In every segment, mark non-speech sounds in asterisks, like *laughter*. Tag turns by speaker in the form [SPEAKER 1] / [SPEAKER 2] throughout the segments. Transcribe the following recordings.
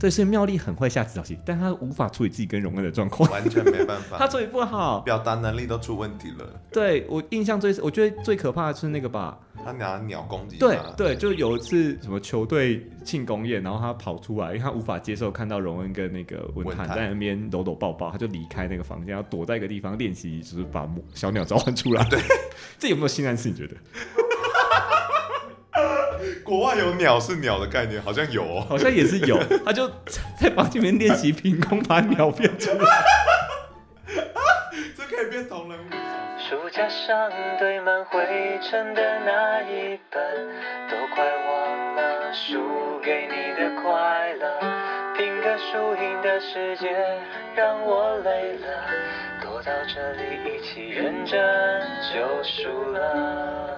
[SPEAKER 1] 这是妙丽很会下指导棋，但她无法处理自己跟荣恩的状 *laughs* 况，
[SPEAKER 2] 完全没办
[SPEAKER 1] 她
[SPEAKER 2] 法，
[SPEAKER 1] 处理不好。
[SPEAKER 2] 表达能力都出问题了。
[SPEAKER 1] 对我印象最，我觉得最可怕的是那个吧，
[SPEAKER 2] 他拿鸟攻击
[SPEAKER 1] 对
[SPEAKER 2] 他，
[SPEAKER 1] 对，就有一次什么球队庆功宴，然后他跑出来，因为他无法接受看到荣恩跟那个文
[SPEAKER 2] 文
[SPEAKER 1] 坦
[SPEAKER 2] 坛
[SPEAKER 1] 在那边搂搂抱抱，他就离开那个房间，要躲在一个地方练习，就是把小鸟召唤出来。对， *laughs* 这有没有性暗示？你觉得？
[SPEAKER 2] 国外有鸟是鸟的概念，好像有哦。
[SPEAKER 1] *laughs* *laughs* 好像也是有，他就在房间里面练习凭空把鸟变出来。
[SPEAKER 2] 这可以变同人物。
[SPEAKER 3] 书架上堆满灰尘的那一本，都快忘了输给你的快乐。拼个输赢的世界让我累了，躲到这里一起认真就输了。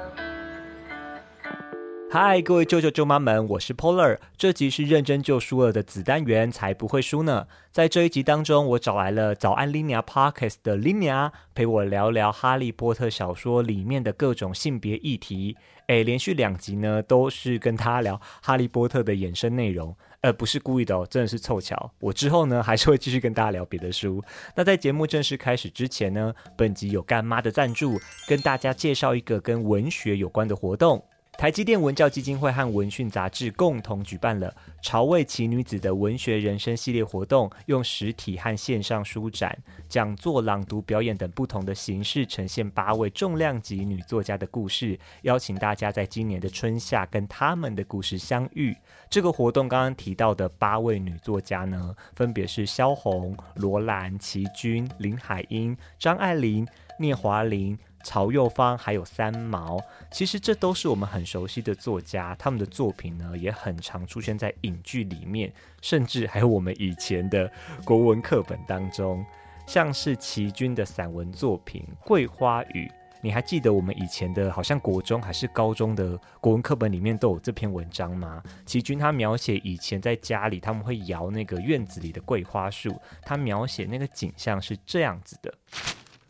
[SPEAKER 4] 嗨，各位舅舅舅妈们，我是 Polar。这集是认真就输了的子单元，才不会输呢。在这一集当中，我找来了早安 Linia Podcast 的 Linia 陪我聊聊《哈利波特》小说里面的各种性别议题。诶，连续两集呢都是跟他聊《哈利波特》的衍生内容，呃，不是故意的哦，真的是凑巧。我之后呢还是会继续跟大家聊别的书。那在节目正式开始之前呢，本集有干妈的赞助，跟大家介绍一个跟文学有关的活动。台积电文教基金会和文讯杂志共同举办了“潮味奇女子”的文学人生系列活动，用实体和线上书展、讲座、朗读、表演等不同的形式，呈现八位重量级女作家的故事，邀请大家在今年的春夏跟她们的故事相遇。这个活动刚刚提到的八位女作家呢，分别是萧红、罗兰、齐君、林海音、张爱玲、聂华苓、曹幼芳，还有三毛。其实这都是我们很熟悉的作家，他们的作品呢也很常出现在影剧里面，甚至还有我们以前的国文课本当中，像是齐君的散文作品《桂花雨》。你还记得我们以前的，好像国中还是高中的国文课本里面都有这篇文章吗？齐君他描写以前在家里他们会摇那个院子里的桂花树，他描写那个景象是这样子的：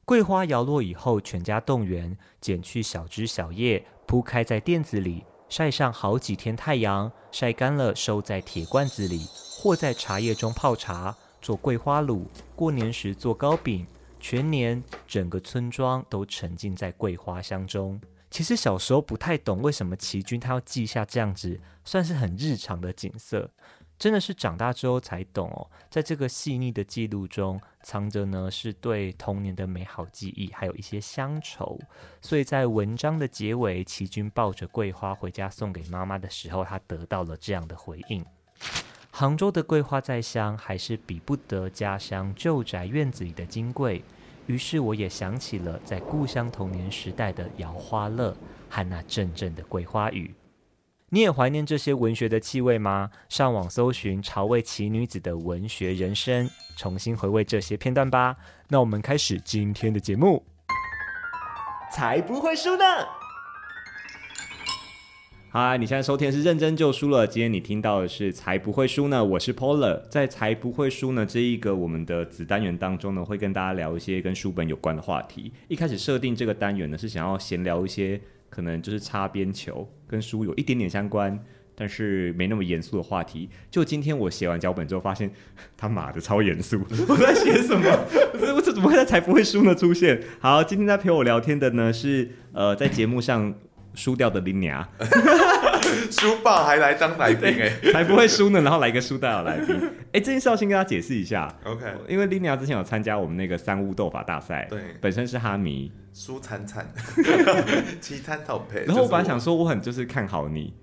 [SPEAKER 4] 桂花摇落以后，全家动员，剪去小枝小叶，铺开在垫子里，晒上好几天太阳，晒干了收在铁罐子里，或在茶叶中泡茶，做桂花卤，过年时做糕饼。全年整个村庄都沉浸在桂花香中。其实小时候不太懂为什么齐军他要记下这样子，算是很日常的景色。真的是长大之后才懂哦，在这个细腻的记录中，藏着呢是对童年的美好记忆，还有一些乡愁。所以在文章的结尾，齐军抱着桂花回家送给妈妈的时候，他得到了这样的回应。杭州的桂花再香，还是比不得家乡旧宅院子里的金桂。于是我也想起了在故乡童年时代的摇花乐和那阵阵的桂花雨。你也怀念这些文学的气味吗？上网搜寻《潮味奇女子的文学人生》，重新回味这些片段吧。那我们开始今天的节目。
[SPEAKER 5] 才不会输呢！
[SPEAKER 1] 嗨，你现在收听的是认真就输了。今天你听到的是才不会输呢，我是 Polar。在才不会输呢这一个我们的子单元当中呢，会跟大家聊一些跟书本有关的话题。一开始设定这个单元呢，是想要闲聊一些可能就是擦边球，跟书有一点点相关。但是没那么严肃的话题。就今天我写完脚本之后，发现 *laughs* 他妈的超严
[SPEAKER 5] *laughs*
[SPEAKER 1] 肃，我在写什么？这我这怎么会在才不会输呢出现？好，今天在陪我聊天的呢是呃在节目上输掉的林娘，
[SPEAKER 2] 书霸还来当来宾哎、
[SPEAKER 1] 才不会输呢。然后来一个输到的来宾。哎、这件事要先跟大家解释一下，
[SPEAKER 2] OK，
[SPEAKER 1] 因为 l i n a 之前有参加我们那个三巫斗法大赛，
[SPEAKER 2] 对
[SPEAKER 1] 本身是哈迷。
[SPEAKER 2] 书
[SPEAKER 1] *laughs*
[SPEAKER 2] 惨惨，其他讨赔。
[SPEAKER 1] 然后我本来
[SPEAKER 2] 就是
[SPEAKER 1] 想说，我很就是看好你。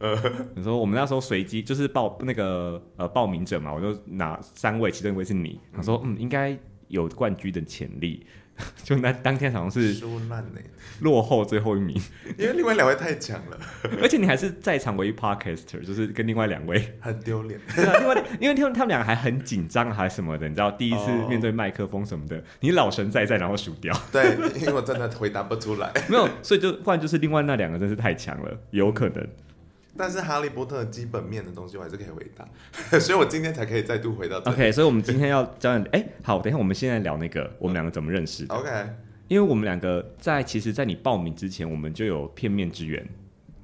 [SPEAKER 1] 你说我们那时候随机就是报那个呃报名者嘛，我就拿三位，其中一位是你。他说嗯，应该有冠军的潜力。就那当天好像
[SPEAKER 2] 我
[SPEAKER 1] 是
[SPEAKER 2] 输烂呢、
[SPEAKER 1] 落后最后一名，
[SPEAKER 2] 因为另外两位太强了，
[SPEAKER 1] *laughs* 而且你还是在场唯一 podcaster，就是跟另外两位
[SPEAKER 2] 很丢脸。
[SPEAKER 1] *laughs* 对啊，另外，因为他们他们俩还很紧张，还什么的，你知道，第一次
[SPEAKER 2] 哦
[SPEAKER 1] 面对麦克风什么的，你老神在在，然后输 *laughs* 掉，
[SPEAKER 2] 对，因为我真的回答不出来。
[SPEAKER 1] 没有，所以就不然就是另外那两个真是太强了，有可能。
[SPEAKER 2] 但是哈利波特基本面的东西我还是可以回答， *laughs* 所以我今天才可以再度回到这里。
[SPEAKER 1] OK，所以我们今天要教你，哎、好，等一下我们现在聊那个我们两个怎么认识的，
[SPEAKER 2] OK，
[SPEAKER 1] 因为我们两个在其实，在你报名之前，我们就有片面之缘，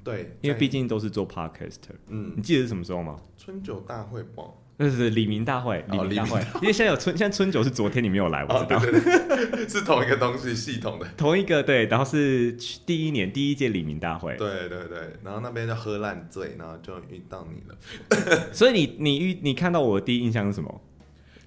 [SPEAKER 2] 对，
[SPEAKER 1] 因为
[SPEAKER 2] 在
[SPEAKER 1] 毕竟都是做 podcaster，
[SPEAKER 2] 嗯
[SPEAKER 1] 你记得是什么时候吗？
[SPEAKER 2] 春酒大会吧，
[SPEAKER 1] 那是李明大会，李
[SPEAKER 2] 哦
[SPEAKER 1] 明大
[SPEAKER 2] 李明
[SPEAKER 1] 会，因为现在有春，现在春酒是昨天你没有来，我知
[SPEAKER 2] 哦，对
[SPEAKER 1] 道。
[SPEAKER 2] 对对， *laughs* 是同一个东西系统的。
[SPEAKER 1] 同一个对，然后是第一年第一届李明大会，
[SPEAKER 2] 对对对，然后那边就喝烂醉，然后就遇到你了。
[SPEAKER 1] 所以你你遇你看到我的第一印象是什么？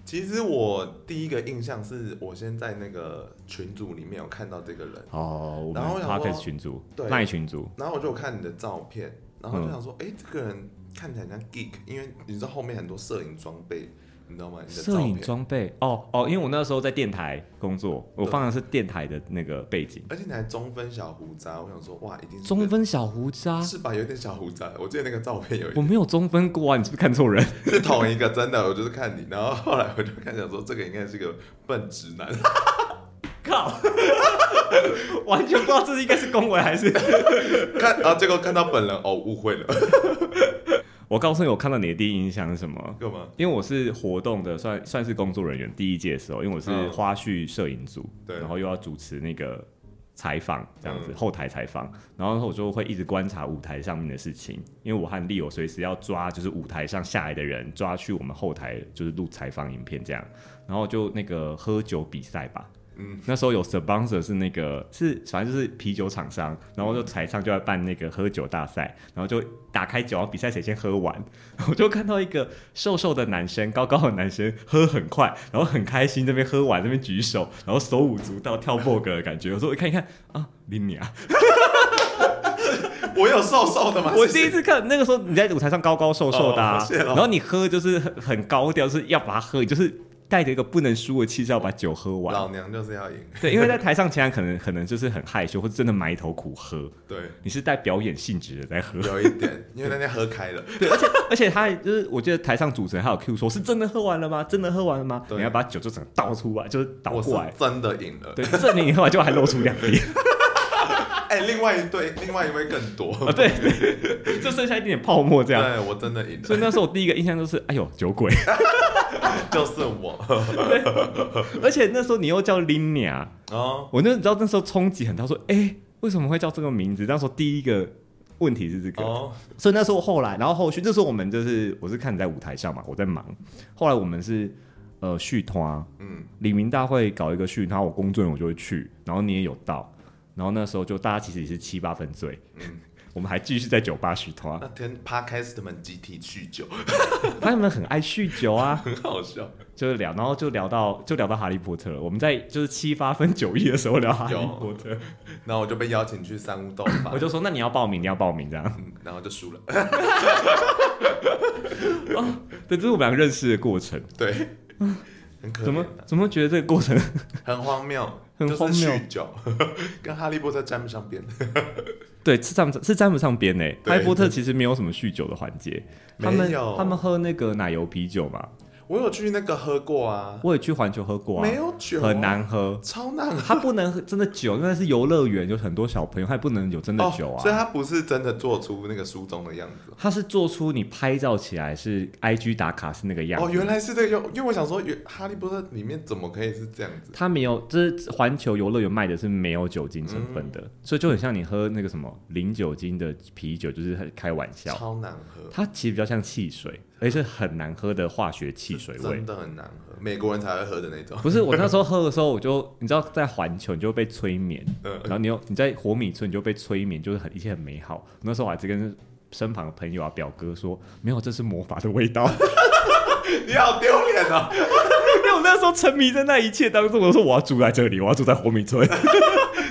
[SPEAKER 2] 其实我第一个印象是我先在那个群组里面有看到这个人，
[SPEAKER 1] 哦，我们
[SPEAKER 2] 然后我想说
[SPEAKER 1] podcast 群组，
[SPEAKER 2] 对
[SPEAKER 1] 赖群组，
[SPEAKER 2] 然后我就有看你的照片，然后就
[SPEAKER 1] 嗯
[SPEAKER 2] 想说，哎、这个人看起来很像 geek，因为你知道后面很多摄影装备，你知道吗？你的照
[SPEAKER 1] 摄
[SPEAKER 2] 片
[SPEAKER 1] 影装备，哦哦，因为我那时候在电台工作，我放的是电台的那个背景，
[SPEAKER 2] 而且你还中分小胡渣，我想说，哇，一定是
[SPEAKER 1] 中分小胡渣，
[SPEAKER 2] 是吧？有点小胡渣，我记得那个照片有一
[SPEAKER 1] *laughs* 我没有中分过啊，你是不是看错人？
[SPEAKER 2] 是同一个，真的，我就是看你，然后后来我就看想说，这个应该是个笨直男，
[SPEAKER 1] *laughs* 靠， *laughs* 完全不知道这是应该是恭维还是
[SPEAKER 2] 看，然后结果看到本人，哦，误会了，
[SPEAKER 1] 我告诉你，我看到你的第一印象是什么？
[SPEAKER 2] 干嘛？
[SPEAKER 1] 因为我是活动的算算是工作人员，第一届的时候，因为我是
[SPEAKER 2] 嗯
[SPEAKER 1] 花絮摄影组，
[SPEAKER 2] 对
[SPEAKER 1] 然后又要主持那个采访，这样子、
[SPEAKER 2] 嗯
[SPEAKER 1] 后台采访，然后我就会一直观察舞台上面的事情，因为我和丽友随时要抓就是舞台上下来的人，抓去我们后台就是录采访影片这样，然后就那个喝酒比赛吧。
[SPEAKER 2] 嗯
[SPEAKER 1] 那时候有 sponsor 是那个是反正就是啤酒厂商，然后
[SPEAKER 2] 嗯
[SPEAKER 1] 就台上就要办那个喝酒大赛，然后就打开酒，然后比赛谁先喝完，我就看到一个瘦瘦的男生，高高的男生喝很快，然后很开心，这边喝完这边举手，然后手舞足蹈跳 bog 的感觉。我说我看一看啊，林你啊，
[SPEAKER 2] *laughs* *laughs* 我有瘦瘦的吗？
[SPEAKER 1] 我
[SPEAKER 2] 谢
[SPEAKER 1] 第
[SPEAKER 2] 谢
[SPEAKER 1] 一次看那个时候你在舞台上高高瘦瘦的、啊
[SPEAKER 2] 哦谢了
[SPEAKER 1] 然后你喝就是很很高调，就是要把它喝，你就是带着一个不能输的气势要把酒喝完。
[SPEAKER 2] 老娘就是要赢，
[SPEAKER 1] 对，因为在台上，其他人可能可能就是很害羞，或者真的埋头苦喝。
[SPEAKER 2] 对，
[SPEAKER 1] 你是带表演性质的在
[SPEAKER 2] *laughs*
[SPEAKER 1] 喝，
[SPEAKER 2] 有一点，因为那天喝
[SPEAKER 1] *laughs*
[SPEAKER 2] 开了，
[SPEAKER 1] 而且他就是我记得台上主持人还有 Q 说，是真的喝完了吗？真的喝完了吗？
[SPEAKER 2] 对
[SPEAKER 1] 你要把酒就整个倒出来，就是倒
[SPEAKER 2] 我是
[SPEAKER 1] 过来。
[SPEAKER 2] 真的赢了。
[SPEAKER 1] 对，证明以后就还露出两滴，
[SPEAKER 2] *laughs* 哎、另外一对，另外一位更多，
[SPEAKER 1] 对对，就剩下一点点泡沫这样。
[SPEAKER 2] 对我真的赢
[SPEAKER 1] 所以
[SPEAKER 2] 了，
[SPEAKER 1] 那时候我第一个印象就是，哎呦，酒
[SPEAKER 2] *laughs*
[SPEAKER 1] 鬼！
[SPEAKER 2] 就是我。
[SPEAKER 1] 而且那时候你又叫 Linia，
[SPEAKER 2] 哦，
[SPEAKER 1] 我那你知道那时候冲击很大，说，哎、为什么会叫这个名字？那时候第一个问题是这个，
[SPEAKER 2] 哦，
[SPEAKER 1] 所以那时候后来，然后后续，那时候我们就是我是看你在舞台上嘛，我在忙，后来我们是呃续团，
[SPEAKER 2] 嗯，
[SPEAKER 1] 李明大会搞一个续团，我工作人员我就会去，然后你也有到，然后那时候就大家其实也是七八分醉，
[SPEAKER 2] 嗯
[SPEAKER 1] *laughs* 我们还继续在酒吧续团
[SPEAKER 2] 那，天 podcast 们集体酗酒，
[SPEAKER 1] 他们很爱酗酒啊， *laughs*
[SPEAKER 2] 很好笑。
[SPEAKER 1] 就是聊，然后就聊到就聊到哈利波特了。我们在就是七八分九一的时候聊哈利
[SPEAKER 2] 有
[SPEAKER 1] 波特，
[SPEAKER 2] 然后我就被邀请去三屋斗法，
[SPEAKER 1] 我就说那你要报名，你要报名这样。
[SPEAKER 2] 嗯，然后就输了。
[SPEAKER 1] 对，这是我们两个认识的过程。 *laughs*
[SPEAKER 2] 对，很可怜啊
[SPEAKER 1] 怎么怎么觉得这个过程？ *laughs*
[SPEAKER 2] 很荒谬，
[SPEAKER 1] 很荒谬
[SPEAKER 2] 就是酗酒， *laughs* 跟哈利波特沾不上边。 *laughs*
[SPEAKER 1] 对，是沾不是沾不上边呢、
[SPEAKER 2] 对
[SPEAKER 1] 哈利波特其实没有什么酗酒的环节，他们
[SPEAKER 2] 没有
[SPEAKER 1] 他们喝那个奶油啤酒嘛，
[SPEAKER 2] 我有去那个喝过啊，
[SPEAKER 1] 我也去环球喝过啊，
[SPEAKER 2] 没有酒，
[SPEAKER 1] 很，难喝。
[SPEAKER 2] 超难喝
[SPEAKER 1] 它不能喝真的酒，因为是游乐园，有很多小朋友，它也不能有真的酒
[SPEAKER 2] 哦
[SPEAKER 1] 啊。
[SPEAKER 2] 所以他不是真的做出那个书中的样子。
[SPEAKER 1] 它是做出你拍照起来是 IG 打卡是那个样子。
[SPEAKER 2] 哦，原来是这个用，因为我想说，原哈利波特里面怎么可以是这样子？
[SPEAKER 1] 它没有，这是环球游乐园卖的是没有酒精成分
[SPEAKER 2] 嗯
[SPEAKER 1] 的，所以就很像你喝那个什么零酒精的啤酒，就是很开玩笑。
[SPEAKER 2] 超难喝，
[SPEAKER 1] 它其实比较像汽水，而且是很难喝的化学汽水味
[SPEAKER 2] 真。的很难喝，美国人才会喝的那种。 *laughs*
[SPEAKER 1] 不是我那时候喝的时候，我就你知道在环球你就被催眠，
[SPEAKER 2] 嗯
[SPEAKER 1] 然后你又你在火米村你就被催眠，就是很一切很美好。那时候我还是跟身旁的朋友啊表哥说，没有，这是魔法的味
[SPEAKER 2] *laughs*
[SPEAKER 1] 道。
[SPEAKER 2] 你好丢脸哦！
[SPEAKER 1] 因为我那时候沉迷在那一切当中，我说我要住在这里，我要住在火米村。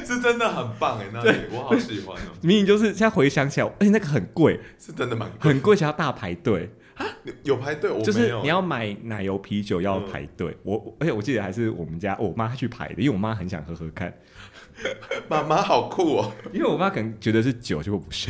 [SPEAKER 2] 是真的很棒哎，那里我好喜欢哦，
[SPEAKER 1] 明明就是现在回想起来，而且那个很贵，
[SPEAKER 2] 是真的蛮
[SPEAKER 1] 很贵，且要大排队，
[SPEAKER 2] 你有排队，我
[SPEAKER 1] 就
[SPEAKER 2] 没
[SPEAKER 1] 是
[SPEAKER 2] 有嗯
[SPEAKER 1] 你要买奶油啤酒要排队。我我而且我记得还是我们家、我妈去排的，因为我妈很想喝喝看，
[SPEAKER 2] 妈妈好酷哦，
[SPEAKER 1] 因为我妈可能觉得是酒，结果不是，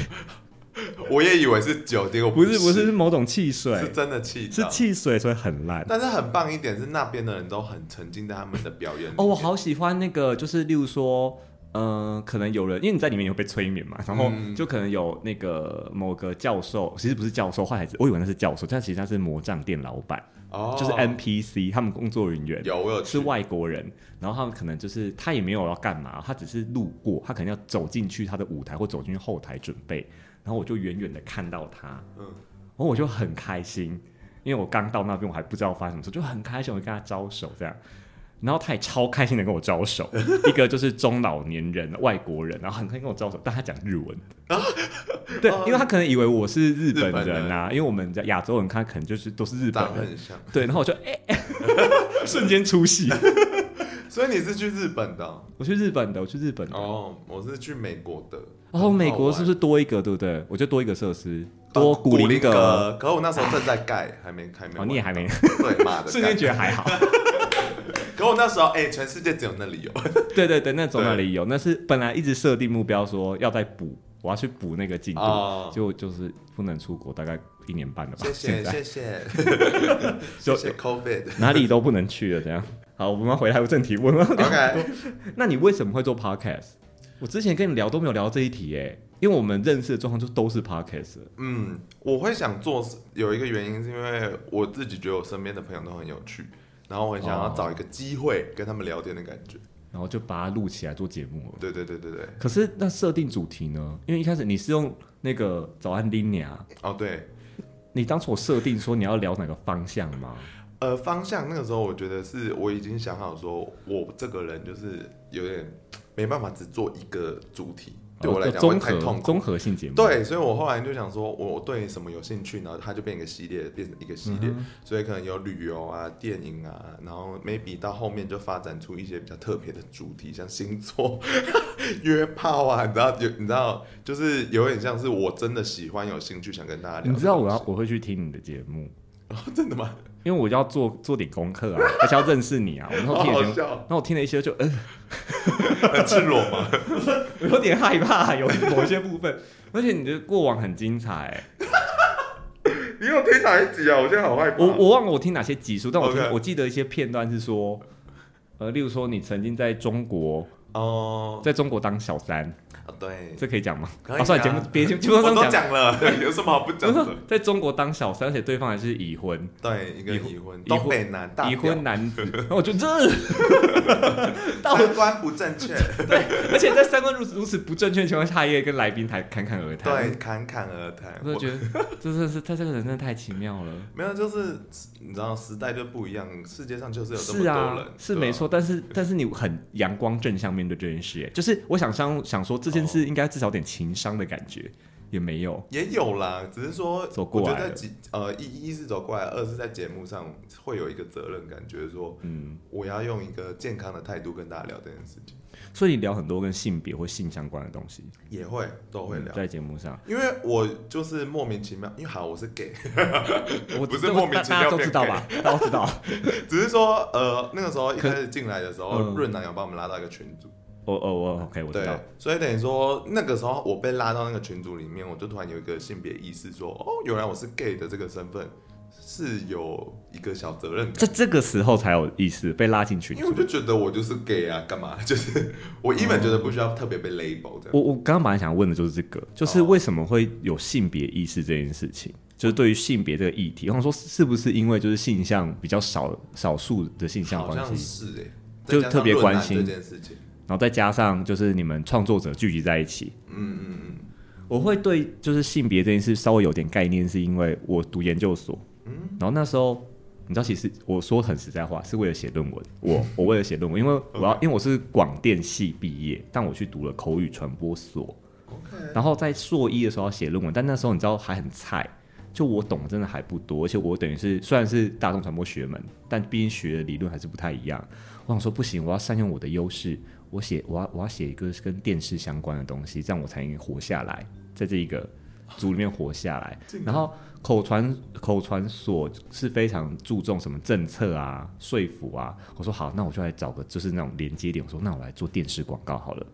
[SPEAKER 2] 我也以为是酒，结果
[SPEAKER 1] 不
[SPEAKER 2] 哦是
[SPEAKER 1] 是不是是某种汽水，
[SPEAKER 2] 是真的气
[SPEAKER 1] 是
[SPEAKER 2] 到。
[SPEAKER 1] 汽水，所以很烂。
[SPEAKER 2] 但是很棒一点是那边的人都很沉浸在他们的表演里面
[SPEAKER 1] 哦，我好喜欢那个，就是例如说。嗯、可能有人，因为你在里面有被催眠嘛，然后
[SPEAKER 2] 嗯
[SPEAKER 1] 就可能有那个某个教授，其实不是教授，坏孩子，我以为那是教授，但其实他是魔杖店老板，
[SPEAKER 2] 哦，
[SPEAKER 1] 就是 NPC，他们工作人员。
[SPEAKER 2] 有我有
[SPEAKER 1] 是
[SPEAKER 2] 去
[SPEAKER 1] 外国人，然后他们可能就是他也没有要干嘛，他只是路过，他可能要走进去他的舞台或走进去后台准备，然后我就远远的看到他，
[SPEAKER 2] 嗯
[SPEAKER 1] 然后我就很开心，因为我刚到那边，我还不知道发生什么事，就很开心，我就跟他招手这样。然后他也超开心的跟我招手，
[SPEAKER 2] *laughs*
[SPEAKER 1] 一个就是中老年人外国人，然后很开心跟我招手，但他讲日文。
[SPEAKER 2] 啊
[SPEAKER 1] *laughs* 对，因为他可能以为我是日本
[SPEAKER 2] 哦日本
[SPEAKER 1] 人啊，因为我们在亚洲人看可能就是都是日本
[SPEAKER 2] 长得
[SPEAKER 1] 人。
[SPEAKER 2] 很像。
[SPEAKER 1] 对，然后我就哎，
[SPEAKER 2] *laughs*
[SPEAKER 1] 哎瞬间出戏。
[SPEAKER 2] 所以你是去日本的哦
[SPEAKER 1] 我去日本的，我去日本的。
[SPEAKER 2] 哦，我是去美国的。
[SPEAKER 1] 哦，美国是不是
[SPEAKER 2] 很
[SPEAKER 1] 多一个，对不对？我就多一个设施，
[SPEAKER 2] 好
[SPEAKER 1] 多
[SPEAKER 2] 玩哦古
[SPEAKER 1] 灵
[SPEAKER 2] 格？
[SPEAKER 1] 阁。
[SPEAKER 2] 可我那时候正在盖，还没还没
[SPEAKER 1] 哦，
[SPEAKER 2] 完。
[SPEAKER 1] 你也还
[SPEAKER 2] *laughs*
[SPEAKER 1] 没，
[SPEAKER 2] 对，妈
[SPEAKER 1] *laughs*
[SPEAKER 2] 的，
[SPEAKER 1] 瞬间觉得
[SPEAKER 2] 盖。
[SPEAKER 1] 还好。
[SPEAKER 2] 可我那时候，哎，全世界只有那
[SPEAKER 1] *laughs*
[SPEAKER 2] 里有。
[SPEAKER 1] 对对对，那走
[SPEAKER 2] 对
[SPEAKER 1] 那里有，那是本来一直设定目标说要再补，我要去补那个进度，
[SPEAKER 2] 哦
[SPEAKER 1] 就就是不能出国，大概一年半了吧。
[SPEAKER 2] 谢
[SPEAKER 1] 现
[SPEAKER 2] 谢，
[SPEAKER 1] 在
[SPEAKER 2] 谢
[SPEAKER 1] *laughs*
[SPEAKER 2] 谢，
[SPEAKER 1] 就
[SPEAKER 2] 谢谢
[SPEAKER 1] *laughs*
[SPEAKER 2] COVID。
[SPEAKER 1] 哪里都不能去了，这样。好，我们回来正题，我们
[SPEAKER 2] OK，
[SPEAKER 1] 那你为什么会做 podcast？我之前跟你聊都没有聊到这一题耶、因为我们认识的状况就都是 podcast 了。
[SPEAKER 2] 嗯，我会想做有一个原因是因为我自己觉得我身边的朋友都很有趣，然后我很想要
[SPEAKER 1] 哦
[SPEAKER 2] 找一个机会跟他们聊天的感觉。
[SPEAKER 1] 然后就把它录起来做节目了。
[SPEAKER 2] 对对对对对，
[SPEAKER 1] 可是那设定主题呢？因为一开始你是用那个早安 l i n a
[SPEAKER 2] 哦对，
[SPEAKER 1] 你当初有设定说你要聊哪个方向吗？
[SPEAKER 2] 呃，方向那个时候我觉得是我已经想好说，我这个人就是有点没办法只做一个主题，对我来
[SPEAKER 1] 哦
[SPEAKER 2] 讲会
[SPEAKER 1] 综
[SPEAKER 2] 太
[SPEAKER 1] 合
[SPEAKER 2] 痛苦。
[SPEAKER 1] 综合性节目。
[SPEAKER 2] 对，啊所以我后来就想说，我对什么有兴趣，然后它就变一个系列，变成一个系列，
[SPEAKER 1] 嗯
[SPEAKER 2] 所以可能有旅游啊、电影啊，然后 maybe 到后面就发展出一些比较特别的主题，像星座、 *laughs* 约炮啊，你知道，有你知道，就是有点像是我真的喜欢、有兴趣想跟大家聊的东西。
[SPEAKER 1] 你知道我要我会去听你的节目，
[SPEAKER 2] *laughs* 真的吗？
[SPEAKER 1] 因为我要做做点功课啊，而且要认识你啊。我那时候
[SPEAKER 2] 好
[SPEAKER 1] 听你
[SPEAKER 2] 好
[SPEAKER 1] 的节目，
[SPEAKER 2] 笑， *laughs*
[SPEAKER 1] 那我听了一些就嗯、
[SPEAKER 2] 很赤裸吗？
[SPEAKER 1] 我有点害怕，有某些部分，而且你的过往很精彩、
[SPEAKER 2] 你有听哪一集啊？我现在好害怕。
[SPEAKER 1] 我我忘了我听哪些集数，但我听
[SPEAKER 2] OK
[SPEAKER 1] 我记得一些片段是说，呃，例如说你曾经在中国，
[SPEAKER 2] 哦，
[SPEAKER 1] 在中国当小三，
[SPEAKER 2] 啊对，
[SPEAKER 1] 这可以讲吗？
[SPEAKER 2] 可以
[SPEAKER 1] 啊，算了，
[SPEAKER 2] 啊 *laughs*
[SPEAKER 1] 节目别节目节目
[SPEAKER 2] 我
[SPEAKER 1] 上
[SPEAKER 2] 都
[SPEAKER 1] 讲。
[SPEAKER 2] 讲了，有什么好不
[SPEAKER 1] 我
[SPEAKER 2] 讲
[SPEAKER 1] 说
[SPEAKER 2] 的？
[SPEAKER 1] 在中国当小三，而且对方还是已婚，
[SPEAKER 2] 对，一个
[SPEAKER 1] 已婚
[SPEAKER 2] 已婚，
[SPEAKER 1] 已婚
[SPEAKER 2] 东北男大
[SPEAKER 1] 已
[SPEAKER 2] 屌
[SPEAKER 1] 婚男子，
[SPEAKER 2] *laughs*
[SPEAKER 1] 然后我就这，到
[SPEAKER 2] 三观不
[SPEAKER 1] *laughs*
[SPEAKER 2] 正确，
[SPEAKER 1] 而且在三观如此如此不正确的情况下，他也跟来宾还侃侃而谈。
[SPEAKER 2] 对，侃侃而谈。
[SPEAKER 1] 我就
[SPEAKER 2] 我
[SPEAKER 1] 觉得这真的是他这个人真的太奇妙了。
[SPEAKER 2] 没有，就是你知道时代就不一样，世界上就是有这么
[SPEAKER 1] 是
[SPEAKER 2] 多
[SPEAKER 1] 啊
[SPEAKER 2] 人，，
[SPEAKER 1] 是
[SPEAKER 2] 对吧
[SPEAKER 1] 没。错，但是但是你很阳光正向面对这件事，哎，就是我想想想说这件
[SPEAKER 2] 哦
[SPEAKER 1] 事应该至少有点情商的感觉，也没有。
[SPEAKER 2] 也有啦，只是说
[SPEAKER 1] 走过来
[SPEAKER 2] 我觉得
[SPEAKER 1] 了
[SPEAKER 2] 几呃一一是走过来，二是在节目上会有一个责任感，觉得说
[SPEAKER 1] 嗯，
[SPEAKER 2] 我要用一个健康的态度跟大家聊这件事情，
[SPEAKER 1] 所以你聊很多跟性别或性相关的东西，
[SPEAKER 2] 也会都会聊，
[SPEAKER 1] 在节目上，
[SPEAKER 2] 因为我就是莫名其妙，因为好我是 gay， *laughs*
[SPEAKER 1] 我
[SPEAKER 2] 不是莫名其妙
[SPEAKER 1] 大家都知道吧？大家都知道。
[SPEAKER 2] 只是说，呃，那个时候一
[SPEAKER 1] 可
[SPEAKER 2] 开始进来的时
[SPEAKER 1] 嗯
[SPEAKER 2] 候，润南有把我们拉到一个群组，
[SPEAKER 1] 我哦我 OK，我知
[SPEAKER 2] 对
[SPEAKER 1] 道。，
[SPEAKER 2] 所以等于说那个时候我被拉到那个群组里面，我就突然有一个性别意识说哦，原来我是 gay 的这个身份是有一个小责任
[SPEAKER 1] 这
[SPEAKER 2] 感，
[SPEAKER 1] 这个时候才有意思，被拉进群
[SPEAKER 2] 因为我
[SPEAKER 1] 组。
[SPEAKER 2] 就觉得我就是 gay 啊，干嘛？ *laughs* 就是我 even 觉得不需要特别被 label 这样。
[SPEAKER 1] 我我刚刚本来想问的就是这个，就是
[SPEAKER 2] 哦
[SPEAKER 1] 为什么会有性别意识这件事情？就是对于性别这个议题，我想说是不是因为就是性向比较少少数的性向
[SPEAKER 2] 好
[SPEAKER 1] 关
[SPEAKER 2] 像
[SPEAKER 1] 系，
[SPEAKER 2] 是哎、
[SPEAKER 1] 就
[SPEAKER 2] 再加上
[SPEAKER 1] 特别关心
[SPEAKER 2] 润南这件事情。
[SPEAKER 1] 然后再加上就是你们创作者聚集在一起，
[SPEAKER 2] 嗯嗯嗯，
[SPEAKER 1] 我会对就是性别这件事稍微有点概念，是因为我读研究所，然后那时候你知道，其实我说很实在话，是为了写论文。我我为了写论文，因为我要因为我是广电系毕业，但我去读了口语传播所。然后在硕一的时候要写论文，但那时候你知道还很菜，就我懂得真的还不多，而且我等于是虽然是大众传播学门，但毕竟学的理论还是不太一样。我想说不行，我要善用我的优势，我写我要我要写一个跟电视相关的东西，这样我才能活下来，在这一个组里面活下来。然后口传口传所是非常注重什么政策啊、说服啊。我说好，那我就来找个就是那种连接点。我说那我来做电视广告好了。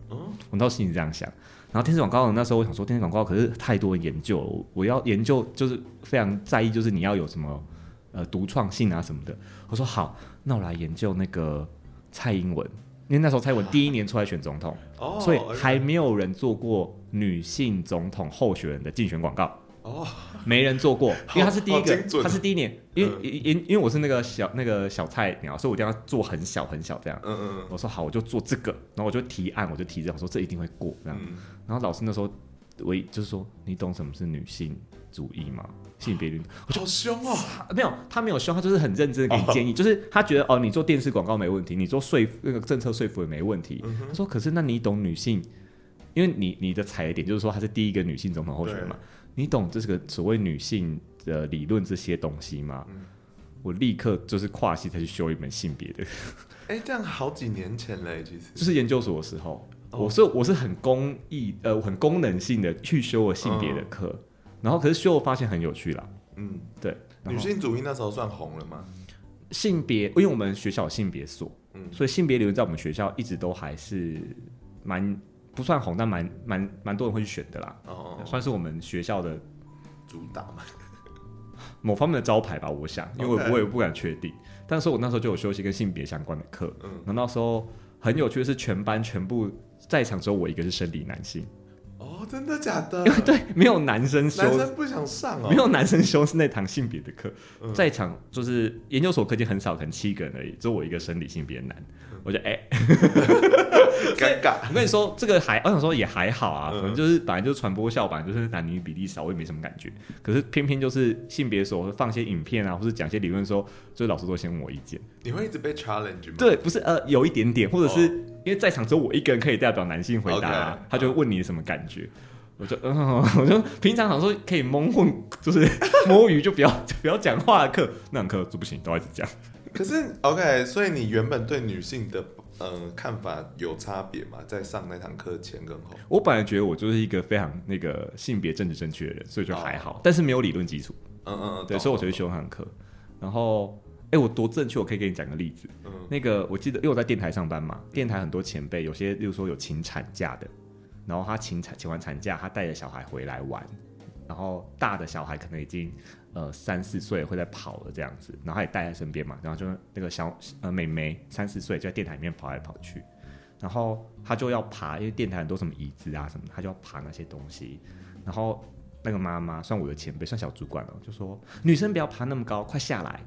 [SPEAKER 1] 我到心里这样想。然后电视广告那时候我想说电视广告可是太多人研究了，我我要研究就是非常在意就是你要有什么呃独创性啊什么的。我说好，那我来研究那个蔡英文，因为那时候蔡英文第一年出来选总统。
[SPEAKER 2] 哦，
[SPEAKER 1] 所以
[SPEAKER 2] 哎
[SPEAKER 1] 还没有人做过女性总统候选人的竞选广告。
[SPEAKER 2] 哦，
[SPEAKER 1] 没人做过，因为
[SPEAKER 2] *laughs*
[SPEAKER 1] 他是第一
[SPEAKER 2] 好
[SPEAKER 1] 个
[SPEAKER 2] 精准，哦
[SPEAKER 1] 他是第一年，因为因因因为我是那个小那个小菜鸟，所以我一定要做很小很小这样。
[SPEAKER 2] 嗯嗯
[SPEAKER 1] 我说好，我就做这个，然后我就提案，我就提这样，我说这一定会过这样。
[SPEAKER 2] 嗯
[SPEAKER 1] 然后老师那时候我一就是说，你懂什么是女性主义吗？性别运动
[SPEAKER 2] 好凶哦！
[SPEAKER 1] 没有， *laughs* 他没有凶，他就是很认真的给你建 *laughs* 议，就是他觉得哦，你做电视广告没问题，你做说服那个政策说服也没问题。他说，可是那你懂女性，因为你你的踩点就是说她是第一个女性总统候选人嘛，你懂这个所谓女性的理论这些东西吗？我立刻就是跨系才去修一门性别的，
[SPEAKER 2] 哎，这样好几年前嘞，其实
[SPEAKER 1] 就是研究所的时候，
[SPEAKER 2] 哦
[SPEAKER 1] 我是我是很公益呃我很功能性的去修我性别的课，然后可是修我发现很有趣啦，
[SPEAKER 2] 嗯，
[SPEAKER 1] 对，然
[SPEAKER 2] 女
[SPEAKER 1] 后
[SPEAKER 2] 性主义那时候算红了吗？
[SPEAKER 1] 性别，因为我们学校有性别所，
[SPEAKER 2] 嗯
[SPEAKER 1] 所以性别理论在我们学校一直都还是蛮不算红，但蛮蛮蛮多人会去选的啦，
[SPEAKER 2] 哦，哦
[SPEAKER 1] 算是我们学校的
[SPEAKER 2] 主打嘛，
[SPEAKER 1] 某方面的招牌吧，我想，因为我
[SPEAKER 2] OK
[SPEAKER 1] 我也不敢确定。但是我那时候就有修一些跟性别相关的课，
[SPEAKER 2] 嗯
[SPEAKER 1] 然后那时候很有趣的是，全班全部在场只有我一个是生理男性， *laughs*
[SPEAKER 2] 哦，真的假的？
[SPEAKER 1] 对，没有男生修
[SPEAKER 2] 男生不想上哦，
[SPEAKER 1] 没有男生修是那堂性别的课，
[SPEAKER 2] 嗯
[SPEAKER 1] 在场就是研究所课间很少，可能七个人而已，只有我一个生理性别男。
[SPEAKER 2] 嗯
[SPEAKER 1] 我就哎、
[SPEAKER 2] 尴尬，
[SPEAKER 1] 我跟你说这个还，我想说也还好啊，
[SPEAKER 2] 嗯
[SPEAKER 1] 可能就是本来就是传播效版，就是男女比例少，我也没什么感觉。可是偏偏就是性别所会放一些影片啊，或者讲一些理论的时候，就是老师都会先问我意见。
[SPEAKER 2] 你会一直被 challenge 吗？，
[SPEAKER 1] 对，不是呃，有一点点，或者是、
[SPEAKER 2] 哦
[SPEAKER 1] 因为在场只有我一个人可以代表男性回答、啊
[SPEAKER 2] OK，
[SPEAKER 1] 他就会问你什么感觉。我就嗯， *laughs* 我就平常想说可以蒙混，就是 *laughs* 摸鱼就不要 *laughs* 就不要讲话的课，那堂课就不行，都要一直讲。
[SPEAKER 2] 可是 OK，所以你原本对女性的呃看法有差别吗？在上那堂课前跟后，
[SPEAKER 1] 我本来觉得我就是一个非常那个性别政治正确的人，所以就还
[SPEAKER 2] 哦
[SPEAKER 1] 好，但是没有理论基础，
[SPEAKER 2] 嗯嗯嗯，
[SPEAKER 1] 对，
[SPEAKER 2] 懂 *laughs*
[SPEAKER 1] 所以我才去修那堂课。然后，哎、我多正确，我可以给你讲个例子。
[SPEAKER 2] 嗯
[SPEAKER 1] 那个我记得，因为我在电台上班嘛，电台很多前辈，有些例如说有请产假的，然后他请产请完产假，他带着小孩回来玩，然后大的小孩可能已经呃三四岁会在跑了这样子，然后他也带在身边嘛，然后就那个小呃妹妹三四岁就在电台里面跑来跑去，然后他就要爬，因为电台很多什么椅子啊什么的，他就要爬那些东西，然后。那个妈妈算我的前辈，算小主管哦，就说女生不要爬那么高，快下来。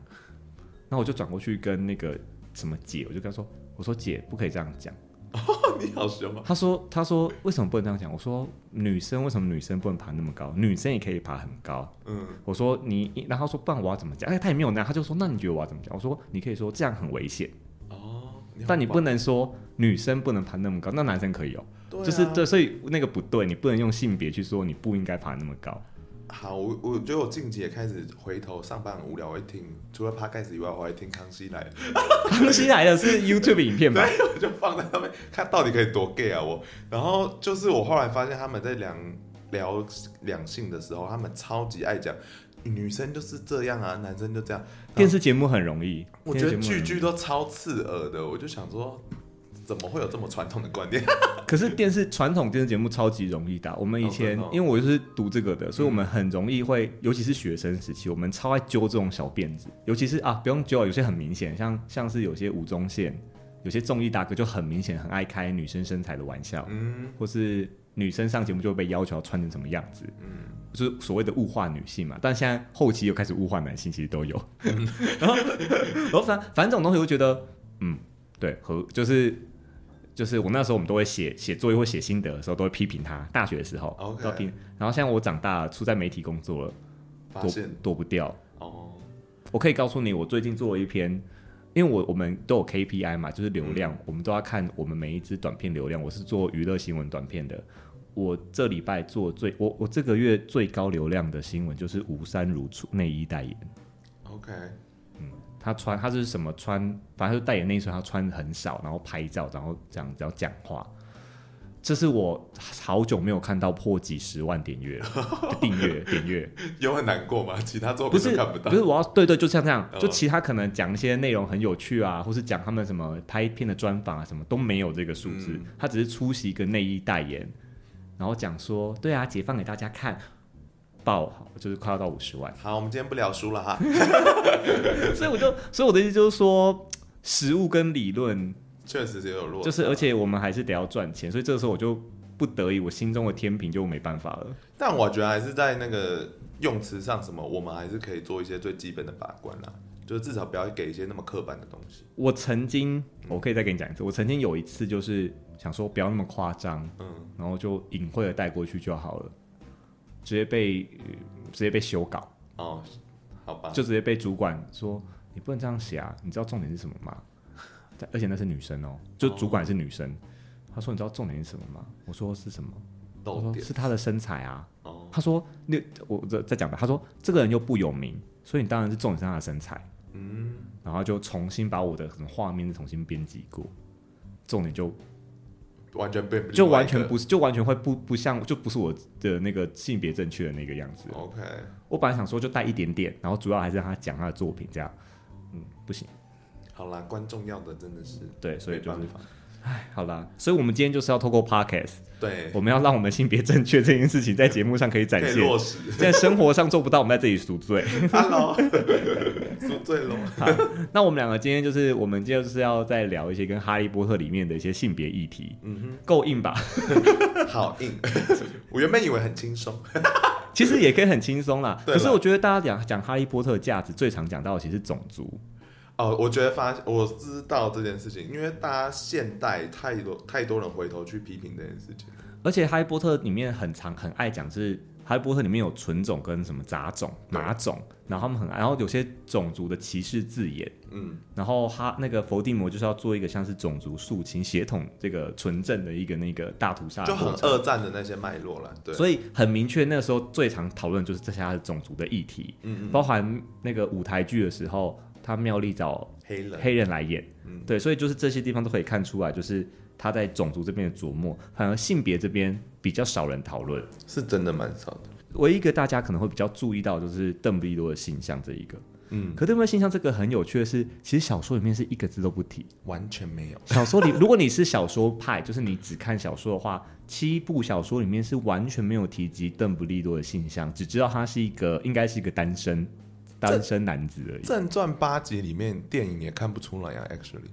[SPEAKER 1] 然后我就转过去跟那个什么姐，我就跟她说，我说姐不可以这样讲。
[SPEAKER 2] 哦，你好凶啊！
[SPEAKER 1] 她说她说为什么不能这样讲？我说女生为什么女生不能爬那么高？女生也可以爬很高。
[SPEAKER 2] 嗯，
[SPEAKER 1] 我说你，然后她说不然我要怎么讲？哎，她也没有那样，她就说那你觉得我要怎么讲？我说你可以说这样很危险，
[SPEAKER 2] 哦，
[SPEAKER 1] 但你不
[SPEAKER 2] 能，
[SPEAKER 1] 能说女生不能爬那么高，那男生可以哦。
[SPEAKER 2] 对啊
[SPEAKER 1] 就是对，所以那个不对，你不能用性别去说你不应该爬那么高。
[SPEAKER 2] 好，我我觉得我近期也开始回头上班很无聊，我会听除了 podcast 以外，我还听《康熙来了》，
[SPEAKER 1] 康熙来了是 YouTube 影片吧？
[SPEAKER 2] 对，我 *laughs* 就放在上面看到底可以多 gay 啊我。然后就是我后来发现他们在两聊两性的时候，他们超级爱讲女生就是这样啊，男生就这样。
[SPEAKER 1] 电视节目很容易，
[SPEAKER 2] 嗯我觉得
[SPEAKER 1] 电视节目很
[SPEAKER 2] 句
[SPEAKER 1] 容易
[SPEAKER 2] 句都超刺耳的，我就想说，怎么会有这么传统的观念？ *laughs*
[SPEAKER 1] 可是电视传统电视节目超级容易打，我们以前、
[SPEAKER 2] 哦真嗯的哦
[SPEAKER 1] 因为我就是读这个的，所以我们很容易会，尤其是学生时期，我们超爱揪这种小辫子，尤其是啊不用揪，有些很明显，像像是有些吴宗宪，有些综艺大哥就很明显很爱开女生身材的玩笑，
[SPEAKER 2] 嗯
[SPEAKER 1] 或是女生上节目就会被要求要穿成什么样子，
[SPEAKER 2] 嗯，
[SPEAKER 1] 就是所谓的物化女性嘛，但现在后期又开始物化男性，其实都有。
[SPEAKER 2] 嗯
[SPEAKER 1] *laughs* 然后，然后反反正这种东西，我就觉得，嗯，对，和就是就是我那时候我们都会写写作业或写心得的时候，都会批评他。大学的时候
[SPEAKER 2] OK
[SPEAKER 1] 都要批评。然后现在我长大了，出在媒体工作了，
[SPEAKER 2] 发
[SPEAKER 1] 躲
[SPEAKER 2] 现
[SPEAKER 1] 躲不掉。
[SPEAKER 2] 哦，
[SPEAKER 1] 我可以告诉你，我最近做了一篇，因为我我们都有 KPI 嘛，就是流量，我们都要看我们每一支短片流量。我是做娱乐新闻短片的，我这礼拜做最我我这个月最高流量的新闻就是吴珊如出内衣代言，
[SPEAKER 2] OK，
[SPEAKER 1] 她穿她是什么穿，反正她就代言那一双，她穿很少，然后拍照，然后这样子要讲话。这是我好久没有看到破几十万点阅了，订阅点阅，
[SPEAKER 2] 有很难过吗？其他作
[SPEAKER 1] 不
[SPEAKER 2] 品
[SPEAKER 1] 是
[SPEAKER 2] 都看不到
[SPEAKER 1] 不。是我要对对，就像这样，
[SPEAKER 2] 嗯
[SPEAKER 1] 就其他可能讲一些内容很有趣啊，或是讲他们什么拍片的专访啊，什么都没有这个数字
[SPEAKER 2] 嗯，
[SPEAKER 1] 他只是出席一个内衣代言，然后讲说对啊，解放给大家看，爆好就是快要到五十
[SPEAKER 2] *laughs*
[SPEAKER 1] 万，
[SPEAKER 2] 好，我们今天不聊书了哈。
[SPEAKER 1] 所以我就所以我的意思就是说，实物跟理论
[SPEAKER 2] 确实是有落差，
[SPEAKER 1] 就是，而且我们还是得要赚钱，所以这个时候我就不得已，我心中的天平就没办法了。
[SPEAKER 2] 但我觉得还是在那个用词上，什么我们还是可以做一些最基本的把关啦，就是至少不要给一些那么刻板的东西。
[SPEAKER 1] 我曾经，我可以再给你讲一次，我曾经有一次就是想说不要那么夸张，
[SPEAKER 2] 嗯，
[SPEAKER 1] 然后就隐晦的带过去就好了。直接被、呃直接被修稿，
[SPEAKER 2] 哦，好吧，
[SPEAKER 1] 就直接被主管说你不能这样写啊！你知道重点是什么吗？但而且那是女生哦，就主管是女生。她说你知道重点是什么吗？我说是什么？我
[SPEAKER 2] 逗
[SPEAKER 1] 说
[SPEAKER 2] 点
[SPEAKER 1] 是她的身材啊。
[SPEAKER 2] 哦，
[SPEAKER 1] 她说那我再再讲吧。她说这个人又不有名，所以你当然是重点是她的身材。
[SPEAKER 2] 嗯，
[SPEAKER 1] 然后就重新把我的可能画面重新编辑过，重点就
[SPEAKER 2] 完全被
[SPEAKER 1] 就完全不是，就完全会不不像，就不是我的那个性别正确的那个样子。
[SPEAKER 2] OK，
[SPEAKER 1] 我本来想说就带一点点，然后主要还是让他讲他的作品这样，嗯，不行，
[SPEAKER 2] 好啦，观众要的真的是
[SPEAKER 1] 对，所以就
[SPEAKER 2] 没
[SPEAKER 1] 是
[SPEAKER 2] 办法，
[SPEAKER 1] 好啦，所以我们今天就是要透过
[SPEAKER 2] *laughs*
[SPEAKER 1] podcast，
[SPEAKER 2] 对，
[SPEAKER 1] 我们要让我们性别正确这件事情在节目上可以展
[SPEAKER 2] 可以
[SPEAKER 1] 现
[SPEAKER 2] 落，实
[SPEAKER 1] 在生活上做不到，我们在这里赎罪。 *laughs*
[SPEAKER 2] ，Hello，宿醉喽，
[SPEAKER 1] 那我们两个今天就是我们就是要再聊一些跟哈利波特里面的一些性别议题，
[SPEAKER 2] 嗯
[SPEAKER 1] 够硬吧？ *laughs*
[SPEAKER 2] 哼，好硬， *laughs* 我原本以为很轻松，
[SPEAKER 1] 其实也可以很轻松啦。
[SPEAKER 2] 对
[SPEAKER 1] 可
[SPEAKER 2] 啦
[SPEAKER 1] 是我觉得大家讲讲哈利波特的价值，最常讲到的其实是种族。
[SPEAKER 2] 哦，我觉得发我知道这件事情，因为大家现代太多太多人回头去批评这件事情，
[SPEAKER 1] 而且《哈利波特》里面很常很爱讲是《哈利波特》里面有纯种跟什么杂种、
[SPEAKER 2] 对
[SPEAKER 1] 马种，然后他们很爱，然后有些种族的歧视字眼，
[SPEAKER 2] 嗯，
[SPEAKER 1] 然后哈那个伏地魔就是要做一个像是种族肃清、血统这个纯正的一个那个大屠杀的
[SPEAKER 2] 就很
[SPEAKER 1] 过程。
[SPEAKER 2] 二战的那些脉络了，对，
[SPEAKER 1] 所以很明确，那时候最常讨论就是这些种族的议题，
[SPEAKER 2] 嗯嗯，
[SPEAKER 1] 包含那个舞台剧的时候，他妙丽找
[SPEAKER 2] 黑人，
[SPEAKER 1] 黑人来演，
[SPEAKER 2] 嗯
[SPEAKER 1] 对，所以就是这些地方都可以看出来，就是他在种族这边的琢磨，反而性别这边比较少人讨论。
[SPEAKER 2] 是真的蛮少的，
[SPEAKER 1] 唯一一个大家可能会比较注意到的就是邓布利多的形象这一个，
[SPEAKER 2] 嗯，
[SPEAKER 1] 可邓布利多形象这个很有趣的是，其实小说里面是一个字都不提。
[SPEAKER 2] 完全没有，
[SPEAKER 1] 小说里，如果你是小说派，就是你只看小说的话，七部小说里面是完全没有提及邓布利多的形象，只知道他是一个应该是一个单身单身男子而已。
[SPEAKER 2] 正传八集里面电影也看不出来啊，actually，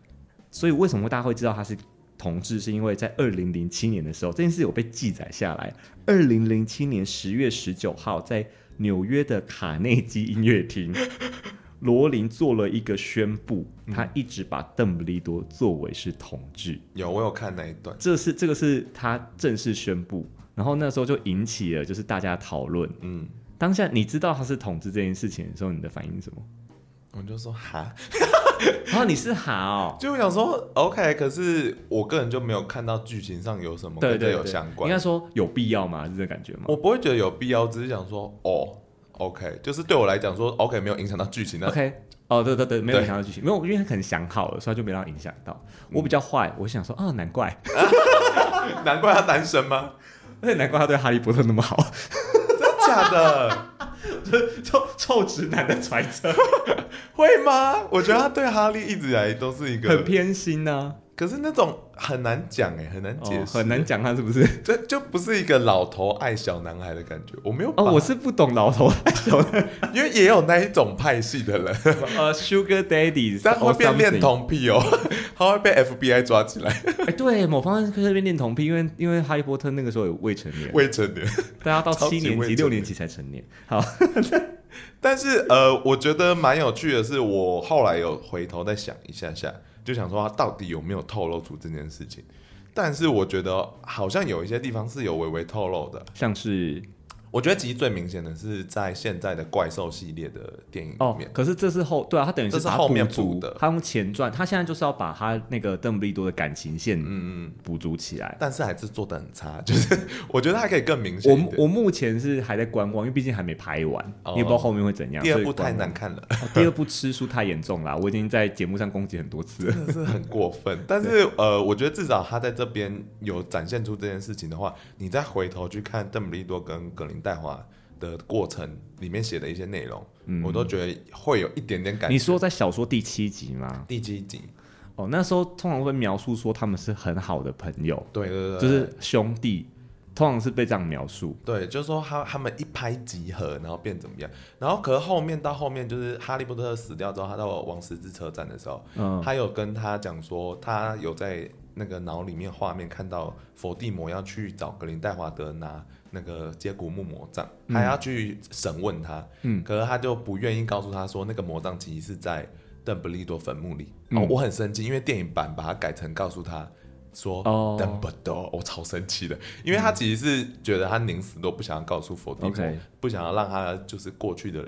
[SPEAKER 1] 所以为什么大家会知道他是同志，是因为在二零零七年的时候，这件事有被记载下来。二零零七年十月十九号，在纽约的卡内基音乐厅，罗琳做了一个宣布，他一直把邓布利多作为是同志。
[SPEAKER 2] 有我有看那一段，
[SPEAKER 1] 这是这个是他正式宣布，然后那时候就引起了就是大家讨论。
[SPEAKER 2] 嗯，
[SPEAKER 1] 当下你知道他是统治这件事情的时候，你的反应是什么？
[SPEAKER 2] 我就说哈，
[SPEAKER 1] 然
[SPEAKER 2] 啊
[SPEAKER 1] 后你是哈哦，
[SPEAKER 2] 就想说 OK，可是我个人就没有看到剧情上有什么
[SPEAKER 1] 对
[SPEAKER 2] 跟这
[SPEAKER 1] 对
[SPEAKER 2] 有
[SPEAKER 1] 对
[SPEAKER 2] 相
[SPEAKER 1] 应
[SPEAKER 2] 关
[SPEAKER 1] 该，说有必要吗？是这个感觉吗
[SPEAKER 2] 我不会觉得有必要，只是想说哦，OK，就是对我来讲说 OK 没有影响到剧情，啊 *laughs* 那
[SPEAKER 1] ？OK，哦，对对对，没有
[SPEAKER 2] 对嗯
[SPEAKER 1] 影响到剧情，没有，因为他可能想好了，所以他就没让他影响到。我比较坏，我想说啊，难怪， *laughs*
[SPEAKER 2] 难怪他单身吗？
[SPEAKER 1] 而且难怪他对哈利波特那么好， *laughs*
[SPEAKER 2] 真的假 *laughs* 的？
[SPEAKER 1] 就臭直男的揣测，
[SPEAKER 2] 会吗？我觉得他对哈利一直以来都是一个
[SPEAKER 1] 很偏心呢、
[SPEAKER 2] 可是那种很难讲哎、很难解释、
[SPEAKER 1] 哦，很难，讲他是不是？
[SPEAKER 2] 这就不是一个老头爱小男孩的感觉。我没有把
[SPEAKER 1] 哦，我是不懂老头
[SPEAKER 2] *laughs*
[SPEAKER 1] 爱小男
[SPEAKER 2] 因为也有那一种派系
[SPEAKER 1] *laughs*
[SPEAKER 2] 的人，
[SPEAKER 1] 呃，Sugar Daddy，
[SPEAKER 2] 这样会变恋
[SPEAKER 1] or something
[SPEAKER 2] 童癖哦，他会被 FBI 抓起来，
[SPEAKER 1] *laughs* 哎、对，某方面是变恋童癖，因为因为哈利波特那个时候有未成年，*laughs*
[SPEAKER 2] 未成年。
[SPEAKER 1] 大家到
[SPEAKER 2] 超级
[SPEAKER 1] 七年
[SPEAKER 2] 未成
[SPEAKER 1] 级、六
[SPEAKER 2] 年
[SPEAKER 1] 年级才成年。好，
[SPEAKER 2] 但是呃，我觉得蛮有趣的是，我后来有回头再想一下下，就想说他啊到底有没有透露出这件事情。但是我觉得好像有一些地方是有微微透露的。
[SPEAKER 1] 像是
[SPEAKER 2] 我觉得其实最明显的是在现在的怪兽系列的电影里
[SPEAKER 1] 哦
[SPEAKER 2] 面，，
[SPEAKER 1] 可是这是后对啊，他等于
[SPEAKER 2] 这是
[SPEAKER 1] 把它
[SPEAKER 2] 后面
[SPEAKER 1] 足
[SPEAKER 2] 补的
[SPEAKER 1] 他用前传，他现在就是要把他那个邓布利多的感情线
[SPEAKER 2] 嗯嗯，
[SPEAKER 1] 补足起来。
[SPEAKER 2] 但是还是做的很差，就是我觉得还可以更明显一
[SPEAKER 1] 我
[SPEAKER 2] 点。
[SPEAKER 1] 我目前是还在观望，因为毕竟还没拍完，
[SPEAKER 2] 哦
[SPEAKER 1] 你也不知道后面会怎样。
[SPEAKER 2] 第二
[SPEAKER 1] 所
[SPEAKER 2] 部
[SPEAKER 1] 以观
[SPEAKER 2] 太
[SPEAKER 1] 望
[SPEAKER 2] 难看了，
[SPEAKER 1] 哦第二部吃书太严重啦，我已经在节目上攻击很多次了。
[SPEAKER 2] 真的是很过
[SPEAKER 1] *laughs*
[SPEAKER 2] 分。但是呃，我觉得至少他在这边有展现出这件事情的话，你再回头去看邓布利多跟格林戴华的过程里面写的一些内容，
[SPEAKER 1] 嗯
[SPEAKER 2] 我都觉得会有一点点感觉。
[SPEAKER 1] 你说在小说第七集吗？
[SPEAKER 2] 第几集？
[SPEAKER 1] 哦，那时候通常会描述说他们是很好的朋友，
[SPEAKER 2] 对对对，
[SPEAKER 1] 就是兄弟，通常是被这样描述。
[SPEAKER 2] 对，就是说他他们一拍即合，然后变怎么样？然后可是后面到后面就是哈利波特死掉之后，他到王十字车站的时候，
[SPEAKER 1] 嗯，
[SPEAKER 2] 他有跟他讲说，他有在那个脑里面画面看到伏地魔要去找格林戴华德拿那个接骨木魔杖，他要去审问他，
[SPEAKER 1] 嗯
[SPEAKER 2] 可是他就不愿意告诉他说那个魔杖其实是在邓布利多坟墓里。
[SPEAKER 1] 嗯
[SPEAKER 2] 哦，我很生气，因为电影版把它改成告诉他。说
[SPEAKER 1] 哦
[SPEAKER 2] 邓布利多，我超生气的，因为他其实是觉得他宁死都不想要告诉伏地魔
[SPEAKER 1] OK
[SPEAKER 2] 不想要让他就是过去的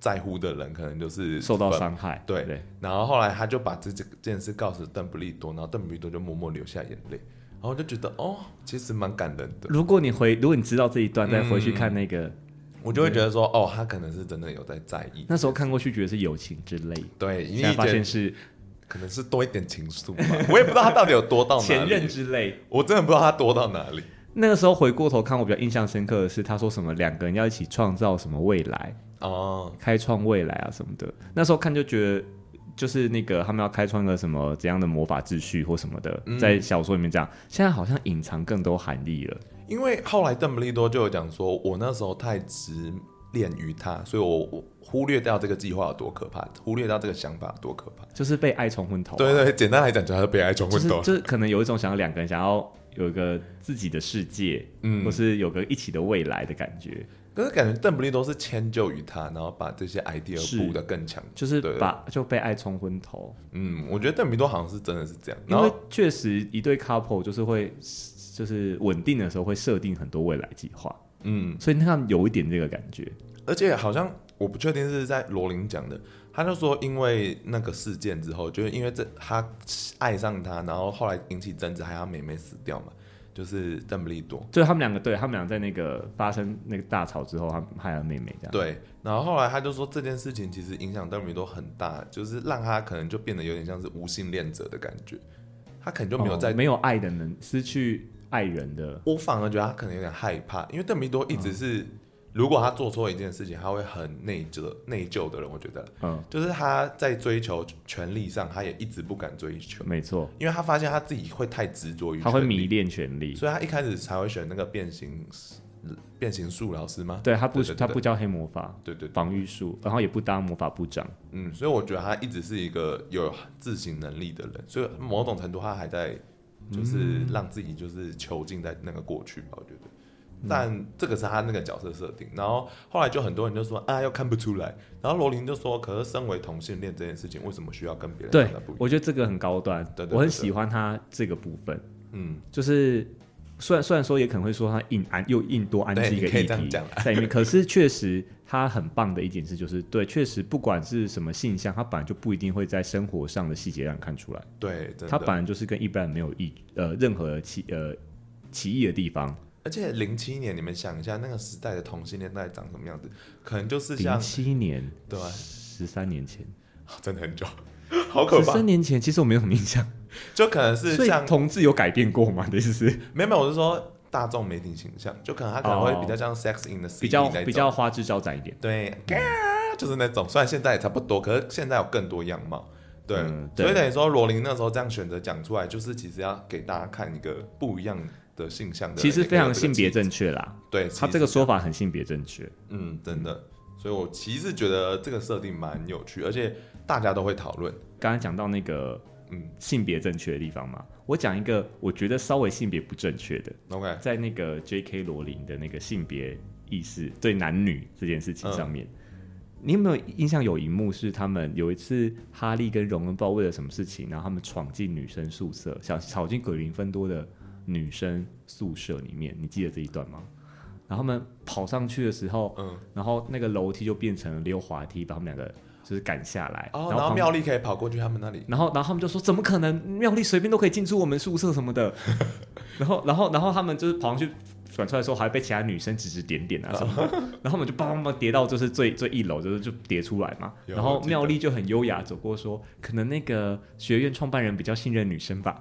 [SPEAKER 2] 在乎的人，可能就是
[SPEAKER 1] 受到
[SPEAKER 2] 粉
[SPEAKER 1] 伤害，
[SPEAKER 2] 对，然后后来他就把这这件事告诉邓布利多，然后邓布利多就默默流下眼泪，然后我就觉得哦，其实蛮感人的，
[SPEAKER 1] 如果你回，如果你知道这一段，再回去
[SPEAKER 2] 嗯
[SPEAKER 1] 看那个，
[SPEAKER 2] 我就会觉得说哦，他可能是真的有在在意，
[SPEAKER 1] 那时候看过去觉得是友情之泪，
[SPEAKER 2] 对，因
[SPEAKER 1] 现在
[SPEAKER 2] 为
[SPEAKER 1] 发现是
[SPEAKER 2] 可能是多一点情愫吧，我也不知道他到底有多到哪里，
[SPEAKER 1] 前任之泪。
[SPEAKER 2] 我真的不知道他多到哪里。
[SPEAKER 1] 那个时候回过头看，我比较印象深刻的是，他说什么两个人要一起创造什么未来，
[SPEAKER 2] 哦，
[SPEAKER 1] 开创未来啊什么的。那时候看就觉得，就是那个他们要开创个什么怎样的魔法秩序或什么的，在小说里面这样。现在好像隐藏更多含义了。
[SPEAKER 2] 因为后来邓布利多就有讲说，我那时候太执恋于他，所以我我忽略掉这个计划有多可怕，忽略掉这个想法有多可怕。
[SPEAKER 1] 就是被爱冲昏头、啊
[SPEAKER 2] 对，对，简单来讲，就是他被爱冲
[SPEAKER 1] 就是
[SPEAKER 2] 昏头。
[SPEAKER 1] 就是可能有一种想要两个人想要有一个自己的世界，
[SPEAKER 2] 嗯
[SPEAKER 1] 或是有个一起的未来的感觉，
[SPEAKER 2] 可是感觉邓布利多是迁就于他，然后把这些 idea
[SPEAKER 1] 是
[SPEAKER 2] 布的更强，
[SPEAKER 1] 就是
[SPEAKER 2] 对
[SPEAKER 1] 把就被爱冲昏头。
[SPEAKER 2] 嗯，我觉得邓布利多好像是真的是这样。
[SPEAKER 1] 因
[SPEAKER 2] 然
[SPEAKER 1] 为
[SPEAKER 2] 后
[SPEAKER 1] 确实一对 couple 就是会就是稳定的时候会设定很多未来计划，
[SPEAKER 2] 嗯，
[SPEAKER 1] 所以他们有一点这个感觉。
[SPEAKER 2] 而且好像我不确定是在罗琳讲的，他就说因为那个事件之后，就是因为这他爱上他，然后后来引起争执，还有他妹妹死掉嘛，就是邓布利多。
[SPEAKER 1] 就是他们两个，对他们俩在那个发生那个大吵之后，他们害了妹妹这样。，
[SPEAKER 2] 对，然后后来他就说这件事情其实影响邓布利多很大，就是让他可能就变得有点像是无性恋者的感觉，他可能就没有在
[SPEAKER 1] 哦、没有爱的能失去爱人的，
[SPEAKER 2] 我反而觉得他可能有点害怕，因为邓布利多一
[SPEAKER 1] 嗯
[SPEAKER 2] 直是，如果他做错一件事情，他会很内疚内疚的人。我觉得，
[SPEAKER 1] 嗯，
[SPEAKER 2] 就是他在追求权力上，他也一直不敢追求，
[SPEAKER 1] 没错，
[SPEAKER 2] 因为他发现他自己会太执着于，
[SPEAKER 1] 他会迷，恋权力，
[SPEAKER 2] 所以他一开始才会选那个变形变形术老师吗？
[SPEAKER 1] 对他不
[SPEAKER 2] 对对
[SPEAKER 1] 他不教黑魔法，
[SPEAKER 2] 对对对，
[SPEAKER 1] 防御术，然后也不当魔法部长。
[SPEAKER 2] 嗯，所以我觉得他一直是一个有自省能力的人，所以某种程度他还在就是
[SPEAKER 1] 嗯
[SPEAKER 2] 让自己就是囚禁在那个过去吧，我觉得。但这个是他那个角色设定，然后后来就很多人就说啊，又看不出来。然后罗琳就说，可是身为同性恋这件事情，为什么需要跟别人
[SPEAKER 1] 对
[SPEAKER 2] 想的不一，样？
[SPEAKER 1] 我觉得这个很高端，
[SPEAKER 2] 对对对
[SPEAKER 1] 我很
[SPEAKER 2] 对
[SPEAKER 1] 喜欢他这个部分，
[SPEAKER 2] 嗯，
[SPEAKER 1] 就是。虽然虽然说也可能会说他硬安又硬多安
[SPEAKER 2] 对
[SPEAKER 1] 是一个
[SPEAKER 2] 你可以
[SPEAKER 1] 议
[SPEAKER 2] 这样
[SPEAKER 1] 题
[SPEAKER 2] 讲啦
[SPEAKER 1] 在里面，啊 *laughs* 可是确实他很棒的一点是，就是对，确实不管是什么性向，他本来就不一定会在生活上的细节让你看出来。
[SPEAKER 2] 对，真的。
[SPEAKER 1] 他本来就是跟一般人没有异呃任何歧呃歧义的地方。
[SPEAKER 2] 而且零七年，你们想一下那个时代的同性恋大概长什么样子？可能就是
[SPEAKER 1] 零
[SPEAKER 2] 像
[SPEAKER 1] 七年，
[SPEAKER 2] 对啊
[SPEAKER 1] 十三年前，
[SPEAKER 2] 真的很久，好可
[SPEAKER 1] 十
[SPEAKER 2] 怕
[SPEAKER 1] 三。年前其实我没有什么印象，
[SPEAKER 2] 就可能是
[SPEAKER 1] 所以
[SPEAKER 2] 像
[SPEAKER 1] 同志有改变过吗？这是
[SPEAKER 2] 没有，没有，我是说大众媒体形象，就可能他可能会比较像 Sex in the City
[SPEAKER 1] 哦比较
[SPEAKER 2] 那种
[SPEAKER 1] 比较花枝招展一点。
[SPEAKER 2] 对，嘎就是那种。虽然现在也差不多，可是现在有更多样貌。对，
[SPEAKER 1] 嗯对
[SPEAKER 2] 所以等于说罗琳那时候这样选择讲出来，就是其实要给大家看一个不一样的性向的那个，
[SPEAKER 1] 其实非常
[SPEAKER 2] 这个
[SPEAKER 1] 性别
[SPEAKER 2] 气质
[SPEAKER 1] 正确啦，
[SPEAKER 2] 对，
[SPEAKER 1] 他这
[SPEAKER 2] 其实
[SPEAKER 1] 个说法很性别正确。
[SPEAKER 2] 嗯，真的。所以我其实觉得这个设定蛮有趣，而且大家都会讨论。
[SPEAKER 1] 刚刚讲到那个
[SPEAKER 2] 嗯
[SPEAKER 1] 性别正确的地方嘛，我讲一个我觉得稍微性别不正确的，
[SPEAKER 2] ，OK，
[SPEAKER 1] 在那个 J.K. 罗琳的那个性别意识对男女这件事情上面，
[SPEAKER 2] 嗯
[SPEAKER 1] 你有没有印象？有一幕是他们有一次，哈利跟荣恩不知道为了什么事情，然后他们闯进女生宿舍，想闯进鬼灵芬多的女生宿舍里面，你记得这一段吗？然后他们跑上去的时候，
[SPEAKER 2] 嗯，
[SPEAKER 1] 然后那个楼梯就变成了溜滑梯，把他们两个就是赶下来。
[SPEAKER 2] 哦，
[SPEAKER 1] 然
[SPEAKER 2] 然
[SPEAKER 1] 后
[SPEAKER 2] 后
[SPEAKER 1] 旁
[SPEAKER 2] 妙丽可以跑过去他们那里，
[SPEAKER 1] 然后，然后他们就说：“怎么可能？妙丽随便都可以进出我们宿舍什么
[SPEAKER 2] *laughs*
[SPEAKER 1] 的。”然后，然后，然后他们就是跑上去转出来的时候，还被其他女生指指点点啊什么
[SPEAKER 2] *laughs*
[SPEAKER 1] 的。然后我们就砰砰砰跌到就是最最一楼，就是就跌出来嘛。
[SPEAKER 2] 有
[SPEAKER 1] 然后
[SPEAKER 2] 我记得
[SPEAKER 1] 妙丽就很优雅走过说：“可能那个学院创办人比较信任女生吧。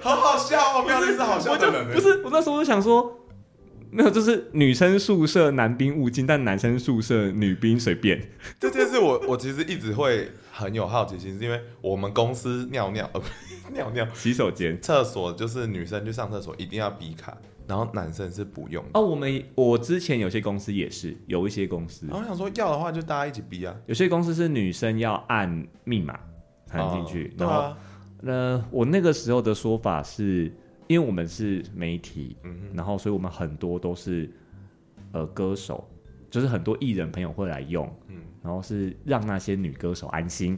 [SPEAKER 2] 好好笑哦，妙丽是 *laughs* 好笑
[SPEAKER 1] 我就
[SPEAKER 2] 的人呢，
[SPEAKER 1] 不是我那时候就想说，没有，就是女生宿舍男兵勿进，但男生宿舍女兵随便。
[SPEAKER 2] 这件事我我其实一直会很有好奇心，是因为我们公司尿尿呃不 *laughs* 尿尿
[SPEAKER 1] 洗手间。
[SPEAKER 2] 厕所就是女生去上厕所一定要比卡，然后男生是不用的。
[SPEAKER 1] 哦，我们我之前有些公司也是，有一些公司，
[SPEAKER 2] 然后我想说要的话就大家一起比啊，
[SPEAKER 1] 有些公司是女生要按密码才能进去
[SPEAKER 2] 哦，对
[SPEAKER 1] 然后
[SPEAKER 2] 啊，
[SPEAKER 1] 呃，我那个时候的说法是，因为我们是媒体，
[SPEAKER 2] 嗯
[SPEAKER 1] 然后所以我们很多都是呃歌手，就是很多艺人朋友会来用，
[SPEAKER 2] 嗯
[SPEAKER 1] 然后是让那些女歌手安心，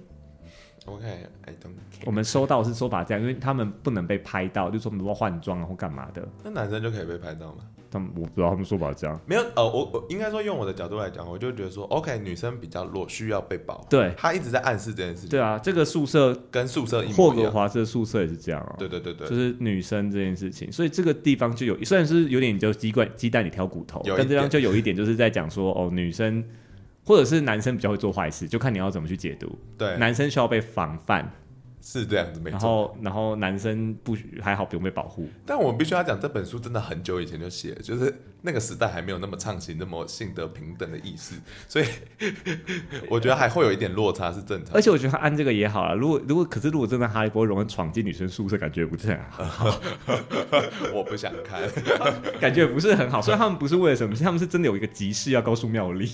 [SPEAKER 2] OK，I、don't
[SPEAKER 1] 我
[SPEAKER 2] care。
[SPEAKER 1] 们收到是说法这样，因为他们不能被拍到，就说我们要换装然啊后干嘛的。
[SPEAKER 2] 那男生就可以被拍到吗？
[SPEAKER 1] 他们我不知道他们说法这样。
[SPEAKER 2] 没有，呃，我我应该说用我的角度来讲，我就觉得说，OK，女生比较弱，需要被保。
[SPEAKER 1] 对
[SPEAKER 2] 他一直在暗示这件事情，
[SPEAKER 1] 对啊，这个宿舍
[SPEAKER 2] 跟宿舍一
[SPEAKER 1] 霍
[SPEAKER 2] 模一
[SPEAKER 1] 格
[SPEAKER 2] 样。
[SPEAKER 1] 华兹的宿舍也是这样啊。
[SPEAKER 2] 对对对对，
[SPEAKER 1] 就是女生这件事情，所以这个地方就有，虽然是有点就鸡冠鸡蛋里挑骨头
[SPEAKER 2] 有，一
[SPEAKER 1] 但这样
[SPEAKER 2] 点
[SPEAKER 1] 就有一点就是在讲说，哦，女生或者是男生比较会做坏事，就看你要怎么去解读。
[SPEAKER 2] 对，
[SPEAKER 1] 男生需要被防范，
[SPEAKER 2] 是这样子没
[SPEAKER 1] 然
[SPEAKER 2] 错。
[SPEAKER 1] 后然后男生不许还好不用被保护，
[SPEAKER 2] 但我必须要讲，这本书真的很久以前就写了，就是那个时代还没有那么畅行那么性德平等的意识，所以我觉得还会有一点落差是正常
[SPEAKER 1] 而。且我觉得他按这个也好啊了。如果如果可是如果真的哈利波特容易闯进女生宿舍，感觉也不是很
[SPEAKER 2] *laughs*
[SPEAKER 1] 好，
[SPEAKER 2] 我不想看， *laughs*
[SPEAKER 1] 感觉也不是很好。虽然他们不是为了什么，他们是真的有一个集市要告诉妙
[SPEAKER 2] *laughs*
[SPEAKER 1] 丽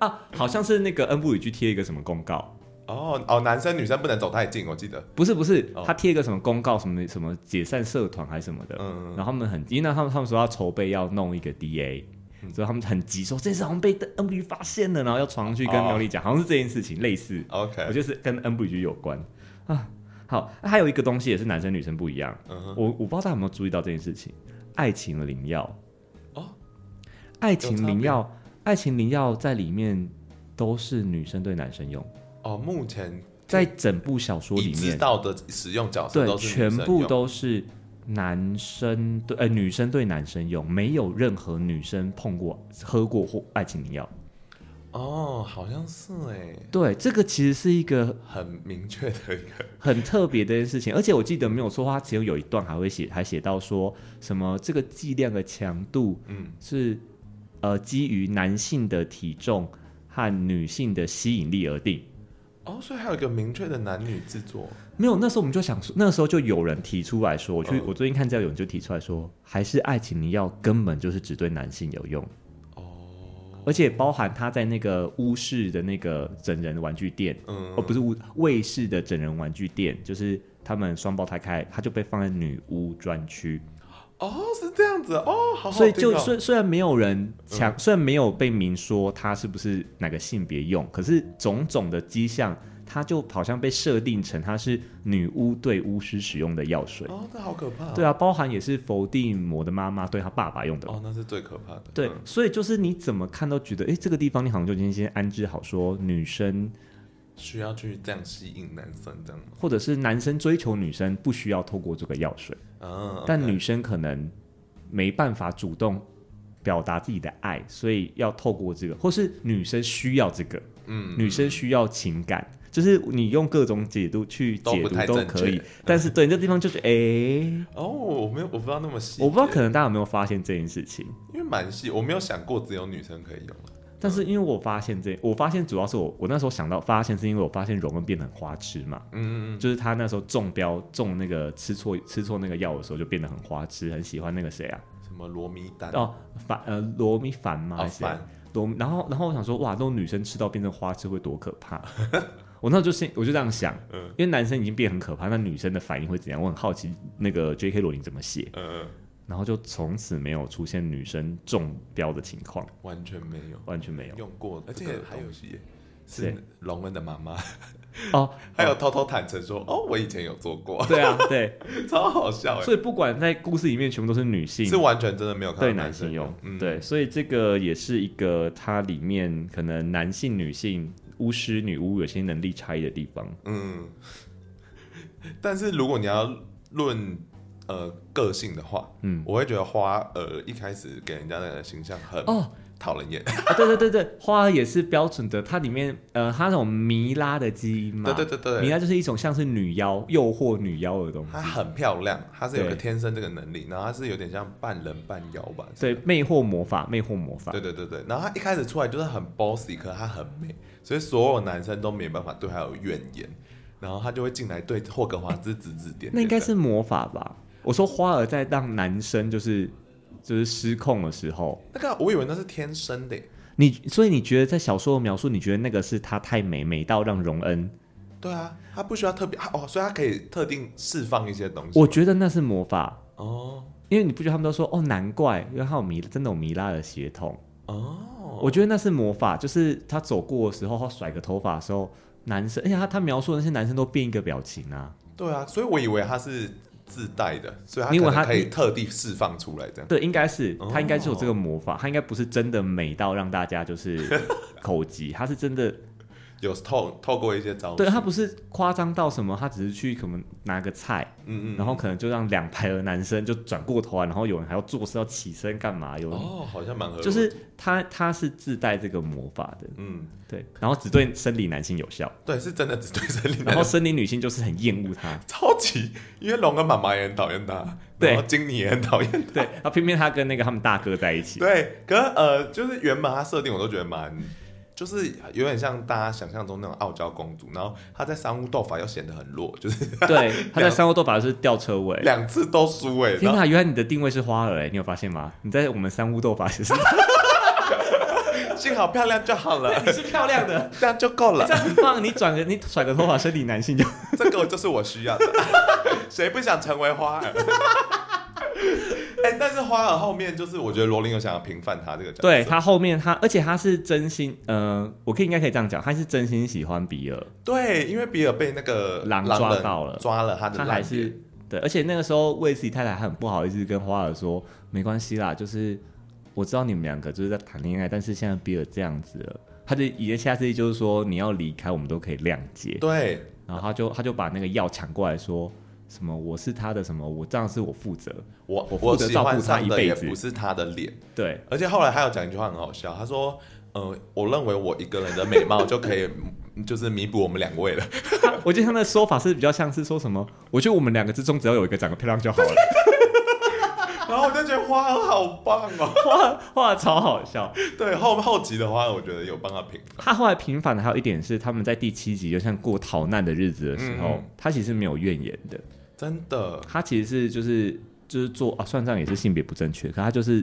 [SPEAKER 1] 啊，好像是那个恩布里去贴一个什么公告。
[SPEAKER 2] 哦哦，男生女生不能走太近，我 *laughs* 记得。
[SPEAKER 1] 不是不是
[SPEAKER 2] 哦，
[SPEAKER 1] 他贴一个什么公告，什么什么解散社团还是什么的，
[SPEAKER 2] 嗯嗯嗯
[SPEAKER 1] 然后他们很急，因为他们他们说要筹备要弄一个 DA，、所以
[SPEAKER 2] 嗯
[SPEAKER 1] 他们很急说这次好像被恩布里发现了，然后要传上去跟
[SPEAKER 2] 哦
[SPEAKER 1] 苗丽讲，好像是这件事情类似，我
[SPEAKER 2] OK，
[SPEAKER 1] 就是跟恩布里局有关啊。好，那还有一个东西也是男生女生不一样，
[SPEAKER 2] 嗯哼，
[SPEAKER 1] 我我不知道大家有没有注意到这件事情，爱情灵药
[SPEAKER 2] 哦，
[SPEAKER 1] 爱情灵药，爱情灵药在里面都是女生对男生用，
[SPEAKER 2] 哦，目前
[SPEAKER 1] 在整部小说
[SPEAKER 2] 已
[SPEAKER 1] 里
[SPEAKER 2] 知
[SPEAKER 1] 面。
[SPEAKER 2] 道的使用角色
[SPEAKER 1] 对，
[SPEAKER 2] 都是女
[SPEAKER 1] 全
[SPEAKER 2] 生
[SPEAKER 1] 部
[SPEAKER 2] 用
[SPEAKER 1] 都是男生对呃女生对男生用，没有任何女生碰过、喝过或爱情灵药。
[SPEAKER 2] 哦，好像是哎，
[SPEAKER 1] 对，这个其实是一个
[SPEAKER 2] 很明确的一个
[SPEAKER 1] 很特别的一件事情，而且我记得没有错的话，它其中有一段还会写，还写到说什么这个剂量的强度
[SPEAKER 2] 嗯
[SPEAKER 1] 是呃基于男性的体重和女性的吸引力而定。
[SPEAKER 2] 哦，所以还有一个明确的男女制作
[SPEAKER 1] 没有，那时候我们就想说，那时候就有人提出来说，我去、
[SPEAKER 2] 嗯
[SPEAKER 1] 我最近看资料，有人就提出来说，还是爱情灵药根本就是只对男性有用。
[SPEAKER 2] 哦，
[SPEAKER 1] 而且包含他在那个乌市的那个整人玩具店，
[SPEAKER 2] 嗯
[SPEAKER 1] 哦，不是乌卫氏的整人玩具店，就是他们双胞胎开，他就被放在女巫专区，
[SPEAKER 2] 哦是这样子哦，好好
[SPEAKER 1] 所以
[SPEAKER 2] 听
[SPEAKER 1] 就
[SPEAKER 2] 哦
[SPEAKER 1] 虽虽然没有人强，虽然没有被明说他是不是哪个性别用，可是种种的迹象，它就好像被设定成它是女巫对巫师使用的药水。
[SPEAKER 2] 哦，那好可怕，
[SPEAKER 1] 对
[SPEAKER 2] 啊，
[SPEAKER 1] 啊，包含也是伏地魔的妈妈对他爸爸用的
[SPEAKER 2] 哦那是最可怕的，
[SPEAKER 1] 对
[SPEAKER 2] 嗯，
[SPEAKER 1] 所以就是你怎么看都觉得，哎、这个地方你好像就已经先安置好，说女生
[SPEAKER 2] 需要去这样吸引男生这样吗？
[SPEAKER 1] 或者是男生追求女生不需要透过这个药水，
[SPEAKER 2] 啊，
[SPEAKER 1] 但
[SPEAKER 2] OK
[SPEAKER 1] 女生可能没办法主动表达自己的爱，所以要透过这个，或是女生需要这个，
[SPEAKER 2] 嗯
[SPEAKER 1] 女生需要情感，就是你用各种解读去
[SPEAKER 2] 都
[SPEAKER 1] 解
[SPEAKER 2] 不
[SPEAKER 1] 读
[SPEAKER 2] 太
[SPEAKER 1] 都
[SPEAKER 2] 正
[SPEAKER 1] 可以
[SPEAKER 2] 确，
[SPEAKER 1] 但是对这地方就是哎、诶
[SPEAKER 2] 哦，我没有我不知道那么细节，
[SPEAKER 1] 我不知道可能大家有没有发现这件事情。
[SPEAKER 2] 因为蛮细，我没有想过只有女生可以用，啊
[SPEAKER 1] 但是因为我发现这，我发现主要是我我那时候想到发现是因为我发现荣恩变得很花痴嘛，
[SPEAKER 2] 嗯嗯嗯，
[SPEAKER 1] 就是他那时候中标中那个吃错吃错那个药的时候就变得很花痴，很喜欢那个谁啊？
[SPEAKER 2] 嗯什么罗密丹
[SPEAKER 1] 哦，凡呃罗密凡吗？
[SPEAKER 2] 啊
[SPEAKER 1] 还是谁啊
[SPEAKER 2] 凡
[SPEAKER 1] 罗？然后然后我想说，哇，那种女生吃到变成花痴会多可怕？ *laughs* 我那时候就先我就这样想，
[SPEAKER 2] 嗯
[SPEAKER 1] 因为男生已经变很可怕，那女生的反应会怎样？我很好奇那个 J.K. 罗琳怎么写，
[SPEAKER 2] 呃
[SPEAKER 1] 然后就从此没有出现女生中标的情况，
[SPEAKER 2] 完全没有
[SPEAKER 1] 完全没有。
[SPEAKER 2] 用过这
[SPEAKER 1] 而且
[SPEAKER 2] 个
[SPEAKER 1] 还有
[SPEAKER 2] 东西耶，
[SPEAKER 1] 谁
[SPEAKER 2] 是龙恩的妈妈， *laughs*
[SPEAKER 1] 哦，
[SPEAKER 2] 还有偷偷坦诚说，哦，我以前有做过， *laughs*
[SPEAKER 1] 对啊，对。
[SPEAKER 2] 超好笑哎，
[SPEAKER 1] 所以不管在故事里面，全部都是女性
[SPEAKER 2] 是完全真的没有看到
[SPEAKER 1] 对男
[SPEAKER 2] 男
[SPEAKER 1] 性用，
[SPEAKER 2] 嗯，
[SPEAKER 1] 对，所以这个也是一个它里面可能男性、女性、巫师、女巫有些能力差异的地方。
[SPEAKER 2] 嗯，但是如果你要论呃个性的话，
[SPEAKER 1] 嗯，
[SPEAKER 2] 我会觉得花呃一开始给人家的形象很
[SPEAKER 1] 哦
[SPEAKER 2] 讨人厌，
[SPEAKER 1] 啊，对对对对，花儿也是标准的，它里面呃，它那种弥拉的基因嘛，
[SPEAKER 2] 对对对啊
[SPEAKER 1] 弥
[SPEAKER 2] 对，
[SPEAKER 1] 拉就是一种像是女妖诱惑女妖的东西
[SPEAKER 2] 她，很漂亮，她是有个
[SPEAKER 1] 对
[SPEAKER 2] 天生这个能力，然后她是有点像半人半妖吧，
[SPEAKER 1] 对，魅惑魔法，魅惑魔法
[SPEAKER 2] 对，对对对，然后她一开始出来就是很 bossy，可是她很美，所以所有男生都没办法对她有怨言，然后她就会进来对霍格华兹指指点点。
[SPEAKER 1] 那应该是魔法吧？我说花儿在让男生就是就是失控的时候，
[SPEAKER 2] 那个，我以为那是天生的耶，
[SPEAKER 1] 你所以你觉得在小说的描述，你觉得那个是她太美，美到让荣恩？
[SPEAKER 2] 对啊，她不需要特别她哦，所以她可以特定释放一些东西。
[SPEAKER 1] 我觉得那是魔法，
[SPEAKER 2] 哦
[SPEAKER 1] 因为你不觉得他们都说哦，难怪，因为他有米真的有米拉的血统。
[SPEAKER 2] 哦，
[SPEAKER 1] 我觉得那是魔法，就是他走过的时候，他甩个头发的时候，男生，而且哎他他描述的那些男生都变一个表情啊。
[SPEAKER 2] 对啊，所以我以为他是自带的，所以他
[SPEAKER 1] 你以为
[SPEAKER 2] 可能
[SPEAKER 1] 他
[SPEAKER 2] 可以特地释放出来这样。
[SPEAKER 1] 对，应该是
[SPEAKER 2] 哦
[SPEAKER 1] 他应该是有这个魔法，他应该不是真的美到让大家就是
[SPEAKER 2] *laughs*
[SPEAKER 1] 口急，他是真的，
[SPEAKER 2] 有透透过一些招数，
[SPEAKER 1] 对他不是夸张到什么，他只是去可能拿个菜，
[SPEAKER 2] 嗯嗯，
[SPEAKER 1] 然后可能就让两排的男生就转过头啊，然后有人还要做事要起身干嘛，有人、
[SPEAKER 2] 哦，好像蛮合理，
[SPEAKER 1] 就是他他是自带这个魔法的，
[SPEAKER 2] 嗯，
[SPEAKER 1] 对，然后只对生理男性有效，
[SPEAKER 2] 对，是真的只对森林
[SPEAKER 1] 然后
[SPEAKER 2] 男
[SPEAKER 1] 生理女性就是很厌恶他，
[SPEAKER 2] *laughs* 超级，因为龙跟妈妈也很讨厌他，
[SPEAKER 1] 对
[SPEAKER 2] 然后经理也很讨厌他，
[SPEAKER 1] 对，然后偏偏他跟那个他们大哥在一起，
[SPEAKER 2] 对，可是呃，就是原本他设定我都觉得蛮，就是有点像大家想象中那种傲娇公主，然后她在三巫斗法又显得很弱，就是
[SPEAKER 1] 对，他在三窝斗法是吊车尾，
[SPEAKER 2] 两次都输哎、
[SPEAKER 1] 天
[SPEAKER 2] 然后
[SPEAKER 1] 哪！原来你的定位是花儿哎、你有发现吗？你在我们三屋斗法其实
[SPEAKER 2] 幸好漂亮就好 *laughs* 了，
[SPEAKER 1] *laughs* 你是漂亮的，
[SPEAKER 2] 这样就够了
[SPEAKER 1] *laughs* 这，样很棒。你转个你甩个头发，生理男性就
[SPEAKER 2] 这个就是我需要的， *laughs* 谁不想成为花 *laughs* 儿？哎、但是花儿后面就是，我觉得罗琳有想要平反她这个角色，
[SPEAKER 1] 对他后面他，而且他是真心，呃，我可以应该可以这样讲，他是真心喜欢比尔，
[SPEAKER 2] 对，因为比尔被那个
[SPEAKER 1] 狼
[SPEAKER 2] 人
[SPEAKER 1] 抓到了
[SPEAKER 2] 抓了他的
[SPEAKER 1] 他
[SPEAKER 2] 烂
[SPEAKER 1] 还
[SPEAKER 2] 脸
[SPEAKER 1] 是对，而且那个时候卫斯理太太还很不好意思跟花儿说，没关系啦，就是我知道你们两个就是在谈恋爱，但是现在比尔这样子了。他的言下之意就是说，你要离开，我们都可以谅解。
[SPEAKER 2] 对，
[SPEAKER 1] 然后他就他就把那个药抢过来说什么我是他的什么我这样是我负责，
[SPEAKER 2] 我
[SPEAKER 1] 我负
[SPEAKER 2] 我
[SPEAKER 1] 责
[SPEAKER 2] 喜
[SPEAKER 1] 照顾
[SPEAKER 2] 欢
[SPEAKER 1] 他
[SPEAKER 2] 上
[SPEAKER 1] 一
[SPEAKER 2] 的
[SPEAKER 1] 辈
[SPEAKER 2] 也
[SPEAKER 1] 子
[SPEAKER 2] 不是他的脸， *laughs*
[SPEAKER 1] 对
[SPEAKER 2] 而且后来他有讲一句话很好笑，他说：“呃，我认为我一个人的美貌就可以嗯就是弥补我们两位 *laughs* 了。
[SPEAKER 1] 他，我觉得他的说法是比较像是说什么，我觉得我们两个之中只要有一个长得漂亮就好了，”
[SPEAKER 2] 然后我就觉得花儿好棒哦，
[SPEAKER 1] 哇哇超好笑。
[SPEAKER 2] 对后后集的花儿我觉得有帮他平反，
[SPEAKER 1] 他后来平反的还有一点是，他们在第七集就像过逃难的日子的时候，
[SPEAKER 2] 嗯
[SPEAKER 1] 他其实没有怨言的，
[SPEAKER 2] 真的
[SPEAKER 1] 他其实是就是就是做啊算账也是性别不正确，可他就是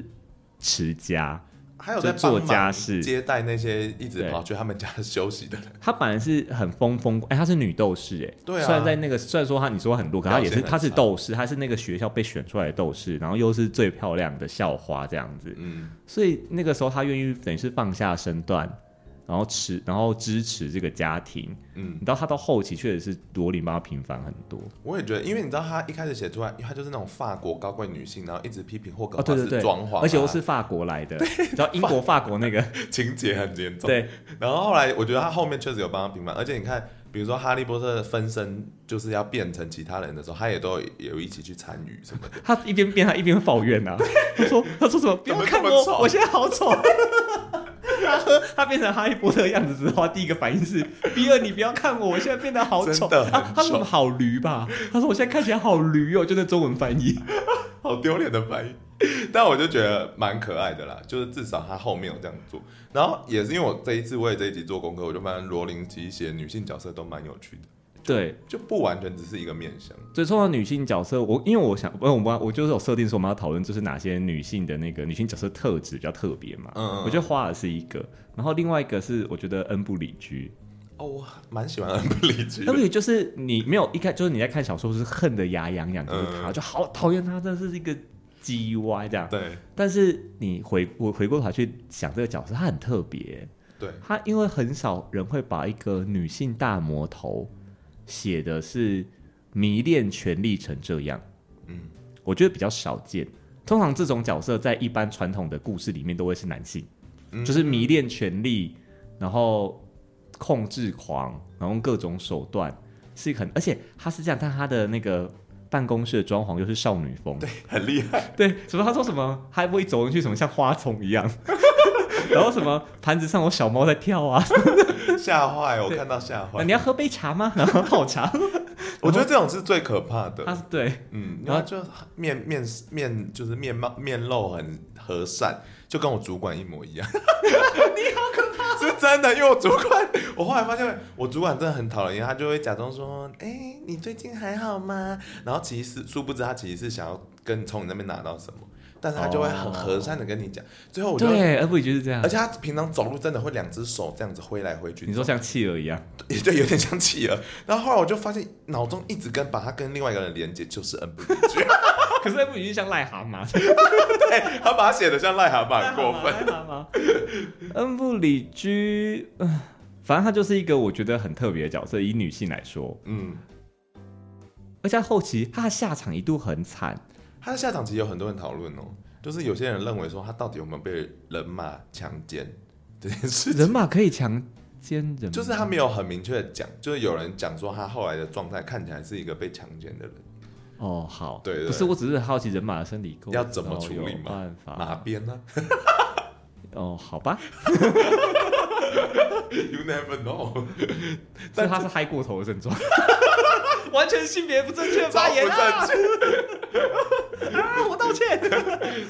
[SPEAKER 1] 持家。
[SPEAKER 2] 还有在
[SPEAKER 1] 就做
[SPEAKER 2] 帮忙
[SPEAKER 1] 家事
[SPEAKER 2] 接待那些一直
[SPEAKER 1] 对
[SPEAKER 2] 跑去他们家休息的人，
[SPEAKER 1] 她本来是很风风，哎、她是女斗士、哎，
[SPEAKER 2] 对啊
[SPEAKER 1] 虽然在那个，虽然说她你说很弱，可她也
[SPEAKER 2] 表
[SPEAKER 1] 是，
[SPEAKER 2] 现很
[SPEAKER 1] 她是
[SPEAKER 2] 差
[SPEAKER 1] 斗士，她是那个学校被选出来的斗士，然后又是最漂亮的校花这样子，
[SPEAKER 2] 嗯，
[SPEAKER 1] 所以那个时候她愿意等于是放下身段，然后持，然后支持这个家庭。
[SPEAKER 2] 嗯
[SPEAKER 1] 你知道她到后期确实是罗琳帮她平反很多，
[SPEAKER 2] 我也觉得，因为你知道他一开始写出来，她就是那种法国高贵女性，然后一直批评霍格
[SPEAKER 1] 哦，对
[SPEAKER 2] 华
[SPEAKER 1] 对
[SPEAKER 2] 兹
[SPEAKER 1] 对，
[SPEAKER 2] 装潢啊、
[SPEAKER 1] 而且又是法国来的，你知道英国法国那个，
[SPEAKER 2] 情节很严重。
[SPEAKER 1] 对，
[SPEAKER 2] 然后后来我觉得他后面确实有帮他平反，而且你看，比如说哈利波特的分身就是要变成其他人的时候，他也都有有一起去参与什么的。
[SPEAKER 1] 她一边变她一边抱怨呐、啊，她说她说什么不要
[SPEAKER 2] 怎么
[SPEAKER 1] 看
[SPEAKER 2] 这么
[SPEAKER 1] 我，
[SPEAKER 2] 丑
[SPEAKER 1] 我现在好丑。 *laughs* 他喝，他变成哈利波特的样子之后，他第一个反应是：比尔，你不要看我，我现在变得好丑。
[SPEAKER 2] 真的很
[SPEAKER 1] 啊他说什么
[SPEAKER 2] 丑
[SPEAKER 1] 好驴吧？他说我现在看起来好驴哦，就那中文翻译。
[SPEAKER 2] 好丢脸的反应。但我就觉得蛮可爱的啦，就是至少他后面有这样做。然后也是因为我这一次为这一集做功课，我就发现罗琳其实写女性角色都蛮有趣的，
[SPEAKER 1] 对，
[SPEAKER 2] 就不完全只是一个面相。
[SPEAKER 1] 所以说到女性角色，我因为我想，不，我们我就是有设定说我们要讨论就是哪些女性的那个女性角色特质比较特别嘛。
[SPEAKER 2] 嗯嗯嗯
[SPEAKER 1] 我觉得花儿是一个，然后另外一个是我觉得恩布里居，
[SPEAKER 2] *laughs* 哦，我蛮喜欢恩布里奇的
[SPEAKER 1] 那，
[SPEAKER 2] *laughs*
[SPEAKER 1] 个就是你没有一开，就是你在看小说是恨得牙痒痒，就是他，
[SPEAKER 2] 嗯
[SPEAKER 1] 就好讨厌他，真的是一个 G Y 这样。
[SPEAKER 2] 对
[SPEAKER 1] 但是你回我回过头来去想这个角色，他很特别，
[SPEAKER 2] 对，
[SPEAKER 1] 他因为很少人会把一个女性大魔头写的是迷恋权力成这样，
[SPEAKER 2] 嗯，
[SPEAKER 1] 我觉得比较少见。通常这种角色在一般传统的故事里面都会是男性，
[SPEAKER 2] 嗯
[SPEAKER 1] 就是迷恋权力，然后控制狂，然后用各种手段，是一个很，而且他是这样，但他的那个办公室的装潢又是少女风，对
[SPEAKER 2] 很厉害，
[SPEAKER 1] 对，什么他说什么，还不会走进去什么像花丛一样， *laughs* 然后什么盘子上有小猫在跳啊，
[SPEAKER 2] *laughs* 吓坏我，
[SPEAKER 1] 对
[SPEAKER 2] 看到吓
[SPEAKER 1] 那
[SPEAKER 2] 坏
[SPEAKER 1] 你。要喝杯茶吗？ *laughs* 然后泡茶，
[SPEAKER 2] 我觉得这种是最可怕的。
[SPEAKER 1] 他是对
[SPEAKER 2] 嗯，
[SPEAKER 1] 然
[SPEAKER 2] 然
[SPEAKER 1] 后
[SPEAKER 2] 后就面面面就是面貌面露很和善，就跟我主管一模一样。你 *laughs* 好可怕！是真的，因为我主管，我后来发现我主管真的很讨人厌，他就会假装说：“哎、你最近还好吗？”然后其实殊不知他其实是想要跟从你那边拿到什么，但是他就会很和善的跟你讲。最后我就，
[SPEAKER 1] 对，而不也就是这样
[SPEAKER 2] 而，且他平常走路真的会两只手这样子挥来挥去。
[SPEAKER 1] 你说像企鹅一样，
[SPEAKER 2] 也 *laughs* 对，有点像企鹅。然后后来我就发现，脑中一直跟把它跟另外一个人连接，就是恩不利居。
[SPEAKER 1] *laughs* 可是而不也就是像癞蛤蟆，
[SPEAKER 2] 对 *laughs*
[SPEAKER 1] *laughs*
[SPEAKER 2] 他把它写的像癞蛤蟆，很过分。
[SPEAKER 1] 分。恩布里居，呃反正她就是一个我觉得很特别的角色，以女性来说，
[SPEAKER 2] 嗯，
[SPEAKER 1] 而且她后期她的下场一度很惨，
[SPEAKER 2] 他的下场其实有很多人讨论哦，就是有些人认为说他到底有没有被人马强奸 *laughs* 这件事
[SPEAKER 1] *laughs*
[SPEAKER 2] 情，
[SPEAKER 1] 人马可以强奸人吗，
[SPEAKER 2] 就是他没有很明确的讲，就是有人讲说他后来的状态看起来是一个被强奸的人，
[SPEAKER 1] 哦，好，
[SPEAKER 2] 对对
[SPEAKER 1] 不是，我只是好奇人马的生理构造
[SPEAKER 2] 要怎么处理
[SPEAKER 1] 有
[SPEAKER 2] 嘛
[SPEAKER 1] 办
[SPEAKER 2] 马
[SPEAKER 1] 法？
[SPEAKER 2] 鞭啊 *laughs* 呢、
[SPEAKER 1] 哦，好
[SPEAKER 2] *laughs*
[SPEAKER 1] 吧，
[SPEAKER 2] y o u never know，
[SPEAKER 1] 所以他是嗨过头的症
[SPEAKER 2] *laughs*
[SPEAKER 1] 状，完全性别不正确发言啊！
[SPEAKER 2] *laughs* 超不正确
[SPEAKER 1] 啊我道歉。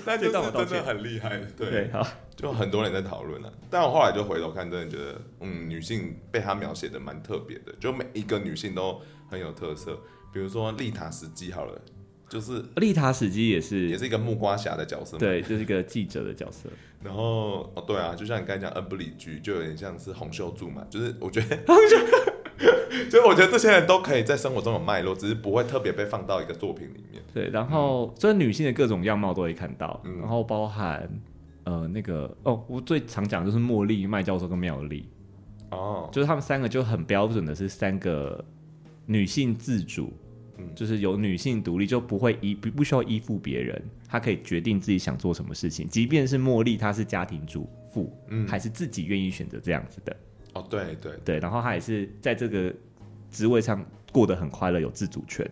[SPEAKER 2] 但
[SPEAKER 1] *laughs*
[SPEAKER 2] 就
[SPEAKER 1] 这段我
[SPEAKER 2] 是
[SPEAKER 1] 道
[SPEAKER 2] 真
[SPEAKER 1] 歉
[SPEAKER 2] 的很厉害，
[SPEAKER 1] 对，好，
[SPEAKER 2] 就很多人在讨论了，啊但我后来就回头看，真的觉得，嗯，女性被她描写的蛮特别的，就每一个女性都很有特色。比如说丽塔史基好了，就是
[SPEAKER 1] 丽塔史基也是，
[SPEAKER 2] 也是一个木瓜侠的角色嘛。。
[SPEAKER 1] 对，就是一个记者的角色。
[SPEAKER 2] 然后哦，对啊，就像你刚才讲恩不里居，就有点像是洪秀柱嘛，就是我觉得， *laughs* 就是我觉得这些人都可以在生活中有脉络，只是不会特别被放到一个作品里面。
[SPEAKER 1] 对，然后所以女性的各种样貌都会看到，
[SPEAKER 2] 嗯
[SPEAKER 1] 然后包含呃那个哦，我最常讲的就是茉莉、麦教授跟妙丽，
[SPEAKER 2] 哦，
[SPEAKER 1] 就是他们三个就很标准的是三个女性自主，
[SPEAKER 2] 嗯
[SPEAKER 1] 就是有女性独立，就不会依不不需要依附别人，她可以决定自己想做什么事情。即便是茉莉，她是家庭主妇，
[SPEAKER 2] 嗯
[SPEAKER 1] 还是自己愿意选择这样子的，
[SPEAKER 2] 哦，对对，
[SPEAKER 1] 对。然后她也是在这个职位上过得很快乐，有自主权。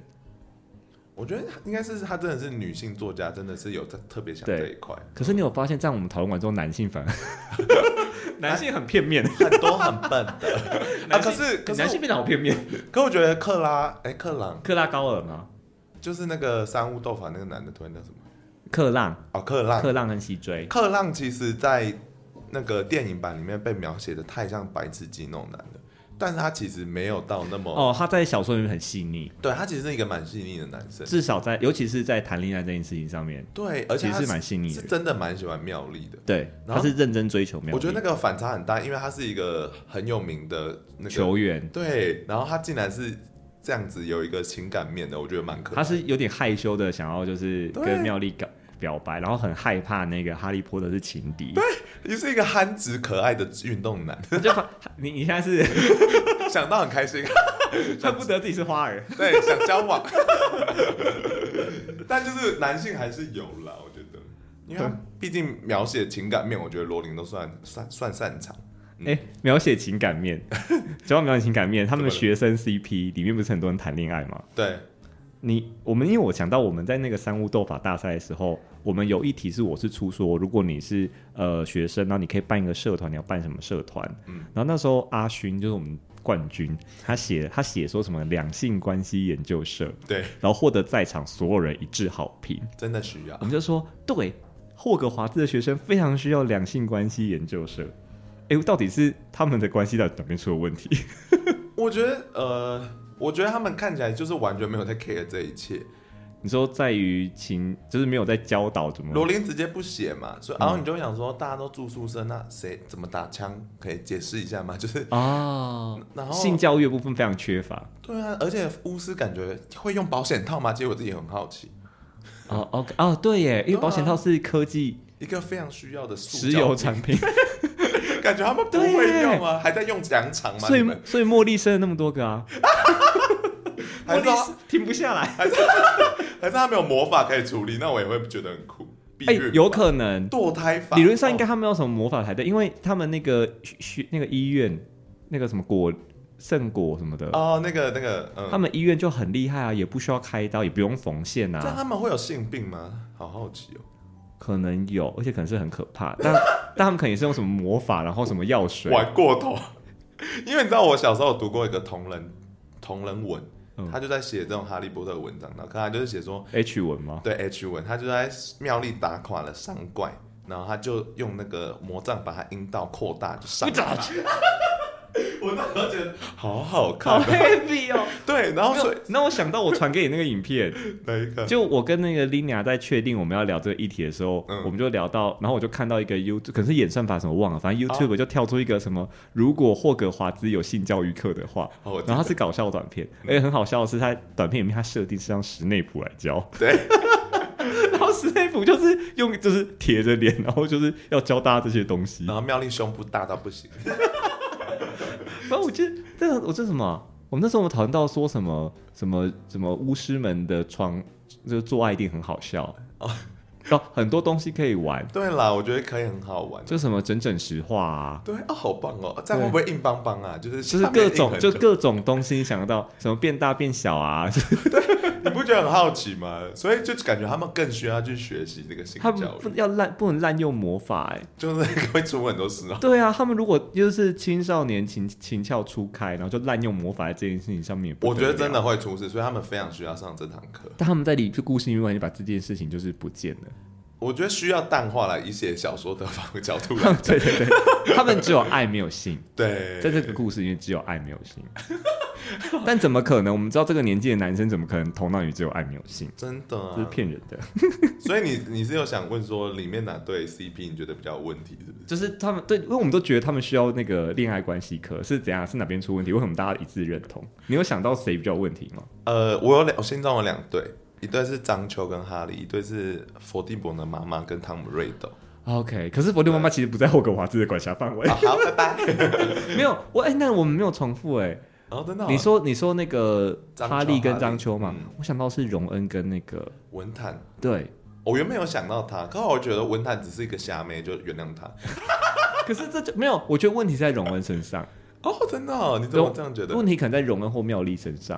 [SPEAKER 2] 我觉得应该是她真的是女性作家，真的是有在特别想
[SPEAKER 1] 对
[SPEAKER 2] 这一块。
[SPEAKER 1] 可是你有发现，在我们讨论完之后，男性反而 *laughs* 啊男性很片面，
[SPEAKER 2] 很多很笨的啊。
[SPEAKER 1] 男
[SPEAKER 2] 可
[SPEAKER 1] 性哎
[SPEAKER 2] 是可
[SPEAKER 1] 男性
[SPEAKER 2] 是
[SPEAKER 1] 变得好片面。
[SPEAKER 2] 可我觉得克拉哎、克朗
[SPEAKER 1] 克拉高尔吗？
[SPEAKER 2] 就是那个三屋斗法那个男的，突然叫什么？
[SPEAKER 1] 克浪、
[SPEAKER 2] 哦，克朗。
[SPEAKER 1] 克浪跟西追，
[SPEAKER 2] 克浪其实，在那个电影版里面被描写的太像白痴鸡那种男的，但是他其实没有到那么，
[SPEAKER 1] 哦，他在小说里面很细腻，
[SPEAKER 2] 对他其实是一个蛮细腻的男生。
[SPEAKER 1] 至少在，尤其是在谈恋爱这件事情上面，
[SPEAKER 2] 对，而且
[SPEAKER 1] 其
[SPEAKER 2] 他
[SPEAKER 1] 实是蛮细腻的
[SPEAKER 2] 是真的蛮喜欢妙丽的。
[SPEAKER 1] 对，
[SPEAKER 2] 然
[SPEAKER 1] 他
[SPEAKER 2] 后
[SPEAKER 1] 是认真追求妙丽。
[SPEAKER 2] 我觉得那个反差很大，因为他是一个很有名的那个
[SPEAKER 1] 球员，
[SPEAKER 2] 对，然后他竟然是这样子有一个情感面的，我觉得蛮可爱
[SPEAKER 1] 他是有点害羞的，想要就是
[SPEAKER 2] 对
[SPEAKER 1] 跟妙丽表表白，然后很害怕那个哈利波特是情敌。
[SPEAKER 2] 你是一个憨直可爱的运
[SPEAKER 1] *laughs*
[SPEAKER 2] 动男，
[SPEAKER 1] 就发你你现在是
[SPEAKER 2] 想到很开心，
[SPEAKER 1] 恨不得自己是花儿。
[SPEAKER 2] 对，想交往， *laughs* 但就是男性还是有啦，我觉得，因为他毕竟描写情感面，我觉得罗琳都算算算擅长。嗯
[SPEAKER 1] 哎、描写情感
[SPEAKER 2] *laughs*
[SPEAKER 1] 面，主要描写情感面，他们
[SPEAKER 2] 怎么
[SPEAKER 1] 的
[SPEAKER 2] 了
[SPEAKER 1] 学生 CP 里面不是很多人谈恋爱吗？
[SPEAKER 2] 对，
[SPEAKER 1] 你我们因为我想到我们在那个三屋斗法大赛的时候，我们有一题是我是出说，如果你是呃学生，那你可以办一个社团，你要办什么社团？
[SPEAKER 2] 嗯
[SPEAKER 1] 然后那时候阿勋就是我们冠军，他写他写说什么两性关系研究社，
[SPEAKER 2] 对，
[SPEAKER 1] 然后获得在场所有人一致好评。
[SPEAKER 2] 真的需要
[SPEAKER 1] 我。们就说，对，霍格华兹的学生非常需要两性关系研究社。哎，到底是他们的关系到底哪边出了问题？ *laughs*
[SPEAKER 2] 我觉得，呃，我觉得他们看起来就是完全没有在 care 这一切。
[SPEAKER 1] 你说在于情，就是没有在教导怎么
[SPEAKER 2] 罗琳直接不写嘛，所以然后
[SPEAKER 1] 嗯
[SPEAKER 2] 你就想说，大家都住宿舍，那谁怎么打枪？可以解释一下吗？ *laughs* 就是，
[SPEAKER 1] 哦，
[SPEAKER 2] 然后
[SPEAKER 1] 性教育的部分非常缺乏。
[SPEAKER 2] 对啊，而且巫师感觉会用保险套吗？其实我自己很好奇，
[SPEAKER 1] 哦哦哦，对耶，因为保险套是科技
[SPEAKER 2] 一个非常需要的塑
[SPEAKER 1] 石
[SPEAKER 2] 胶
[SPEAKER 1] 油
[SPEAKER 2] 品
[SPEAKER 1] 产品， *laughs*
[SPEAKER 2] 感觉他们不会用啊，还在用羊肠吗？
[SPEAKER 1] 所
[SPEAKER 2] 你
[SPEAKER 1] 以
[SPEAKER 2] 们
[SPEAKER 1] 所以茉莉生了那么多个啊，
[SPEAKER 2] 还
[SPEAKER 1] 茉莉
[SPEAKER 2] 是
[SPEAKER 1] 是停不下来。
[SPEAKER 2] 还是还是他们有魔法可以处理，那我也会觉得很酷。避
[SPEAKER 1] 哎
[SPEAKER 2] 孕法、
[SPEAKER 1] 有可能，
[SPEAKER 2] 堕胎法，
[SPEAKER 1] 理论上应该
[SPEAKER 2] 哦
[SPEAKER 1] 他们有什么魔法才对，因为他们那个学学那个医院那个什么果圣果什么的，
[SPEAKER 2] 哦，那个那个，嗯，
[SPEAKER 1] 他们医院就很厉害啊，也不需要开刀，也不用缝线
[SPEAKER 2] 但
[SPEAKER 1] 啊，
[SPEAKER 2] 他们会有性病吗？好好奇哦。
[SPEAKER 1] 可能有，而且可能是很可怕，但 *laughs* 但他们可能也是用什么魔法，然后什么药水，
[SPEAKER 2] 玩过头， *laughs* 因为你知道我小时候有读过一个同人同人文
[SPEAKER 1] 嗯，
[SPEAKER 2] 他就在写这种哈利波特的文章，然后可能他就是写说
[SPEAKER 1] H 文吗？
[SPEAKER 2] 对 H 文，他就在妙丽打垮了上怪，然后他就用那个魔杖把他阴道扩大，就上了他。 *laughs* 我那时候觉得好好
[SPEAKER 1] 好
[SPEAKER 2] 看哦、
[SPEAKER 1] heavy
[SPEAKER 2] *laughs*
[SPEAKER 1] 哦。
[SPEAKER 2] 对，然后
[SPEAKER 1] 没有
[SPEAKER 2] 所以
[SPEAKER 1] *laughs* 那我想到我传给你那个影
[SPEAKER 2] *laughs*
[SPEAKER 1] 片，
[SPEAKER 2] 哪一个？
[SPEAKER 1] 就我跟那个 Lina 在确定我们要聊这个议题的时候，
[SPEAKER 2] 嗯
[SPEAKER 1] 我们就聊到，然后我就看到一个 YouTube，可能是演算法什么忘了，反正
[SPEAKER 2] 啊
[SPEAKER 1] YouTube 就跳出一个什么，如果霍格华兹有性教育课的话，
[SPEAKER 2] 哦我嗯记得
[SPEAKER 1] 然后它是搞笑短片，而且很好笑的是，它短片里面它设定是让史内普来教，
[SPEAKER 2] 对，
[SPEAKER 1] 然后史内普就是用就是铁着
[SPEAKER 2] 嗯
[SPEAKER 1] 脸，然后就是要教大家这些东西
[SPEAKER 2] 然，后妙丽胸部大到不行，
[SPEAKER 1] 反正我记得这个，我这什么？啊我们那时候我们讨论到说什么什么什么巫师们的床，就是做爱一定很好笑
[SPEAKER 2] 哦
[SPEAKER 1] 然后很多东西可以玩，
[SPEAKER 2] *laughs* 对啦，我觉得可以很好玩。
[SPEAKER 1] 就什么整整石化啊，
[SPEAKER 2] 对啊，好棒哦！这样会不会硬邦邦啊？就是
[SPEAKER 1] 就
[SPEAKER 2] 就是
[SPEAKER 1] 各种就各种东西你想得到，什么变大变小
[SPEAKER 2] *laughs*
[SPEAKER 1] 啊，就是
[SPEAKER 2] 你不觉得很好奇吗？所以就感觉他们更需要去学习这个性
[SPEAKER 1] 他们
[SPEAKER 2] 教
[SPEAKER 1] 不
[SPEAKER 2] 育，
[SPEAKER 1] 要滥不能滥用魔法哎、
[SPEAKER 2] 就是会出很多事啊。
[SPEAKER 1] 对啊，他们如果就是青少年情情窍初开，然后就滥用魔法在这件事情上面也不
[SPEAKER 2] 我觉得
[SPEAKER 1] 了
[SPEAKER 2] 真的，会出事，所以他们非常需要上这堂课。
[SPEAKER 1] 但他们在里就故事里面完全把这件事情就是不见了。
[SPEAKER 2] 我觉得需要淡化来一些小说的方角度啊来
[SPEAKER 1] *laughs* 对对对， *laughs* 他们只有爱没有性，
[SPEAKER 2] 对，
[SPEAKER 1] 在这个故事里面只有爱没有性。 *laughs* 但怎么可能？我们知道这个年纪的男生怎么可能头脑里只有爱没有性？
[SPEAKER 2] 真的、
[SPEAKER 1] *laughs* 这是
[SPEAKER 2] 啊，
[SPEAKER 1] 骗人的。
[SPEAKER 2] 所以你你是有想问说里面哪对 CP 你觉得比较有问题，是不是？
[SPEAKER 1] 就是他们对，因为我们都觉得他们需要那个恋爱关系课是怎样？是哪边出问题？为什么大家一致认同？你有想到谁比较有问题吗？
[SPEAKER 2] 呃，我有两，我心中有两对，一对是张秋跟哈利，一对是伏地魔的妈妈跟汤姆瑞
[SPEAKER 1] *laughs*
[SPEAKER 2] 斗。
[SPEAKER 1] OK，可是佛地妈妈其实不在霍格华兹的管辖范围，
[SPEAKER 2] 啊好，拜拜。
[SPEAKER 1] 没有我哎、那我们没有重复哎、
[SPEAKER 2] 哦，真的哦、
[SPEAKER 1] 你说你说那个
[SPEAKER 2] 张秋
[SPEAKER 1] 哈利
[SPEAKER 2] 哈
[SPEAKER 1] 跟
[SPEAKER 2] 利
[SPEAKER 1] 张秋嘛
[SPEAKER 2] 嗯，
[SPEAKER 1] 我想到是荣恩跟那个
[SPEAKER 2] 文坦，
[SPEAKER 1] 对，
[SPEAKER 2] 我原本有想到他，可是我觉得文坦只是一个虾妹，就原谅他。
[SPEAKER 1] 可是这就没有，我觉得问题是在荣恩身上。
[SPEAKER 2] 哦，真的、哦，你怎么
[SPEAKER 1] 荣
[SPEAKER 2] 这样觉得？
[SPEAKER 1] 问题可能在荣恩或妙丽身上，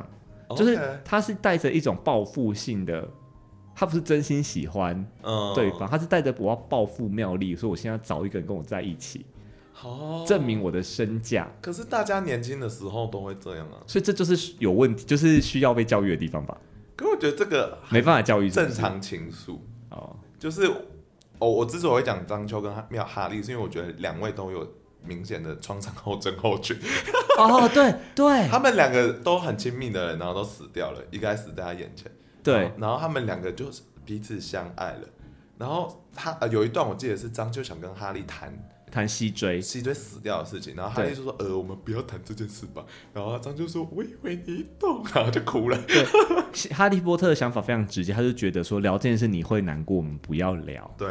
[SPEAKER 1] 就是他是带着一种报复性的，他不是真心喜欢
[SPEAKER 2] 嗯
[SPEAKER 1] 对方，他是带着我要报复妙丽，所以我现在要找一个人跟我在一起，
[SPEAKER 2] 哦，
[SPEAKER 1] 证明我的身价。
[SPEAKER 2] 可是大家年轻的时候都会这样啊，
[SPEAKER 1] 所以这就是有问题，就是需要被教育的地方吧？
[SPEAKER 2] 可我觉得这个
[SPEAKER 1] 没办法教育是不
[SPEAKER 2] 啊正
[SPEAKER 1] 是
[SPEAKER 2] 常情愫，
[SPEAKER 1] 哦。
[SPEAKER 2] 就是哦，我之所以会讲张秋跟哈妙哈利，是因为我觉得两位都有明显的创伤后症候群，
[SPEAKER 1] 哦，对对
[SPEAKER 2] *laughs* 他们两个都很亲密的人，然后都死掉了，一个还死在他眼前，然
[SPEAKER 1] 对
[SPEAKER 2] 后，然后他们两个就是彼此相爱了，然后他呃有一段我记得是张秋想跟哈利谈
[SPEAKER 1] 谈西追，
[SPEAKER 2] 是一堆死掉的事情，然后哈利就说：“呃，我们不要谈这件事吧。”然后张秋说：“我以为你懂。”然后就哭了。
[SPEAKER 1] 哈利波特的想法非常直接，他就觉得说聊这件事你会难过，我们不要聊。
[SPEAKER 2] 对，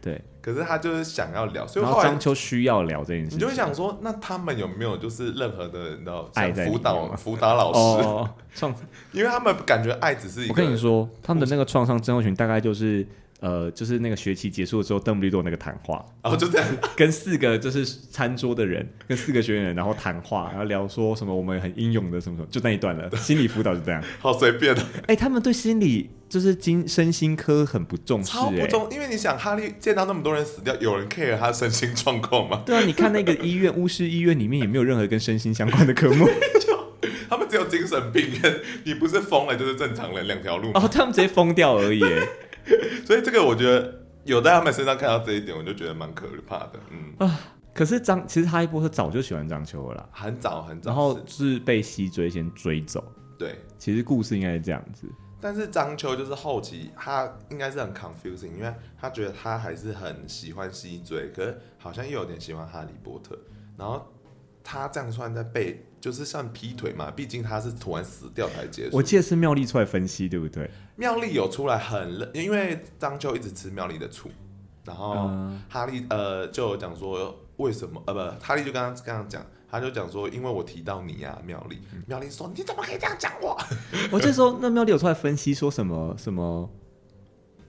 [SPEAKER 1] 对，
[SPEAKER 2] 可是他就是想要聊，所以
[SPEAKER 1] 然
[SPEAKER 2] 后
[SPEAKER 1] 后
[SPEAKER 2] 来
[SPEAKER 1] 张秋需要聊这件事
[SPEAKER 2] 你
[SPEAKER 1] 情，
[SPEAKER 2] 就会想说，那他们有没有就是任何的，你知道，
[SPEAKER 1] 爱
[SPEAKER 2] 像
[SPEAKER 1] 在
[SPEAKER 2] 辅
[SPEAKER 1] 里面
[SPEAKER 2] 导
[SPEAKER 1] 吗
[SPEAKER 2] 辅导老师，
[SPEAKER 1] 哦，创
[SPEAKER 2] *laughs* 因为他们感觉爱只是一
[SPEAKER 1] 我跟你
[SPEAKER 2] 个。
[SPEAKER 1] 说，他们的那个创伤症候群大概就是呃，就是那个学期结束之后，邓布利多那个谈话， *laughs*
[SPEAKER 2] 然哦后就这样，
[SPEAKER 1] 跟四个就是餐桌的人，跟四个学员，然后谈话，然后聊说什么我们很英勇的什么什么，就那一段 *laughs* 了。心理辅导就这样。
[SPEAKER 2] 好随便的，哦
[SPEAKER 1] 哎、他们对心理就是精身心科很不重视、
[SPEAKER 2] 超
[SPEAKER 1] 欸，
[SPEAKER 2] 不重。因为你想，哈利见到那么多人死掉，有人 care 他身心状况吗？
[SPEAKER 1] 对啊，你看那个医院，巫师医院里面也没有任何跟身心相关的科目。
[SPEAKER 2] 他们只有精神病跟你不是疯了就是正常人两条路
[SPEAKER 1] *laughs*
[SPEAKER 2] 嘛。
[SPEAKER 1] 哦，他们直接疯掉而已、欸。
[SPEAKER 2] 所以这个我觉得有在他们身上看到这一点，我就觉得蛮可怕的。嗯，
[SPEAKER 1] 可是张，其实哈利波特早就喜欢张秋了啦，
[SPEAKER 2] 很早很早
[SPEAKER 1] 然
[SPEAKER 2] 是，
[SPEAKER 1] 后是被西追先追走。
[SPEAKER 2] 对，
[SPEAKER 1] 其实故事应该是这样子。
[SPEAKER 2] 但是张秋就是后期他应该是很 confusing，因为他觉得他还是很喜欢西追，可是好像又有点喜欢哈利波特，然后他这样算在被就是算劈腿嘛，毕竟他是突然死掉才结束
[SPEAKER 1] 我。记得是妙丽出来分析，对不对？
[SPEAKER 2] 妙丽有出来很认，因为张秋一直吃妙丽的醋，然后
[SPEAKER 1] 嗯
[SPEAKER 2] 哈利呃就有讲说为什么呃不，哈利就刚刚刚刚讲，他就讲说因为我提到你呀、妙丽，
[SPEAKER 1] 嗯
[SPEAKER 2] 妙丽说你怎么可以这样讲我？
[SPEAKER 1] 我这时候那妙丽有出来分析说什么什么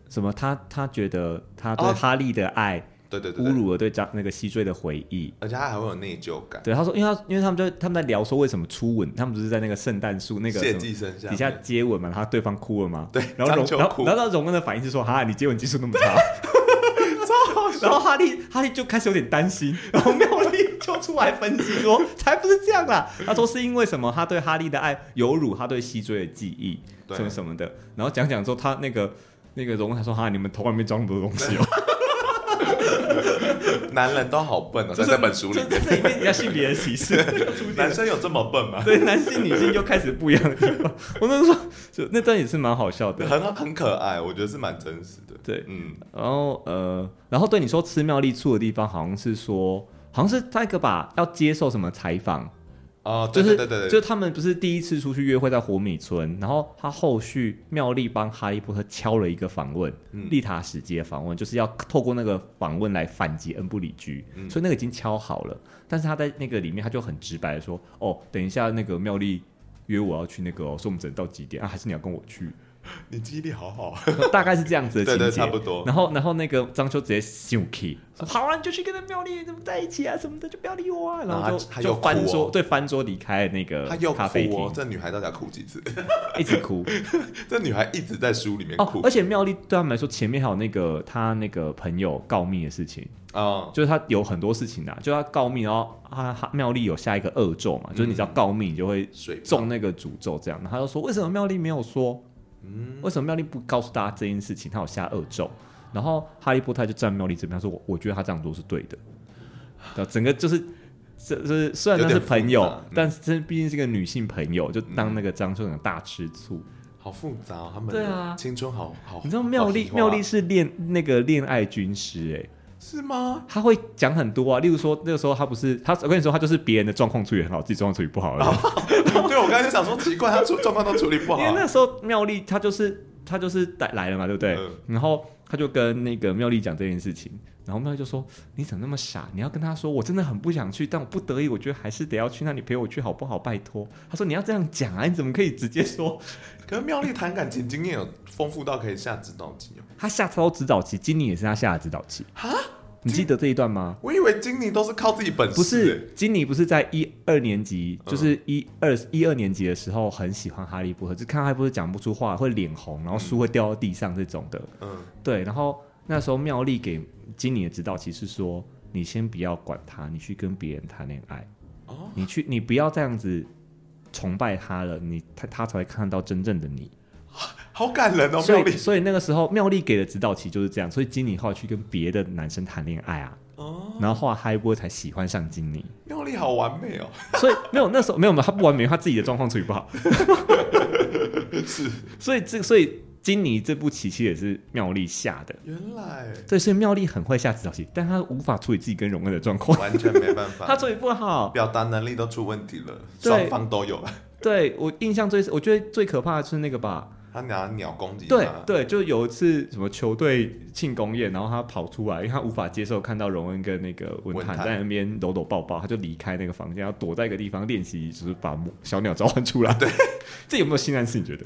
[SPEAKER 1] 什么他，他觉得他对
[SPEAKER 2] 哦
[SPEAKER 1] 哈利的爱、
[SPEAKER 2] 对对对
[SPEAKER 1] 侮
[SPEAKER 2] 对，
[SPEAKER 1] 辱了对张那个西追的回忆。
[SPEAKER 2] 而且他还会有内疚感，
[SPEAKER 1] 对，他说，因为他因为他们就他们在聊说为什么初吻，他们不是在那个圣诞树那个什
[SPEAKER 2] 谢
[SPEAKER 1] 么
[SPEAKER 2] 寄生下
[SPEAKER 1] 底下
[SPEAKER 2] 面
[SPEAKER 1] 接吻嘛，然后对方哭了嘛。
[SPEAKER 2] 对
[SPEAKER 1] 然后
[SPEAKER 2] 张
[SPEAKER 1] 荣
[SPEAKER 2] 秋
[SPEAKER 1] 然
[SPEAKER 2] 哭
[SPEAKER 1] 后然后荣恩的反应是说，哈，你接吻技术那么差。 *laughs* 然后哈利哈利就开始有点担心，然后妙丽就出来分析说，才不是这样
[SPEAKER 2] *laughs*
[SPEAKER 1] 啦。他说是因为什么？他对哈利的爱有辱他对西追的记忆，
[SPEAKER 2] 对
[SPEAKER 1] 什么什么的。然后讲讲之后，他那个那个荣恩他说哈，你们头里面装那么多东
[SPEAKER 2] *laughs*
[SPEAKER 1] 西哦，
[SPEAKER 2] 男人都好笨哦，在这本书里
[SPEAKER 1] 就
[SPEAKER 2] 面，
[SPEAKER 1] 是这里面要性别的歧
[SPEAKER 2] *laughs*
[SPEAKER 1] 视。
[SPEAKER 2] 男生有这么笨吗？
[SPEAKER 1] 对，男性女性又开始不一样的地方。我那时候就那段也是蛮好笑的。
[SPEAKER 2] 很很可爱，我觉得是蛮真实的。
[SPEAKER 1] 对
[SPEAKER 2] 嗯，
[SPEAKER 1] 然后呃，然后对你说吃妙丽醋的地方，好像是说，好像是那个吧，要接受什么采访，
[SPEAKER 2] 哦，
[SPEAKER 1] 就
[SPEAKER 2] 对
[SPEAKER 1] 是
[SPEAKER 2] 对对对
[SPEAKER 1] 就
[SPEAKER 2] 对，
[SPEAKER 1] 是他们不是第一次出去约会在火米村，然后他后续妙丽帮哈利波特敲了一个访问，
[SPEAKER 2] 嗯
[SPEAKER 1] 丽塔史街访问，就是要透过那个访问来反击恩布里居，
[SPEAKER 2] 嗯
[SPEAKER 1] 所以那个已经敲好了，但是他在那个里面他就很直白的说，哦，等一下那个妙丽。约我要去那个、哦，说我们只能到几点啊？还是你要跟我去？
[SPEAKER 2] 你记忆力好啊好，
[SPEAKER 1] 大概是这样子的情
[SPEAKER 2] 对
[SPEAKER 1] 节，
[SPEAKER 2] 对，差不多。嗯
[SPEAKER 1] 然后，然后那个张秋直接生气，说：“好啊，你就去跟那妙丽怎么在一起啊，什么的，就不要理我啊。”然
[SPEAKER 2] 然
[SPEAKER 1] 后
[SPEAKER 2] 后
[SPEAKER 1] 就
[SPEAKER 2] 他他又
[SPEAKER 1] 就翻
[SPEAKER 2] 哭哦
[SPEAKER 1] 桌，对，翻桌离开那个
[SPEAKER 2] 她又
[SPEAKER 1] 咖啡
[SPEAKER 2] 哭哦
[SPEAKER 1] 厅，，
[SPEAKER 2] 这女孩到底要哭几次？ *laughs*
[SPEAKER 1] 一直哭
[SPEAKER 2] 这女孩一直在书里面
[SPEAKER 1] 哦
[SPEAKER 2] 哭。。
[SPEAKER 1] 而且妙丽对他们来说，前面还有那个他那个朋友告密的事情，
[SPEAKER 2] 啊，
[SPEAKER 1] 就是他有很多事情啊，就他告密，然后他他妙丽有下一个恶咒嘛，就是你只要告密，你就会
[SPEAKER 2] 水泡
[SPEAKER 1] 中那个诅咒这样。然后他就说：“为什么妙丽没有说？
[SPEAKER 2] 嗯，
[SPEAKER 1] 为什么妙丽不告诉大家这件事情？她有下恶咒。然后哈利波特就站妙丽这边，他说我我觉得他这样做是对的。然后整个就是，这这虽然那是朋友，
[SPEAKER 2] 有点复杂嗯
[SPEAKER 1] 但是这毕竟是个女性朋友，就当那个张秀长大吃醋。
[SPEAKER 2] 好复杂哦，他们
[SPEAKER 1] 对啊
[SPEAKER 2] 青春好好。
[SPEAKER 1] 你知道妙丽
[SPEAKER 2] 好花
[SPEAKER 1] 妙丽是恋那个恋爱军师哎、欸
[SPEAKER 2] 是吗？ *laughs*
[SPEAKER 1] 她会讲很多啊，例如说那个时候她不是她，我跟你说她就是别人的状况处理很好，自己状况处理不好而已。
[SPEAKER 2] 对，我刚才就想说，奇怪，她处状况都处理不好
[SPEAKER 1] 因为。那时候妙丽她就是她就是来来了嘛，对不对？
[SPEAKER 2] 嗯
[SPEAKER 1] 然后她就跟那个妙丽讲这件事情，然后妙丽就说：“你怎么那么傻？你要跟她说，我真的很不想去，但我不得已，我觉得还是得要去，那你陪我去好不好？拜托。”她说：“你要这样讲啊，你怎么可以直接说
[SPEAKER 2] 可是妙丽谈感情经验有丰富到可以下指导棋哦。
[SPEAKER 1] 她下超指导期？今年也是她下的指导期
[SPEAKER 2] 哈，
[SPEAKER 1] 你记得这一段吗？”
[SPEAKER 2] 我以为经理都是靠自己本事，欸
[SPEAKER 1] 不是，金妮不是在一二年级，就是一二一二年级的时候很喜欢哈利波特，就看哈利波特讲不出话，会脸红，然后书会掉到地上这种的。
[SPEAKER 2] 嗯，
[SPEAKER 1] 对，然后那时候妙丽给经理的指导其实说，你先不要管他，你去跟别人谈恋爱，
[SPEAKER 2] 哦，
[SPEAKER 1] 你去，你不要这样子崇拜他了，你他他才会看到真正的你。
[SPEAKER 2] 好感人哦，
[SPEAKER 1] 所
[SPEAKER 2] 妙
[SPEAKER 1] 以
[SPEAKER 2] 丽。
[SPEAKER 1] 所以那个时候妙丽给的指导期就是这样，所以经理后来去跟别的男生谈恋爱啊，
[SPEAKER 2] 哦，
[SPEAKER 1] 然后后来哈利波特才喜欢上经理。
[SPEAKER 2] 妙丽好完美哦，
[SPEAKER 1] 所以没有那时候没有没有，他不完美，他自己的状况处理不好。
[SPEAKER 2] *laughs* 是，
[SPEAKER 1] 所以这所以金妮这部棋其实也是妙丽下的。
[SPEAKER 2] *laughs* 原来
[SPEAKER 1] 对，所以妙丽很会下指导棋，但她无法处理自己跟荣恩的状 *laughs* 况。
[SPEAKER 2] 完全没办 *laughs*
[SPEAKER 1] 他
[SPEAKER 2] 法，
[SPEAKER 1] 处理不好。
[SPEAKER 2] 表达能力都出问题了，
[SPEAKER 1] 对
[SPEAKER 2] 双方都有了。
[SPEAKER 1] 对我印象最，我觉得最可怕的是那个吧，
[SPEAKER 2] 他拿鸟攻击
[SPEAKER 1] 对
[SPEAKER 2] 他，
[SPEAKER 1] 对，就有一次什么球队庆功宴，然后他跑出来，因为他无法接受看到荣恩跟那个文
[SPEAKER 2] 文
[SPEAKER 1] 坦
[SPEAKER 2] 坦
[SPEAKER 1] 在那边搂搂抱抱，他就离开那个房间，要躲在一个地方练习，就是把小鸟召唤出来。对， *laughs* 这有没有性暗示？你觉得？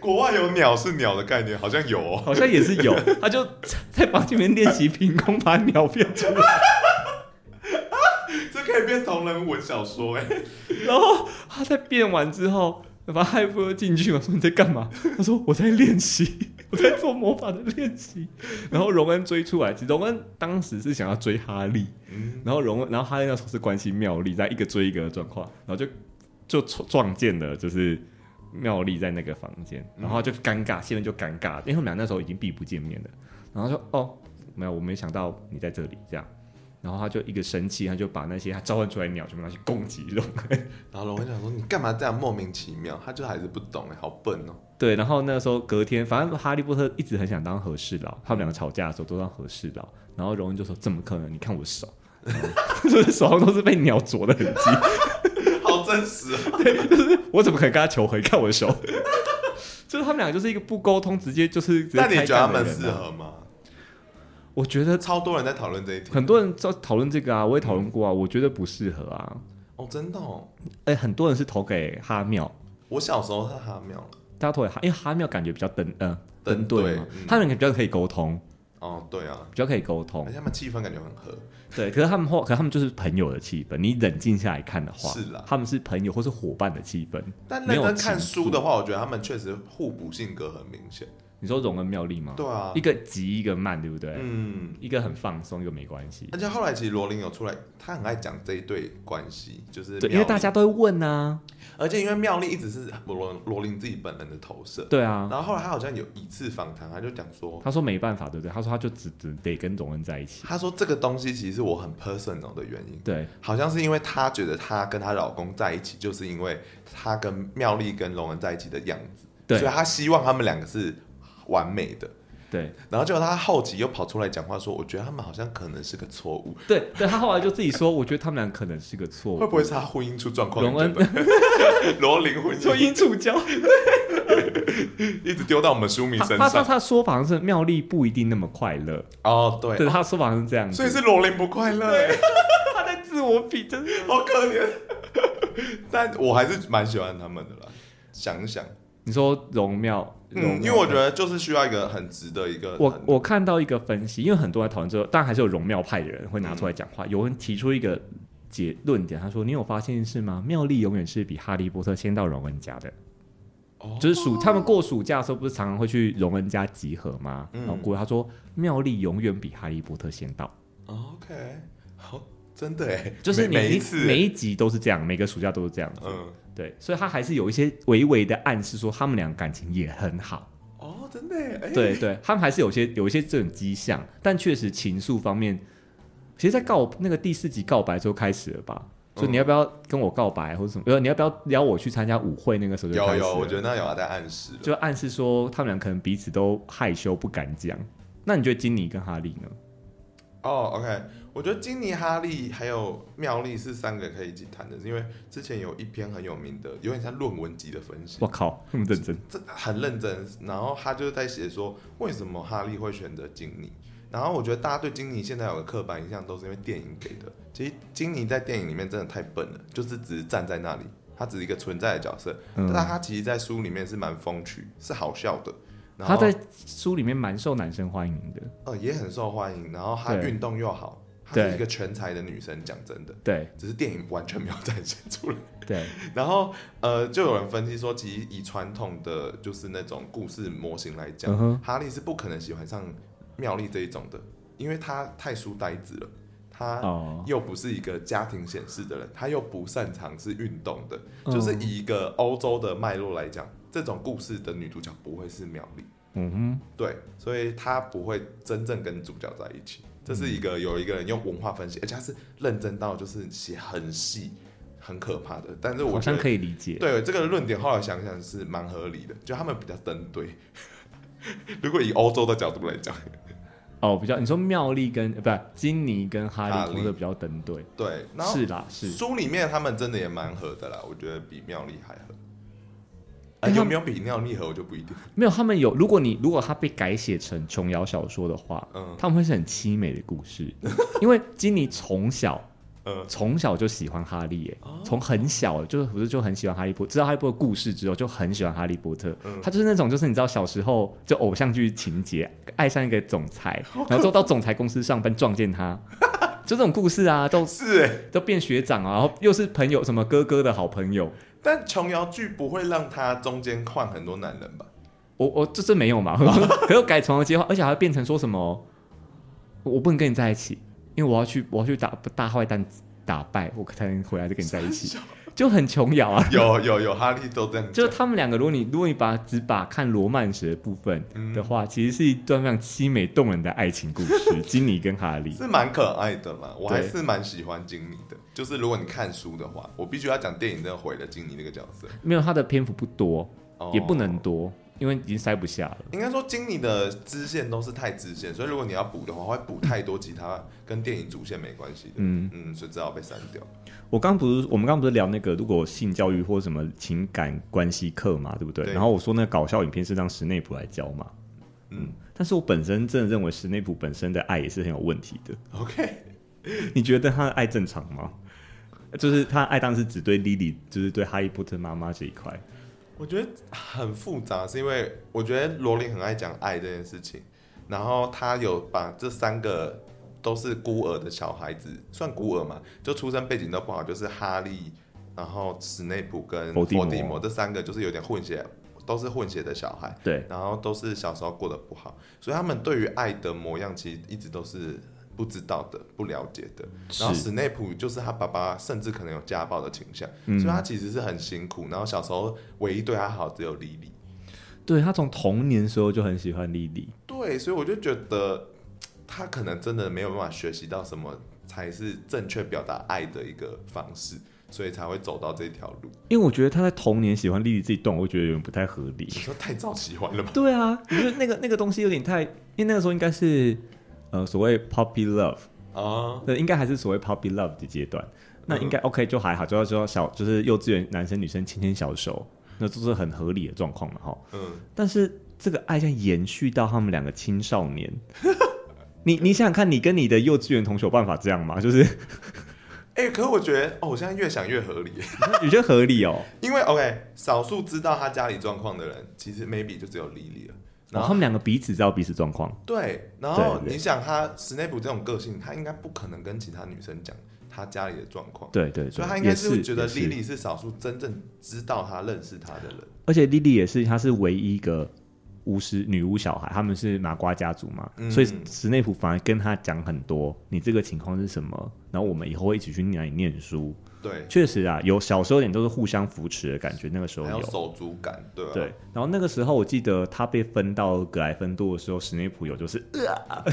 [SPEAKER 2] 国外有鸟是鸟的概念，好像有哦。 *laughs*
[SPEAKER 1] 好像也是 *laughs* 有，他就在房间里面练习凭空把鸟变出来，
[SPEAKER 2] 这可以变同人文小说哎、
[SPEAKER 1] 然后他在变完之后，把害波进去嘛，说你在干嘛？他说我在练习，我在做魔法的练习。然后荣恩追出来，其实荣恩当时是想要追哈利，
[SPEAKER 2] 嗯，
[SPEAKER 1] 然后荣恩，然后哈利那时候是关系妙丽，在一个追一个的状况，然后就就撞撞见了，就是。妙丽在那个房间，然后就尴尬，现在就尴尬，因为他们俩那时候已经避不见面了。然后说哦，没有，我没想到你在这里这样。然后他就一个生气，他就把那些他召唤出来的鸟全部拿去攻击这种。
[SPEAKER 2] 然后龙文想说你干嘛这样莫名其妙？他就还是不懂哎、好笨哦、
[SPEAKER 1] 对，然后那时候隔天，反正哈利波特一直很想当和事佬，他们两个吵架的时候都当和事佬。然后荣恩就说：“怎么可能？你看我手， *laughs* 就是手上都是被鸟啄的痕迹。”
[SPEAKER 2] *laughs* 好真实、哦。
[SPEAKER 1] 我怎么可能跟他求和？你看我的手，就是他们俩就是一个不沟通，直接就是直接
[SPEAKER 2] 那你
[SPEAKER 1] 开
[SPEAKER 2] 觉得他
[SPEAKER 1] 干的
[SPEAKER 2] 们
[SPEAKER 1] 人
[SPEAKER 2] 适
[SPEAKER 1] 啊
[SPEAKER 2] 合吗？
[SPEAKER 1] 我觉得
[SPEAKER 2] 超多人在讨论这一题
[SPEAKER 1] 很多人在讨论这个啊，我也讨论过啊，我觉得不适合啊。
[SPEAKER 2] 哦，真的哦。
[SPEAKER 1] 哎、很多人是投给哈妙，
[SPEAKER 2] 我小时候是哈妙
[SPEAKER 1] 大家投给哈，因为哈妙感觉比较登呃登
[SPEAKER 2] 登
[SPEAKER 1] 对嘛
[SPEAKER 2] 对，嗯
[SPEAKER 1] 他们比较可以沟通，
[SPEAKER 2] 哦，对啊，
[SPEAKER 1] 比较可以沟通
[SPEAKER 2] 而且。他们气氛感觉很合，
[SPEAKER 1] 对，可是他们后，可是他们就是朋友的气氛。你冷静下来看的话，
[SPEAKER 2] 是啦
[SPEAKER 1] 他们是朋友或是伙伴的气氛。
[SPEAKER 2] 但
[SPEAKER 1] 没
[SPEAKER 2] 认
[SPEAKER 1] 有
[SPEAKER 2] 真看
[SPEAKER 1] 情愫
[SPEAKER 2] 书的话，我觉得他们确实互补性格很明显。
[SPEAKER 1] 你说荣恩妙丽吗？
[SPEAKER 2] 对啊
[SPEAKER 1] 一，个急，一个慢，对不对？
[SPEAKER 2] 嗯，
[SPEAKER 1] 一个很放松，一个没关系。
[SPEAKER 2] 而且后来其实罗琳有出来，他很爱讲这一对关系，就是
[SPEAKER 1] 对，
[SPEAKER 2] 妙
[SPEAKER 1] 因为
[SPEAKER 2] 丽
[SPEAKER 1] 大家，都会问啊。
[SPEAKER 2] 而且因为妙丽一直是罗罗琳自己本人的投射，
[SPEAKER 1] 对啊，
[SPEAKER 2] 然后后来他好像有一次访谈，他就讲说，
[SPEAKER 1] 他说没办法，对不对？他说他就只只得跟荣恩在一起。
[SPEAKER 2] 他说这个东西其实是我很 personal 的原因，
[SPEAKER 1] 对，
[SPEAKER 2] 好像是因为她觉得她跟她老公在一起，就是因为她跟妙丽跟龙恩在一起的样子，
[SPEAKER 1] 对
[SPEAKER 2] 所以她希望他们两个是完美的。
[SPEAKER 1] 对
[SPEAKER 2] 然后结果他好奇又跑出来讲话说，我觉得他们好像可能是个错误，
[SPEAKER 1] 对对，他后来就自己说，我觉得他们俩可能是个错误，
[SPEAKER 2] 会不会是他婚姻出状况？
[SPEAKER 1] 荣恩
[SPEAKER 2] 你觉得 *laughs* 罗琳婚
[SPEAKER 1] 婚
[SPEAKER 2] 姻
[SPEAKER 1] 姻触礁？
[SPEAKER 2] 一直丢到我们书
[SPEAKER 1] *laughs*
[SPEAKER 2] 迷
[SPEAKER 1] 他
[SPEAKER 2] 身
[SPEAKER 1] 他他
[SPEAKER 2] 上。
[SPEAKER 1] 他说法好像是妙丽不一定那么快乐，
[SPEAKER 2] 哦，对，
[SPEAKER 1] 对，他说法好像是这样子，
[SPEAKER 2] 所以是罗琳不快乐，
[SPEAKER 1] 他在自我比，真是。
[SPEAKER 2] *laughs* 好可怜。 *laughs* 但我还是蛮喜欢他们的啦，想一想，
[SPEAKER 1] 你说荣妙，荣
[SPEAKER 2] 嗯，因
[SPEAKER 1] 妙
[SPEAKER 2] 为我觉得就是需要一个很值得一个
[SPEAKER 1] 我
[SPEAKER 2] 很
[SPEAKER 1] 我看到一个分析，因为很多人讨论之后，当然还是有荣庙派的人会拿出来讲
[SPEAKER 2] 嗯
[SPEAKER 1] 话。有人提出一个结论点，他说：“你有发现是吗？妙丽永远是比哈利波特先到荣恩家的。
[SPEAKER 2] 哦
[SPEAKER 1] 就是暑他们过暑假的时候，不是常常会去荣恩家集合吗？
[SPEAKER 2] 嗯
[SPEAKER 1] 然后过他说妙丽永远比哈利波特先到，
[SPEAKER 2] 哦 OK，好，真的哎，
[SPEAKER 1] 就是你
[SPEAKER 2] 每每一
[SPEAKER 1] 你
[SPEAKER 2] 次
[SPEAKER 1] 每
[SPEAKER 2] 欸，
[SPEAKER 1] 一集都是这样，每个暑假都是这样子。
[SPEAKER 2] 嗯，
[SPEAKER 1] 对，所以他还是有一些微微的暗示说他们俩感情也很好。
[SPEAKER 2] 哦，真的哎， *laughs* 哎
[SPEAKER 1] 对对，他们还是有些有一些这种迹象，但确实情愫方面，其实，在告那个第四集告白之后开始了吧？
[SPEAKER 2] 嗯
[SPEAKER 1] 就你要不要跟我告白，或者什么？呃，你要不要邀我去参加舞会？那个时候就开始
[SPEAKER 2] 有有，我
[SPEAKER 1] 了
[SPEAKER 2] 觉得那有在暗示了。
[SPEAKER 1] 就暗示说他们俩可能彼此都害羞不敢讲。那你觉得金妮跟哈利呢？
[SPEAKER 2] 哦、o k 我觉得金妮、哈利还有妙丽是三个可以一起谈的，因为之前有一篇很有名的，有点像论文集的分析
[SPEAKER 1] 我，靠，那么认真，
[SPEAKER 2] 这很认真。然后他就是在写说，为什么哈利会选择金妮？然后我觉得大家对金妮现在有个刻板印象，都是因为电影给的。其实金妮在电影里面真的太笨了，就是只是站在那里，她只是一个存在的角色。
[SPEAKER 1] 嗯
[SPEAKER 2] 但她其实，在书里面是蛮风趣，是好笑的。然后
[SPEAKER 1] 他在书里面蛮受男生欢迎的。
[SPEAKER 2] 呃也很受欢迎，然后她
[SPEAKER 1] 对
[SPEAKER 2] 运动又好，她
[SPEAKER 1] 对
[SPEAKER 2] 是一个全才的女生。讲真的，
[SPEAKER 1] 对
[SPEAKER 2] 只是电影完全没有展现出来。
[SPEAKER 1] 对，
[SPEAKER 2] 然后呃，就有人分析说，其实以传统的就是那种故事模型来讲，
[SPEAKER 1] 嗯哼
[SPEAKER 2] 哈利是不可能喜欢上妙丽这一种的，因为他太书呆子了，他
[SPEAKER 1] 哦，
[SPEAKER 2] 又不是一个家庭显示的人，他又不擅长是运动的，
[SPEAKER 1] 嗯
[SPEAKER 2] 就是以一个欧洲的脉络来讲，这种故事的女主角不会是妙丽。
[SPEAKER 1] 嗯哼，
[SPEAKER 2] 对，所以他不会真正跟主角在一起。这是一
[SPEAKER 1] 嗯
[SPEAKER 2] 个有一个人用文化分析，而且他是认真到就是写很细、很可怕的。但是我
[SPEAKER 1] 好
[SPEAKER 2] 觉
[SPEAKER 1] 像
[SPEAKER 2] 得
[SPEAKER 1] 可以理解。
[SPEAKER 2] 对这个论点，后来想想是蛮合理的，就他们比较登对。 *laughs* 如果以欧洲的角度来讲，
[SPEAKER 1] 哦，比较你说妙丽跟呃不是金妮跟哈
[SPEAKER 2] 哈
[SPEAKER 1] 利
[SPEAKER 2] 利
[SPEAKER 1] 波特比较登对，
[SPEAKER 2] 对，然后
[SPEAKER 1] 是啦是。
[SPEAKER 2] 书里面他们真的也蛮合的啦，我觉得比妙丽还合。
[SPEAKER 1] 哎
[SPEAKER 2] 哎，
[SPEAKER 1] 他
[SPEAKER 2] 有
[SPEAKER 1] 们
[SPEAKER 2] 没有比妙丽合我就不一定。
[SPEAKER 1] 没有，他们有。如果你如果它被改写成琼瑶小说的话，
[SPEAKER 2] 嗯
[SPEAKER 1] 他们会是很凄美的故
[SPEAKER 2] *laughs*
[SPEAKER 1] 事，因为金妮从小
[SPEAKER 2] 嗯
[SPEAKER 1] 从小就喜欢哈利耶，
[SPEAKER 2] 哦
[SPEAKER 1] 从很小就是不是就很喜欢哈利波特，知道哈利波特故事之后就很喜欢哈利波特。
[SPEAKER 2] 嗯
[SPEAKER 1] 他就是那种就是你知道小时候就偶像剧情节，爱上一个总
[SPEAKER 2] *laughs*
[SPEAKER 1] 裁，然后之后到总裁公司上班撞见他，就这种故事啊，都
[SPEAKER 2] 是哎、
[SPEAKER 1] 都变学长啊，然后又是朋友什么哥哥的好朋友。
[SPEAKER 2] 但琼瑶剧不会让他中间换很多男人吧？
[SPEAKER 1] 我我这这没有嘛，可又改床的接话，而且还会变成说什么，我不能跟你在一起，因为我要去我要去打大坏蛋打败，我才能回来再跟你在一起，就很琼瑶啊。 *laughs*
[SPEAKER 2] *laughs* 有有有，哈利都这样讲。
[SPEAKER 1] 就是他们两个，如果你如果你把只把看罗曼史的部分的话，其实是一段非常凄美动人的爱情故事。金妮跟哈
[SPEAKER 2] *laughs*
[SPEAKER 1] 利，
[SPEAKER 2] 是蛮可爱的啦，我还
[SPEAKER 1] 对
[SPEAKER 2] 是蛮喜欢金妮的。就是如果你看书的话，我必须要讲电影真的毁了金妮那个角色，
[SPEAKER 1] 没有他的篇幅不多，
[SPEAKER 2] 哦
[SPEAKER 1] 也不能多，因为已经塞不下了。
[SPEAKER 2] 应该说金妮的支线都是太支线，所以如果你要补的话，会补太多其他跟电影主线没关系的。
[SPEAKER 1] 嗯
[SPEAKER 2] 嗯，所以只好被删掉。
[SPEAKER 1] 我刚不是我们刚不是聊那个如果性教育或什么情感关系课嘛，对不对？
[SPEAKER 2] 对
[SPEAKER 1] 然后我说那个搞笑影片是让史内普来教嘛，
[SPEAKER 2] 嗯
[SPEAKER 1] 但是我本身真的认为史内普本身的爱也是很有问题的。 *laughs*
[SPEAKER 2] ，OK，
[SPEAKER 1] 你觉得他的爱正常吗？就是他的爱当时只对莉莉，就是对哈利波特妈妈这一块。
[SPEAKER 2] 我觉得很复杂，是因为我觉得罗琳很爱讲爱这件事情，然后她有把这三个都是孤儿的小孩子，算孤儿嘛，就出生背景都不好，就是哈利，然后史内普跟
[SPEAKER 1] 伏
[SPEAKER 2] 伏
[SPEAKER 1] 地魔
[SPEAKER 2] 地魔这三个就是有点混血，都是混血的小孩，
[SPEAKER 1] 对，
[SPEAKER 2] 然后都是小时候过得不好，所以他们对于爱的模样其实一直都是不知道的、不了解的。然后
[SPEAKER 1] 是
[SPEAKER 2] 史内普就是他爸爸，甚至可能有家暴的倾向，
[SPEAKER 1] 嗯
[SPEAKER 2] 所以他其实是很辛苦。然后小时候唯一对他好只有莉莉，
[SPEAKER 1] 对他从童年时候就很喜欢莉莉。
[SPEAKER 2] 对，所以我就觉得他可能真的没有办法学习到什么才是正确表达爱的一个方式。所以才会走到这条路。
[SPEAKER 1] 因为我觉得他在童年喜欢莉莉自己动，我觉得有点不太合理。
[SPEAKER 2] 你说太早喜欢了吧？
[SPEAKER 1] 对啊，我觉得那个那个东西有点太，因为那个时候应该是呃所谓 puppy love，
[SPEAKER 2] 啊，
[SPEAKER 1] 对，应该还是所谓 puppy love 的阶段。那应该
[SPEAKER 2] 嗯
[SPEAKER 1] OK 就还好，就要知道小就是幼稚园男生女生牵牵小手，那这是很合理的状况了哈。
[SPEAKER 2] 嗯，
[SPEAKER 1] 但是这个爱像延续到他们两个青少
[SPEAKER 2] *laughs*
[SPEAKER 1] 年。你你想想看，你跟你的幼稚园同学有办法这样吗？就是 *laughs*
[SPEAKER 2] 哎、可我觉得哦，我现在越想越合理， *laughs*
[SPEAKER 1] 你觉得合理哦？
[SPEAKER 2] 因为 OK，少数知道他家里状况的人，其实 maybe 就只有 Lily 了。
[SPEAKER 1] 然
[SPEAKER 2] *laughs* 然
[SPEAKER 1] 后哦
[SPEAKER 2] 后
[SPEAKER 1] 他们两个彼此知道彼此状况，
[SPEAKER 2] 对，然
[SPEAKER 1] 对
[SPEAKER 2] 后
[SPEAKER 1] 对
[SPEAKER 2] 你想他史内普这种个性，他应该不可能跟其他女生讲他家里的状况，
[SPEAKER 1] 对对对，
[SPEAKER 2] 所以他应该
[SPEAKER 1] 也
[SPEAKER 2] 是
[SPEAKER 1] 是
[SPEAKER 2] 会觉得
[SPEAKER 1] 也是
[SPEAKER 2] Lily 是少数真正知道他、认识他的人。
[SPEAKER 1] 而且莉莉也是，她是唯一一个巫师女巫小孩，他们是麻瓜家族嘛，
[SPEAKER 2] 嗯
[SPEAKER 1] 所以史内普反而跟她讲很多，你这个情况是什么，然后我们以后会一起去哪里念书。
[SPEAKER 2] 对，
[SPEAKER 1] 确实啊，有小时候有点都是互相扶持的感觉，那个时候
[SPEAKER 2] 还
[SPEAKER 1] 有
[SPEAKER 2] 有。手足感，对啊吧、
[SPEAKER 1] 对，然后那个时候我记得他被分到格莱芬多的时候，史内普有
[SPEAKER 2] *laughs*
[SPEAKER 1] 就是
[SPEAKER 2] 啊
[SPEAKER 1] 呃，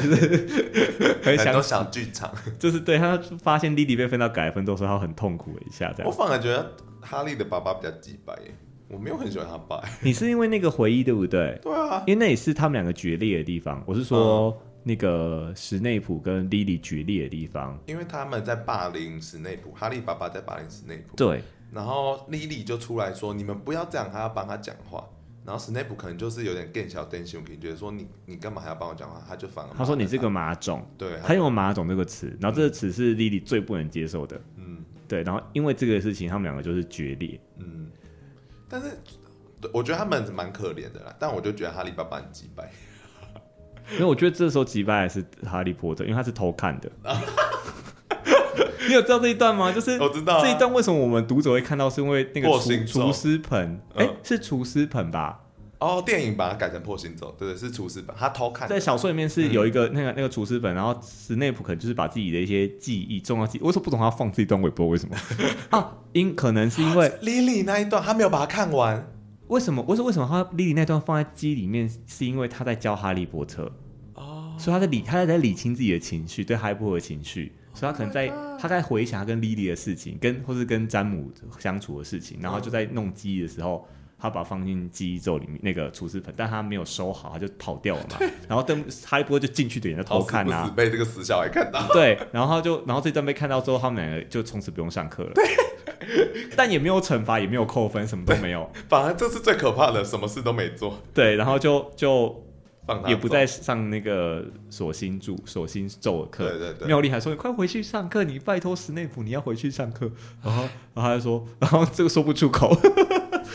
[SPEAKER 1] *laughs* 很
[SPEAKER 2] 很多
[SPEAKER 1] 想
[SPEAKER 2] 小剧场。
[SPEAKER 1] 就是对他发现莉莉被分到格莱芬多的时候，他很痛苦了一下这
[SPEAKER 2] *laughs* 我
[SPEAKER 1] 样。
[SPEAKER 2] 反而觉得哈利的爸爸比较鸡掰耶，我没有很喜欢他爸耶。 *laughs*
[SPEAKER 1] 你是因为那个回忆对不对？
[SPEAKER 2] 对啊，
[SPEAKER 1] 因为那也是他们两个决裂的地方。我是说，那个史内普跟莉莉决裂的地方。
[SPEAKER 2] 因为他们在霸凌史内普，哈利爸爸在霸凌史内普，
[SPEAKER 1] 对，
[SPEAKER 2] 然后莉莉就出来说：“你们不要这样，还要帮他讲话。”然后史内普可能就是有点更小担心，我可能觉得说你你干嘛还要帮我讲话？他就反而
[SPEAKER 1] 他说你这个马种，
[SPEAKER 2] 对，
[SPEAKER 1] 他用了马种这个词，然后这个词是莉莉最不能接受的。
[SPEAKER 2] 嗯
[SPEAKER 1] 对，然后因为这个事情，他们两个就是决裂。
[SPEAKER 2] 嗯，但是对我觉得他们蛮可怜的啦，但我就觉得哈利爸爸很鸡掰。
[SPEAKER 1] 因为我觉得这时候击败的是哈利波特，因为他是偷看的。 *laughs* 你有知道这一段吗？就是
[SPEAKER 2] 我知道啊
[SPEAKER 1] 这一段为什么我们读者会看到，是因为那个
[SPEAKER 2] 过
[SPEAKER 1] 厨
[SPEAKER 2] 心咒
[SPEAKER 1] 厨师盆，哎、
[SPEAKER 2] 嗯
[SPEAKER 1] 是厨师盆吧？
[SPEAKER 2] 哦，电影把它改成破行走，对对，是厨师版，他偷看的嗯
[SPEAKER 1] 在小说里面是有一个那个那个厨师本，然后史内普可能就是把自己的一些记忆、重要记忆，我说不懂他放这一段，我也不知道为什
[SPEAKER 2] *laughs*
[SPEAKER 1] 么啊，因可能是因为
[SPEAKER 2] Lily 那一段，他没有把它看完。
[SPEAKER 1] 为什么？我说为什么他莉莉那段放在记忆里面，是因为他在教哈利波特哦，所以他在理他在理清自己的情绪，对哈利波特的情绪，
[SPEAKER 2] 哦
[SPEAKER 1] 所以他可能在、
[SPEAKER 2] ，Oh
[SPEAKER 1] 他在回想他跟莉莉的事情，跟或是跟詹姆相处的事情，然后就在弄记忆的时候。他把它放进记忆咒里面那个厨师盆，但他没有收好，他就跑掉
[SPEAKER 2] *laughs*
[SPEAKER 1] 了嘛。然后邓哈利波特就进去点在偷看
[SPEAKER 2] 好
[SPEAKER 1] 啊
[SPEAKER 2] 死不死，被这个死小孩看到。
[SPEAKER 1] 对，然后就然后这段被看到之后，他们两个就从此不用上课
[SPEAKER 2] *laughs*
[SPEAKER 1] 了。对，但也没有惩罚，也没有扣分，什么都没有。
[SPEAKER 2] 反而这是最可怕的，什么事都没做，
[SPEAKER 1] 对，然后就就
[SPEAKER 2] 放他
[SPEAKER 1] 也不
[SPEAKER 2] 走
[SPEAKER 1] 再上那个锁心柱、锁心咒的课。
[SPEAKER 2] 对对对
[SPEAKER 1] 妙丽还说：“你快回去上课，你拜托史内普，你要回去上课。”然后，然后他就说， *laughs* 然后这个说不出口，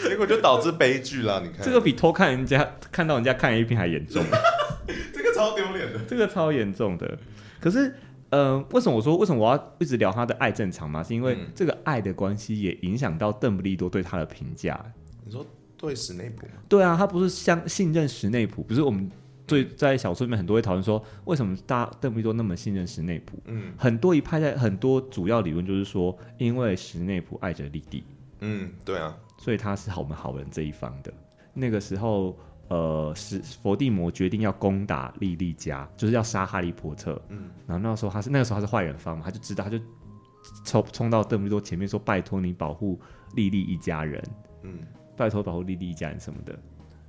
[SPEAKER 2] 结果就导致悲剧了。你看
[SPEAKER 1] 这个比偷看人家看到人家看 A 片还严重。
[SPEAKER 2] *laughs* 这个超丢脸的。
[SPEAKER 1] 这个超严重的。可是，嗯、为什么我说为什么我要一直聊他的爱正常嘛？是因为
[SPEAKER 2] 嗯
[SPEAKER 1] 这个爱的关系也影响到邓布利多对他的评价。
[SPEAKER 2] 你说对史内普吗？
[SPEAKER 1] 对啊，他不是相信任史内普，不是我们
[SPEAKER 2] 嗯
[SPEAKER 1] 对在小说里面很多会讨论说，为什么大邓布利多那么信任史内普？
[SPEAKER 2] 嗯
[SPEAKER 1] 很多一派在很多主要理论就是说，因为史内普爱着莉莉，
[SPEAKER 2] 嗯，对啊，
[SPEAKER 1] 所以他是好我们好人这一方的。那个时候，呃，是伏地魔决定要攻打莉莉家，就是要杀哈利波特。
[SPEAKER 2] 嗯
[SPEAKER 1] 然后那时候他是那个时候他是坏人方嘛，他就知道，他就冲冲到邓布利多前面说：“拜托你保护莉莉一家人，
[SPEAKER 2] 嗯，
[SPEAKER 1] 拜托保护莉莉一家人什么的。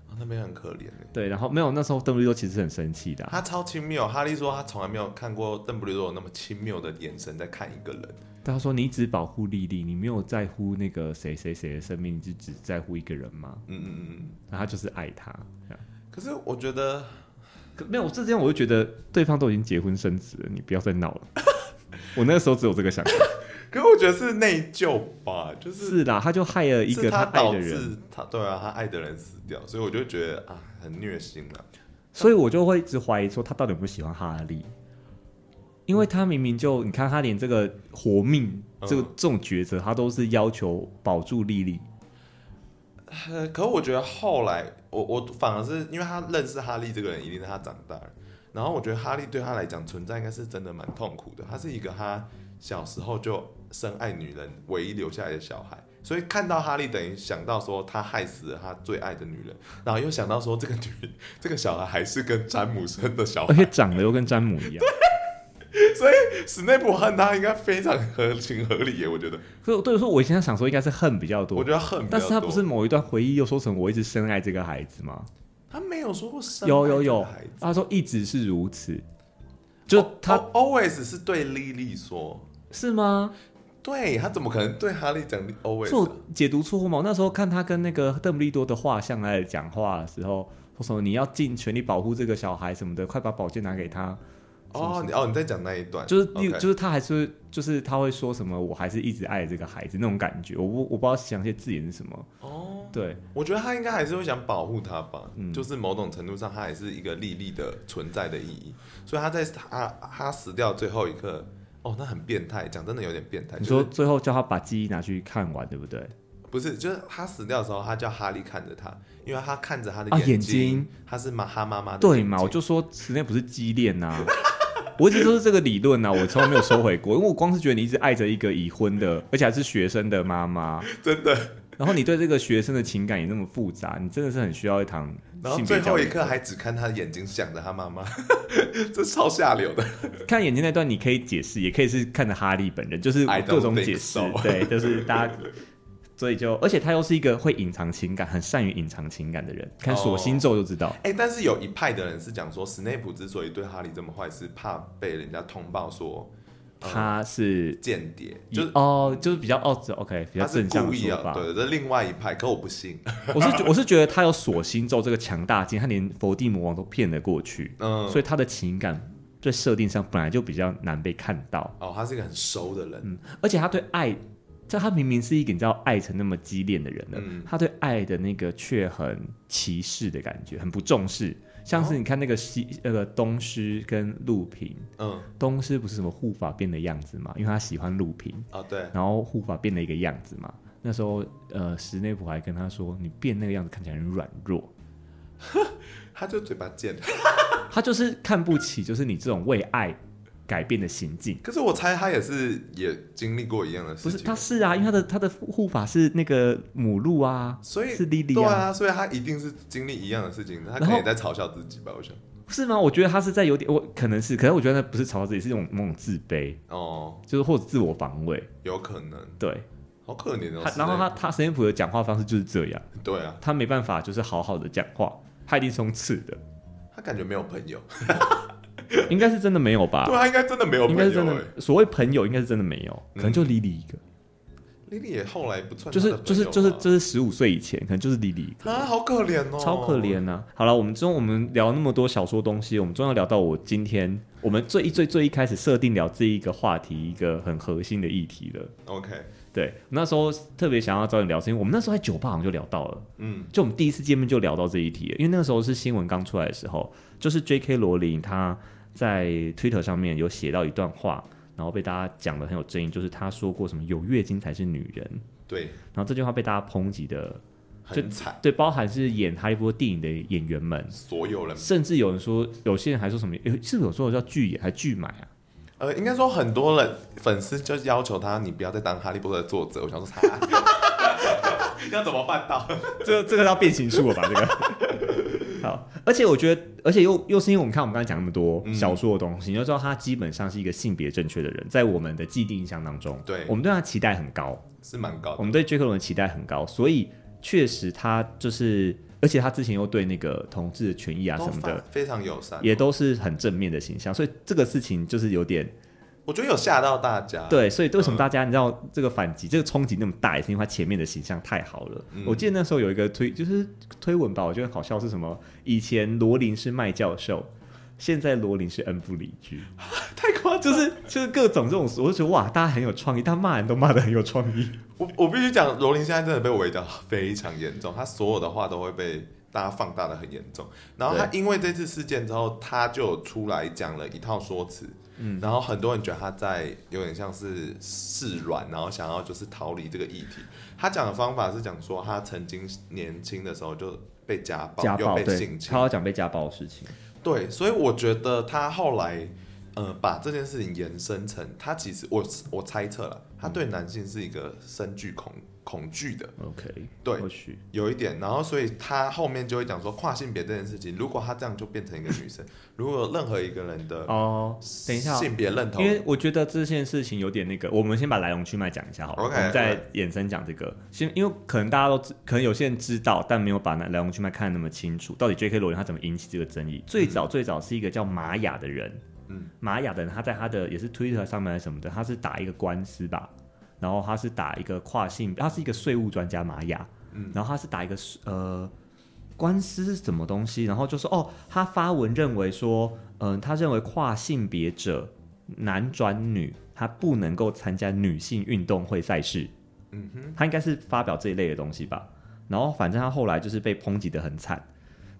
[SPEAKER 2] 啊那边很可怜欸”
[SPEAKER 1] 对，然后没有，那时候邓布利多其实很生气的啊、
[SPEAKER 2] 他超轻蔑，哈利说他从来没有看过邓布利多有那么轻蔑的眼神在看一个人。
[SPEAKER 1] 但他说：“你只保护莉莉，你没有在乎那个谁谁谁的生命，你就只在乎一个人吗
[SPEAKER 2] 嗯嗯嗯嗯。？”
[SPEAKER 1] 然后他就是爱他。这样
[SPEAKER 2] 可是我觉得，
[SPEAKER 1] 可没有，这间我就觉得对方都已经结婚生子了，你不要再闹了。 *laughs* 我那个时候只有这个想法。
[SPEAKER 2] 可是我觉得是内疚吧，就是
[SPEAKER 1] *laughs* 是啦，他就害了一
[SPEAKER 2] 是
[SPEAKER 1] 个
[SPEAKER 2] 他
[SPEAKER 1] 爱
[SPEAKER 2] 导
[SPEAKER 1] 的人，
[SPEAKER 2] 致他对啊，他爱的人死掉，所以我就觉得啊，很虐心了。
[SPEAKER 1] 所以我就会一直怀疑说他到底有没有喜欢哈利，因为他明明就你看他连这个活命
[SPEAKER 2] 嗯
[SPEAKER 1] 这个、这种抉择，他都是要求保住莉莉。
[SPEAKER 2] 呃，可我觉得后来，我我反而是因为他认识哈利这个人，一定是他长大了。然后我觉得哈利对他来讲存在应该是真的蛮痛苦的。他是一个他小时候就深爱女人唯一留下来的小孩，所以看到哈利等于想到说他害死了他最爱的女人，然后又想到说这个女这个小孩还是跟詹姆生的小
[SPEAKER 1] 而且
[SPEAKER 2] 孩，
[SPEAKER 1] *laughs* 长得又跟詹姆一样，
[SPEAKER 2] 所所以史内普恨他应该非常合情合理耶，我觉得，
[SPEAKER 1] 所以对，所以我现在想说应该是恨比较多，
[SPEAKER 2] 我觉得恨比较多。
[SPEAKER 1] 但是他不是某一段回忆又说成我一直深爱这个孩子吗？
[SPEAKER 2] 他没有说过生
[SPEAKER 1] 有
[SPEAKER 2] 爱
[SPEAKER 1] 有
[SPEAKER 2] 这
[SPEAKER 1] 有
[SPEAKER 2] 个孩子，
[SPEAKER 1] 他说一直是如此，就
[SPEAKER 2] 哦
[SPEAKER 1] 他、
[SPEAKER 2] 哦 always 是对莉莉说，
[SPEAKER 1] 是吗？
[SPEAKER 2] 对他怎么可能对哈利讲 always？
[SPEAKER 1] 是
[SPEAKER 2] 啊、
[SPEAKER 1] 我解读错误吗？我那时候看他跟那个邓布利多的画像来讲话的时候，说什么你要尽全力保护这个小孩什么的，快把宝剑拿给他。
[SPEAKER 2] 哦，你哦你在讲那一段，
[SPEAKER 1] 就是例
[SPEAKER 2] OK
[SPEAKER 1] 如就是他还是就是他会说什么，我还是一直爱这个孩子那种感觉。我不我不知道详细字眼是什么。
[SPEAKER 2] 哦，
[SPEAKER 1] 对，
[SPEAKER 2] 我觉得他应该还是会想保护他吧，
[SPEAKER 1] 嗯
[SPEAKER 2] 就是某种程度上，他也是一个莉莉的存在的意义，所以他在他他死掉最后一刻，哦，那很变态，讲真的有点变态。
[SPEAKER 1] 你
[SPEAKER 2] 就
[SPEAKER 1] 说
[SPEAKER 2] 是
[SPEAKER 1] 最后叫他把记忆拿去看完，对不对？
[SPEAKER 2] 不是，就是他死掉的时候，他叫哈利看着他，因为他看着他的
[SPEAKER 1] 啊
[SPEAKER 2] 睛，
[SPEAKER 1] 眼睛
[SPEAKER 2] 他是妈他妈妈的
[SPEAKER 1] 对
[SPEAKER 2] 眼
[SPEAKER 1] 嘛？
[SPEAKER 2] 睛
[SPEAKER 1] 我就说史内普是畸恋呐、 *laughs* 我一直都是这个理论呐、我从来没有收回过，因为我光是觉得你一直爱着一个已婚的，而且还是学生的妈妈，
[SPEAKER 2] 真的，
[SPEAKER 1] 然后你对这个学生的情感也那么复杂，你真的是很需要一堂
[SPEAKER 2] 然后
[SPEAKER 1] 性
[SPEAKER 2] 最
[SPEAKER 1] 别
[SPEAKER 2] 后
[SPEAKER 1] 教
[SPEAKER 2] 一
[SPEAKER 1] 育。
[SPEAKER 2] 刻还只看他的眼睛想着他妈 *laughs* 妈，这超下流的。
[SPEAKER 1] 看眼睛那段，你可以解释，也可以是看着哈利本人，就是
[SPEAKER 2] I don't
[SPEAKER 1] 各种解释
[SPEAKER 2] think so
[SPEAKER 1] 对，就是大家。所以就，而且他又是一个会隐藏情感、很善于隐藏情感的人，看
[SPEAKER 2] 哦
[SPEAKER 1] 锁心咒就知道。
[SPEAKER 2] 哎、但是有一派的人是讲说，斯内普之所以对哈利这么坏，是怕被人家通报说
[SPEAKER 1] 他是
[SPEAKER 2] 间谍，就是
[SPEAKER 1] 哦，就是比较哦这，OK，比较
[SPEAKER 2] 他是
[SPEAKER 1] 正向
[SPEAKER 2] 故
[SPEAKER 1] 的
[SPEAKER 2] 意
[SPEAKER 1] 说
[SPEAKER 2] 啊
[SPEAKER 1] 法。，
[SPEAKER 2] 对，这另外一派，可我不信。
[SPEAKER 1] *laughs* 我是觉我是觉得他有锁心咒这个强大劲，他连伏地魔王都骗得过去，
[SPEAKER 2] 嗯，
[SPEAKER 1] 所以他的情感在设定上本来就比较难被看到，
[SPEAKER 2] 哦，他是一个很熟的人，
[SPEAKER 1] 嗯，而且他对爱，这他明明是一个你知道爱成那么激烈的人了，
[SPEAKER 2] 嗯
[SPEAKER 1] 他对爱的那个却很歧视的感觉，很不重视，像
[SPEAKER 2] 哦
[SPEAKER 1] 是你看那个西那个东施跟陆平，
[SPEAKER 2] 嗯，
[SPEAKER 1] 东施不是什么护法变的样子嘛，因为他喜欢陆平，
[SPEAKER 2] 哦，对，
[SPEAKER 1] 然后护法变了一个样子嘛。那时候，呃，史内普还跟他说：“你变那个样子看起来很软弱。”
[SPEAKER 2] 他就嘴巴贱。
[SPEAKER 1] 他就是看不起，就是你这种为爱改变的行径。
[SPEAKER 2] 可是我猜他也是也经历过一样的
[SPEAKER 1] 不
[SPEAKER 2] 事
[SPEAKER 1] 是，
[SPEAKER 2] 情，
[SPEAKER 1] 他是啊，因为他的他的护法是那个母鹿啊，
[SPEAKER 2] 所以
[SPEAKER 1] 是莉莉
[SPEAKER 2] 对
[SPEAKER 1] 啊，
[SPEAKER 2] 啊，所以他一定是经历一样的事情，他
[SPEAKER 1] 然
[SPEAKER 2] 可能
[SPEAKER 1] 后
[SPEAKER 2] 也在嘲笑自己吧，我想。
[SPEAKER 1] 是吗？我觉得他是在有点，我可能是，可是我觉得那不是嘲笑自己，是一种某种自卑，
[SPEAKER 2] 哦，
[SPEAKER 1] 就是或者自我防卫。
[SPEAKER 2] 有可能，
[SPEAKER 1] 对，
[SPEAKER 2] 好可怜哦
[SPEAKER 1] 他。
[SPEAKER 2] 斯
[SPEAKER 1] 然后
[SPEAKER 2] 内
[SPEAKER 1] 他他神仙普的讲话方式就是这样，
[SPEAKER 2] 普对啊，
[SPEAKER 1] 他没办法就是好好的讲话，他一定是用刺
[SPEAKER 2] *laughs*
[SPEAKER 1] 的，
[SPEAKER 2] 他感觉没有朋友，
[SPEAKER 1] 应该是真的没有吧
[SPEAKER 2] 对？啊他应该真的没有
[SPEAKER 1] 应
[SPEAKER 2] 朋
[SPEAKER 1] 该是真
[SPEAKER 2] 友。哎
[SPEAKER 1] 的，所谓朋友应该是真的没有，可能就 Lily 一个，
[SPEAKER 2] 莉莉也后来不算
[SPEAKER 1] 就
[SPEAKER 2] 他
[SPEAKER 1] 是
[SPEAKER 2] 的朋友啊，
[SPEAKER 1] 就是就是就是十五岁以前，可能就是 Lily 一个。
[SPEAKER 2] 啊，好可怜哦，
[SPEAKER 1] 超可怜。呐、好了，我们中我们聊那么多小说东西，我们终于要聊到我今天我们最一最最一开始设定聊这一个话题一个很核心的议题了。
[SPEAKER 2] OK，
[SPEAKER 1] 对，那时候特别想要找你聊，是因为我们那时候在酒吧好像就聊到了，
[SPEAKER 2] 嗯
[SPEAKER 1] 就我们第一次见面就聊到这一题了，因为那个时候是新闻刚出来的时候，就是 J.K. 罗琳他在 Twitter 上面有写到一段话，然后被大家讲的很有争议，就是他说过什么有月经才是女人，
[SPEAKER 2] 对，
[SPEAKER 1] 然后这句话被大家抨击的，
[SPEAKER 2] 很惨，
[SPEAKER 1] 对，包含是演哈利波特电影的演员们。
[SPEAKER 2] 所有人，
[SPEAKER 1] 甚至有人说，有些人还说什么，有是不是有说叫拒演还拒买啊？
[SPEAKER 2] 呃，应该说很多人粉丝就要求他，你不要再当哈利波特的作者。我想说他 *laughs* 要怎么办到？
[SPEAKER 1] 这这个要变形术了吧？这个 *laughs* 好，而且我觉得，而且又又是因为我们看我们刚才讲那么多
[SPEAKER 2] 嗯
[SPEAKER 1] 小说的东西，你就知道他基本上是一个性别正确的人，在我们的既定印象当中，
[SPEAKER 2] 对
[SPEAKER 1] 我们对他期待很高，
[SPEAKER 2] 是蛮高
[SPEAKER 1] 我
[SPEAKER 2] 的，
[SPEAKER 1] 们对杰克伦的期待很高，所以确实他就是，而且他之前又对那个同志的权益啊
[SPEAKER 2] 都
[SPEAKER 1] 什么的
[SPEAKER 2] 非非常友善，
[SPEAKER 1] 也都是很正面的形象，所以这个事情就是有点
[SPEAKER 2] 我觉得有吓到大家。，
[SPEAKER 1] 对，所以为什
[SPEAKER 2] 嗯
[SPEAKER 1] 么大家你知道这个反击、这个冲击那么大，也是因为他前面的形象太好了。
[SPEAKER 2] 嗯
[SPEAKER 1] 我记得那时候有一个推，就是推文吧，我觉得很好笑是什么？以前罗琳是麦教授，现在罗琳是恩不理居，
[SPEAKER 2] *laughs* 太夸张
[SPEAKER 1] 就
[SPEAKER 2] 了。
[SPEAKER 1] 是就是各种这种，我就觉得哇，大家很有创意，他骂人都骂的很有创意。
[SPEAKER 2] 我我必须讲，罗琳现在真的被围剿非常严重，他所有的话都会被大家放大的很严重。然后他因为这次事件之后，他就有出来讲了一套说辞，嗯，然后很多人觉得他在有点像是示软，然后想要就是逃离这个议题。他讲的方法是讲说，他曾经年轻的时候就哦被家暴，
[SPEAKER 1] 家暴
[SPEAKER 2] 又被
[SPEAKER 1] 对
[SPEAKER 2] 性，侵
[SPEAKER 1] 他，要讲被家暴的事情，
[SPEAKER 2] 对，所以我觉得他后来。呃把这件事情延伸成，他其实我我猜测了，他对男性是一个深具恐恐惧的，
[SPEAKER 1] OK，
[SPEAKER 2] 对
[SPEAKER 1] 或许
[SPEAKER 2] 有一点，然后所以他后面就会讲说跨性别这件事情，如果他这样就变成一个女生，如果有任何一个人的
[SPEAKER 1] 哦，等一下哦、
[SPEAKER 2] 性别认同
[SPEAKER 1] 因，为我觉得这件事情有点那个，我们先把来龙去脉讲一下好了
[SPEAKER 2] OK，
[SPEAKER 1] 我们再
[SPEAKER 2] OK
[SPEAKER 1] 衍生讲这个。先，因为可能大家都知，可能有些人知道，但没有把那来龙去脉看得那么清楚。到底 J.K. 罗琳他怎么引起这个争议？最早最早是一个叫玛雅的人，
[SPEAKER 2] 嗯，
[SPEAKER 1] 玛雅的人他在他的也是 Twitter 上面还是什么的，他是打一个官司吧，然后他是打一个跨性，他是一个税务专家玛雅，
[SPEAKER 2] 嗯
[SPEAKER 1] 然后他是打一个呃官司是什么东西，然后就说哦，他发文认为说，嗯、他认为跨性别者男转女，他不能够参加女性运动会赛事，
[SPEAKER 2] 嗯哼，
[SPEAKER 1] 他应该是发表这一类的东西吧。然后反正他后来就是被抨击的很惨，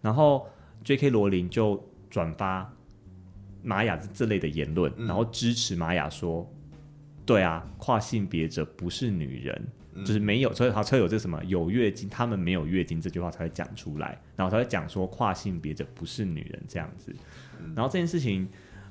[SPEAKER 1] 然后 J.K. 罗琳就转发玛雅这类的言论，
[SPEAKER 2] 嗯
[SPEAKER 1] 然后支持玛雅说，对啊，跨性别者不是女人，
[SPEAKER 2] 嗯
[SPEAKER 1] 就是没有，所以他才有这什么有月经，他们没有月经这句话才会讲出来，然后才会讲说跨性别者不是女人这样子。
[SPEAKER 2] 嗯
[SPEAKER 1] 然后这件事情，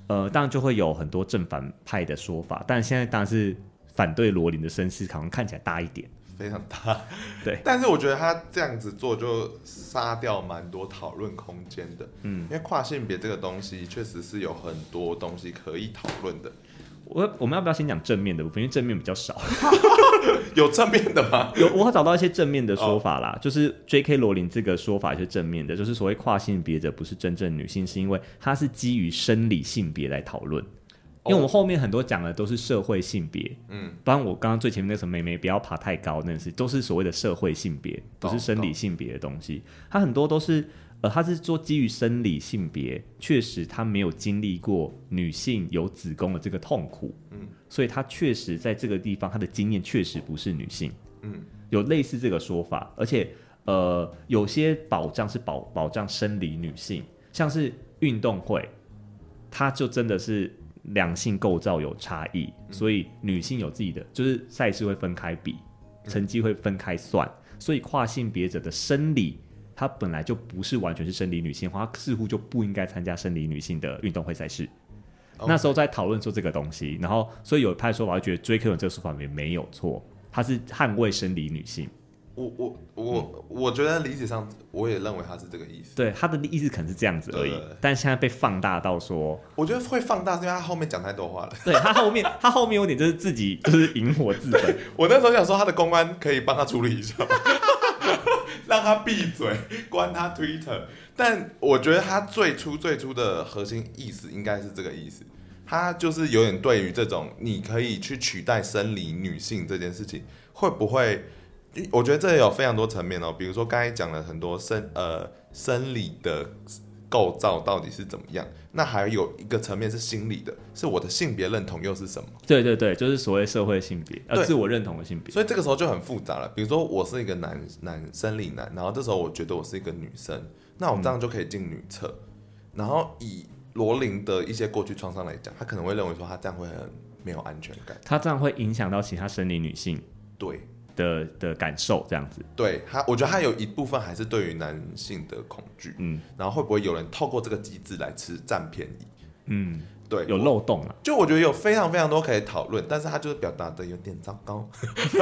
[SPEAKER 1] 呃，当然就会有很多正反派的说法，但现在当然是反对罗琳的声势好像看起来大一点。
[SPEAKER 2] 非常大。
[SPEAKER 1] *laughs* 对
[SPEAKER 2] 但是我觉得他这样子做就杀掉蛮多讨论空间的，嗯，因为跨性别这个东西确实是有很多东西可以讨论的，
[SPEAKER 1] 我我们要不要先讲正面的部分？因为正面比较少，
[SPEAKER 2] 有正面的吗？
[SPEAKER 1] *laughs* 有我找到一些正面的说法啦，
[SPEAKER 2] 哦
[SPEAKER 1] 就是 J.K. 罗琳这个说法是正面的，就是所谓跨性别者不是真正女性，是因为它是基于生理性别来讨论。因为我们后面很多讲的都是社会性别，
[SPEAKER 2] 哦嗯，
[SPEAKER 1] 不然我刚刚最前面那个什么妹妹不要爬太高，那是都是所谓的社会性别，不
[SPEAKER 2] 懂
[SPEAKER 1] 是生理性别的东西。它很多都是呃，它是做基于生理性别，确实她没有经历过女性有子宫的这个痛苦，
[SPEAKER 2] 嗯
[SPEAKER 1] 嗯，所以她确实在这个地方她的经验确实不是女性，
[SPEAKER 2] 嗯
[SPEAKER 1] 嗯，有类似这个说法，而且呃，有些保障是保保障生理女性，像是运动会，它就真的是两性构造有差异，所以女性有自己的，就是赛事会分开比，成绩会分开算，所以跨性别者的生理，她本来就不是完全是生理女性的话，她似乎就不应该参加生理女性的运动会赛事。
[SPEAKER 2] OK
[SPEAKER 1] 那时候在讨论说这个东西，然后所以有一派说法就觉得追 Q 这个说法也没有错，他是捍卫生理女性，
[SPEAKER 2] 我我我我觉得理解上，我也认为他是这个意思。
[SPEAKER 1] 对他的意思可能是这样子而已
[SPEAKER 2] 对对对，
[SPEAKER 1] 但现在被放大到说，
[SPEAKER 2] 我觉得会放大，是因为他后面讲太多话了。
[SPEAKER 1] 对他后面他后面有点就是自己就是引火自焚，
[SPEAKER 2] 我那时候想说，他的公关可以帮他处理一下 *laughs* 吗，让他闭嘴，关他 Twitter。但我觉得他最初最初的核心意思应该是这个意思，他就是有点对于这种你可以去取代生理女性这件事情，会不会？我觉得这有非常多层面哦，比如说刚才讲了很多生呃生理的构造到底是怎么样，那还有一个层面是心理的，是我的性别认同又是什么？
[SPEAKER 1] 对对对，就是所谓社会性别，呃，
[SPEAKER 2] 对
[SPEAKER 1] 自我认同的性别，
[SPEAKER 2] 所以这个时候就很复杂了。比如说我是一个男男生理男，然后这时候我觉得我是一个女生，那我这样就可以进女厕。然后以罗琳的一些过去创伤来讲，他可能会认为说他这样会很没有安全感。
[SPEAKER 1] 他这样会影响到其他生理女性
[SPEAKER 2] 对，
[SPEAKER 1] 的的感受，这样子，
[SPEAKER 2] 对他，我觉得他有一部分还是对于男性的恐惧。
[SPEAKER 1] 嗯
[SPEAKER 2] 然后会不会有人透过这个机制来吃占便宜？
[SPEAKER 1] 嗯，
[SPEAKER 2] 对，
[SPEAKER 1] 有漏洞啊，
[SPEAKER 2] 就我觉得有非常非常多可以讨论，但是他就是表达的有点糟糕， *laughs*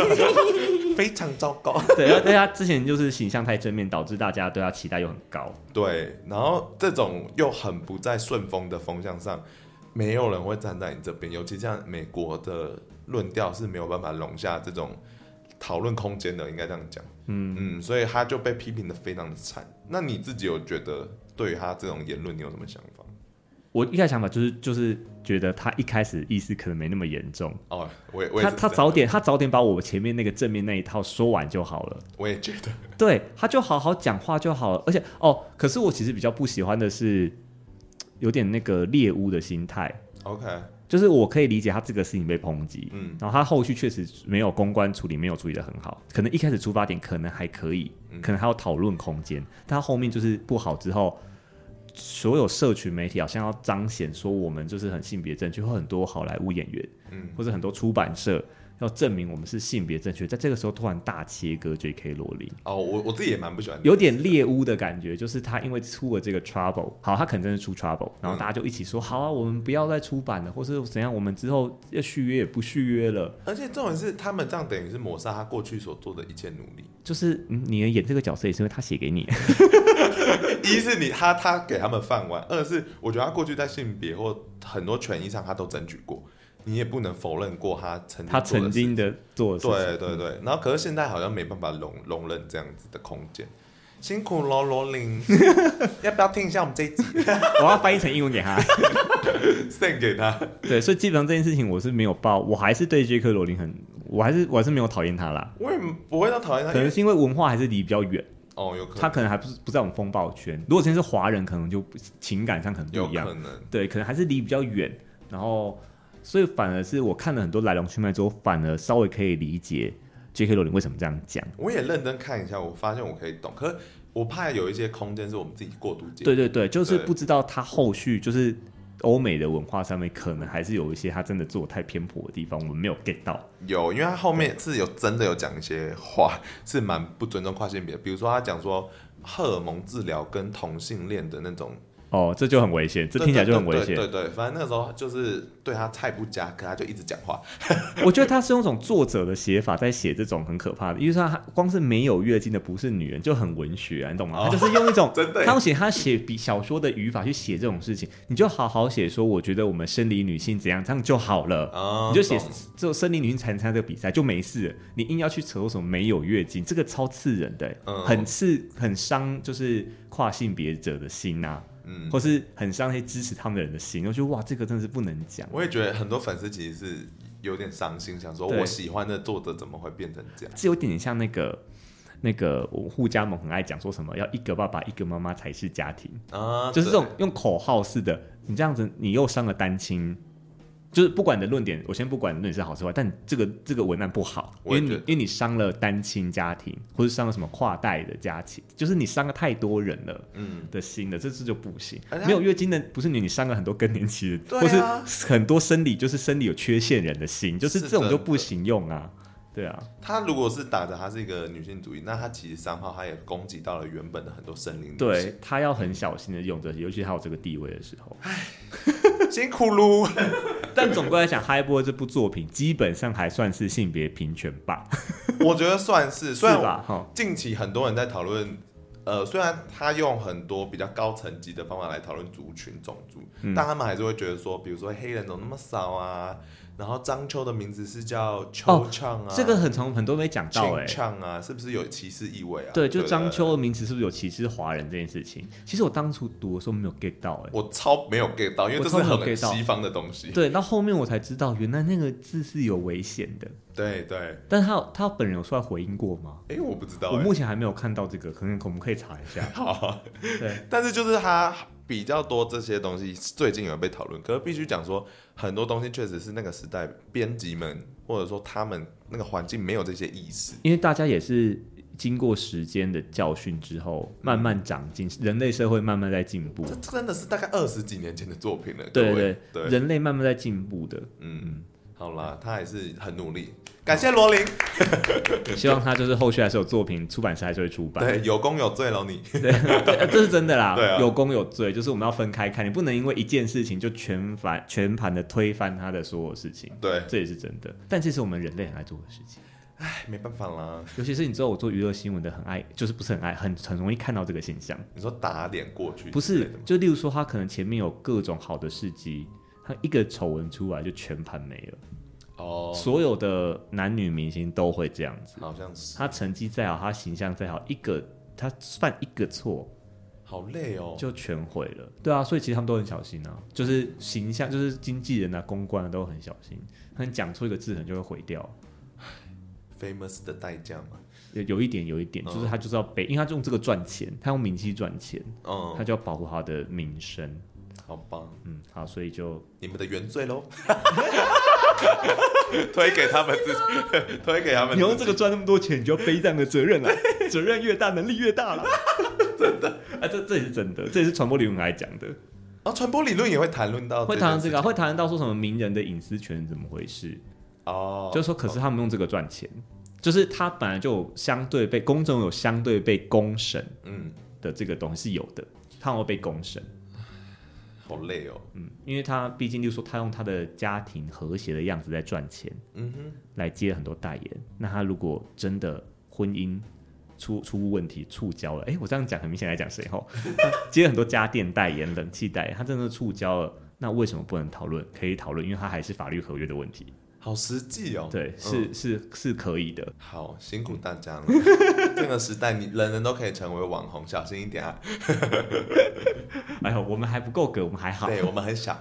[SPEAKER 2] 非常糟糕。
[SPEAKER 1] 对，而且他之前就是形象太正面，导致大家对他期待又很高，
[SPEAKER 2] 对，然后这种又很不在顺风的风向上，没有人会站在你这边，尤其像美国的论调是没有办法容下这种讨论空间的，应该这样讲。嗯嗯，所以他就被批评的非常的惨。那你自己有觉得对于他这种言论，你有什么想法？
[SPEAKER 1] 我一开始想法就是就是觉得他一开始意思可能没那么严重，
[SPEAKER 2] 哦，我也我也
[SPEAKER 1] 他
[SPEAKER 2] 是
[SPEAKER 1] 他
[SPEAKER 2] 这样
[SPEAKER 1] 早，点他早点把我前面那个正面那一套说完就好了，
[SPEAKER 2] 我也觉得， *laughs*
[SPEAKER 1] 对，他就好好讲话就好了。而且哦，可是我其实比较不喜欢的是有点那个猎巫的心态，
[SPEAKER 2] OK，
[SPEAKER 1] 就是我可以理解他这个事情被抨击，
[SPEAKER 2] 嗯
[SPEAKER 1] 然后他后续确实没有公关处理，没有处理的很好，可能一开始出发点可能还可以，可能还有讨论空间，但他后面就是不好之后，所有社群媒体好像要彰显说我们就是很性别正确，或很多好莱坞演员，
[SPEAKER 2] 嗯
[SPEAKER 1] 或者很多出版社，要证明我们是性别正确，在这个时候突然大切割 J.K. 罗琳，
[SPEAKER 2] 哦，我我自己也蛮不喜欢的，
[SPEAKER 1] 有点猎巫的感觉，就是他因为出了这个 trouble，好，他可能真的出 trouble，然
[SPEAKER 2] 嗯
[SPEAKER 1] 后大家就一起说，好啊，我们不要再出版了，或是怎样，我们之后要续约也不续约了。
[SPEAKER 2] 而且重点是，他们这样等于是抹杀他过去所做的一切努力。
[SPEAKER 1] 就是、嗯、你演这个角色也是因为他写给你，
[SPEAKER 2] 嗯一是你他他给他们饭碗，二是我觉得他过去在性别或很多权益上他都争取过，你也不能否认过他曾经
[SPEAKER 1] 他曾经
[SPEAKER 2] 的
[SPEAKER 1] 的做的事
[SPEAKER 2] 事对
[SPEAKER 1] 情。
[SPEAKER 2] 对对。然后可是现在好像没办法容容忍这样子的空间，辛苦喽罗琳， *laughs* 要不要听一下我们这一集
[SPEAKER 1] 我要翻译成英文给他。 *laughs*
[SPEAKER 2] 送给他？
[SPEAKER 1] 对，所以基本上这件事情我是没有报，我还是对 J.K. 罗琳很，我还是我还是没有讨厌他啦。
[SPEAKER 2] 我也不会到讨厌他，
[SPEAKER 1] 可
[SPEAKER 2] 因
[SPEAKER 1] 能
[SPEAKER 2] 为
[SPEAKER 1] 是因为文化还是离比较远，
[SPEAKER 2] 哦有可
[SPEAKER 1] 他
[SPEAKER 2] 能
[SPEAKER 1] 可能还不是不在我们风暴圈。如果真是华人，可能就不情感上可能
[SPEAKER 2] 有
[SPEAKER 1] 不一样
[SPEAKER 2] 可。能，
[SPEAKER 1] 对，可能还是离比较远，然后所以反而是我看了很多来龙去脉之后，反而稍微可以理解 J.K. 罗琳为什么这样讲。
[SPEAKER 2] 我也认真看一下，我发现我可以懂，可是我怕有一些空间是我们自己过度解读
[SPEAKER 1] 对对对，就是
[SPEAKER 2] 对
[SPEAKER 1] 不知道他后续就是欧美的文化上面，可能还是有一些他真的做得太偏颇的地方，我们没有 get 到。
[SPEAKER 2] 有，因为他后面是有真的有讲一些话，是蛮不尊重跨性别，比如说他讲说荷尔蒙治疗跟同性恋的那种，
[SPEAKER 1] 哦，这就很危险，这听起来就很危
[SPEAKER 2] 对
[SPEAKER 1] 险。
[SPEAKER 2] 对对对对反正那个时候就是对他菜不佳，可他就一直讲话，
[SPEAKER 1] *laughs* 我觉得他是用一种作者的写法在写这种很可怕的，因为说他光是没有月经的不是女人就很文学啊，你懂吗？
[SPEAKER 2] 哦
[SPEAKER 1] 他就是用一种
[SPEAKER 2] *laughs* 真的耶
[SPEAKER 1] 他用写他写比小说的语法去写这种事情，你就好好写说，我觉得我们生理女性怎样，这样就好了。
[SPEAKER 2] 哦
[SPEAKER 1] 你就写
[SPEAKER 2] 懂
[SPEAKER 1] 只有生理女性才能参加这个比赛就没事了，你硬要去扯什么没有月经，这个超刺人的耶、
[SPEAKER 2] 嗯
[SPEAKER 1] 很刺很伤，就是跨性别者的心呐、
[SPEAKER 2] 嗯
[SPEAKER 1] 或是很伤那些支持他们的人的心。我觉得哇，这个真的是不能讲。
[SPEAKER 2] 我也觉得很多粉丝其实是有点伤心，想说
[SPEAKER 1] 对
[SPEAKER 2] 我喜欢的作者怎么会变成这样？
[SPEAKER 1] 这有点像那个那个我互加盟很爱讲说什么要一个爸爸一个妈妈才是家庭，
[SPEAKER 2] 啊，
[SPEAKER 1] *laughs* 就是这
[SPEAKER 2] 对
[SPEAKER 1] 种用口号式的，你这样子你又伤了单亲。就是不管你的论点，我先不管论点是好是坏，但这个这个文案不好，因
[SPEAKER 2] 我
[SPEAKER 1] 为
[SPEAKER 2] 也
[SPEAKER 1] 你
[SPEAKER 2] 觉得
[SPEAKER 1] 因为你伤了单亲家庭，或者伤了什么跨代的家庭，就是你伤了太多人了
[SPEAKER 2] 嗯，
[SPEAKER 1] 的心了，这次就不行
[SPEAKER 2] 而且。他
[SPEAKER 1] 没有月经的不是你，你伤了很多更年期人，
[SPEAKER 2] 哎对啊
[SPEAKER 1] 或是很多生理就是生理有缺陷人的心，就是
[SPEAKER 2] 是
[SPEAKER 1] 这种就
[SPEAKER 2] 真的
[SPEAKER 1] 不行用啊，对啊。
[SPEAKER 2] 他如果是打着他是一个女性主义，那他其实伤害他也攻击到了原本的很多生灵。
[SPEAKER 1] 对，他要很小心的用这些，尤其他有这个地位的时候。
[SPEAKER 2] *laughs* 辛苦噜。
[SPEAKER 1] 但总归来讲，《嗨波》这部作品基本上还算是性别平权吧，
[SPEAKER 2] 我觉得算是，
[SPEAKER 1] 是
[SPEAKER 2] 虽然我
[SPEAKER 1] 吧？哈，
[SPEAKER 2] 近期很多人在讨论，呃，虽然他用很多比较高层级的方法来讨论族群、种族，
[SPEAKER 1] 嗯
[SPEAKER 2] 但他们还是会觉得说，比如说黑人怎么那么少啊，然后张秋的名字是叫秋唱啊，
[SPEAKER 1] 哦这个很从很多没讲到哎、
[SPEAKER 2] 清唱啊，是不是有歧视意味啊？
[SPEAKER 1] 对，就张，秋的名词是不是有歧视华人这件事情？其实我当初读的时候没有 get 到哎、
[SPEAKER 2] 我超没有 get 到，因为
[SPEAKER 1] 我
[SPEAKER 2] 这
[SPEAKER 1] 超
[SPEAKER 2] 是
[SPEAKER 1] 没有
[SPEAKER 2] 很
[SPEAKER 1] get 到
[SPEAKER 2] 西方的东西。
[SPEAKER 1] 对，到后面我才知道，原来那个字是有危险的。
[SPEAKER 2] 对对，
[SPEAKER 1] 但是他有他本人有出来回应过吗？
[SPEAKER 2] 哎，我不知道
[SPEAKER 1] 我
[SPEAKER 2] 欸，。
[SPEAKER 1] 目前还没有看到这个，可能我们可以查一下
[SPEAKER 2] 好。
[SPEAKER 1] 对，
[SPEAKER 2] *laughs* 但是就是他比较多这些东西，最近有被讨论。可是必须讲说，很多东西确实是那个时代编辑们或者说他们那个环境没有这些意识。
[SPEAKER 1] 因为大家也是经过时间的教训之后，慢慢长进，人类社会慢慢在进步。
[SPEAKER 2] 这真的是大概二十几年前的作品了，
[SPEAKER 1] 对
[SPEAKER 2] 各位
[SPEAKER 1] 对
[SPEAKER 2] 对，
[SPEAKER 1] 人类慢慢在进步的，
[SPEAKER 2] 嗯，好啦，他还是很努力，感谢罗琳，
[SPEAKER 1] 希望他就是后续还是有作品，出版社还是会出版。
[SPEAKER 2] 对，有功有罪喽
[SPEAKER 1] *laughs*
[SPEAKER 2] 你，
[SPEAKER 1] 对，呃 *laughs* 这是真的啦。
[SPEAKER 2] 对啊
[SPEAKER 1] 有功有罪，就是我们要分开看，你不能因为一件事情就全反全盘的推翻他的所有事情，
[SPEAKER 2] 对，
[SPEAKER 1] 这也是真的。但这是我们人类很爱做的事情，
[SPEAKER 2] 哎，没办法啦，
[SPEAKER 1] 尤其是你知道我做娱乐新闻的，很爱，就是不是很爱，很很容易看到这个现象。
[SPEAKER 2] 你说打脸过去
[SPEAKER 1] 不
[SPEAKER 2] 之类
[SPEAKER 1] 是
[SPEAKER 2] 的吗，
[SPEAKER 1] 就例如说他可能前面有各种好的事迹，他一个丑闻出来就全盘没了，
[SPEAKER 2] 哦，
[SPEAKER 1] 所有的男女明星都会这样子。
[SPEAKER 2] 好像是，
[SPEAKER 1] 他成绩再好，他形象再好，一个他犯一个错
[SPEAKER 2] 好累哦，
[SPEAKER 1] 就全毁了。对啊，所以其实他们都很小心啊，就是形象，就是经纪人啊、公关啊都很小心，可能讲错一个字可能就会毁掉。
[SPEAKER 2] famous 的代价嘛，
[SPEAKER 1] 有有一点，有一点，哦就是他就是要背，因为他用这个赚钱，他用名气赚钱，他
[SPEAKER 2] 嗯，
[SPEAKER 1] 就要保护他的名声。
[SPEAKER 2] 好棒。
[SPEAKER 1] 嗯，好，所以就
[SPEAKER 2] 你们的原罪喽， *laughs* 推给他们自己， *laughs* 推给他们自己。
[SPEAKER 1] 个赚那么多钱，你就要背这样的责任啊，责任越大，能力越大了。 *laughs* 真的啊，这这也是真的，这也是传播理论来讲的。
[SPEAKER 2] 哦，传播理论也会谈论到，
[SPEAKER 1] 会谈到这个啊、会谈到说什么名人的隐私权是怎么回事，
[SPEAKER 2] 哦，
[SPEAKER 1] 就是说，可是他们用这个赚钱，就是他本来就有相对被公众有相对被公审
[SPEAKER 2] 嗯，
[SPEAKER 1] 的这个东西是有的，他会被公审，
[SPEAKER 2] 好累哦，
[SPEAKER 1] 嗯，因为他毕竟就是说他用他的家庭和谐的样子在赚钱，
[SPEAKER 2] 嗯哼，
[SPEAKER 1] 来接很多代言，那他如果真的婚姻出出问题触礁了，诶，我这样讲很明显来讲谁吼， *laughs* 他接很多家电代言、冷气代言，他真的触礁了，那为什么不能讨论？可以讨论，因为他还是法律合约的问题，
[SPEAKER 2] 好实际哦，
[SPEAKER 1] 对，
[SPEAKER 2] 嗯
[SPEAKER 1] 是、是是可以的。
[SPEAKER 2] 好辛苦大家了。 *laughs* 这个时代，你人人都可以成为网红，小心一点啊！
[SPEAKER 1] 哎呦，我们还不够格，我们还好，
[SPEAKER 2] 对我们很傻，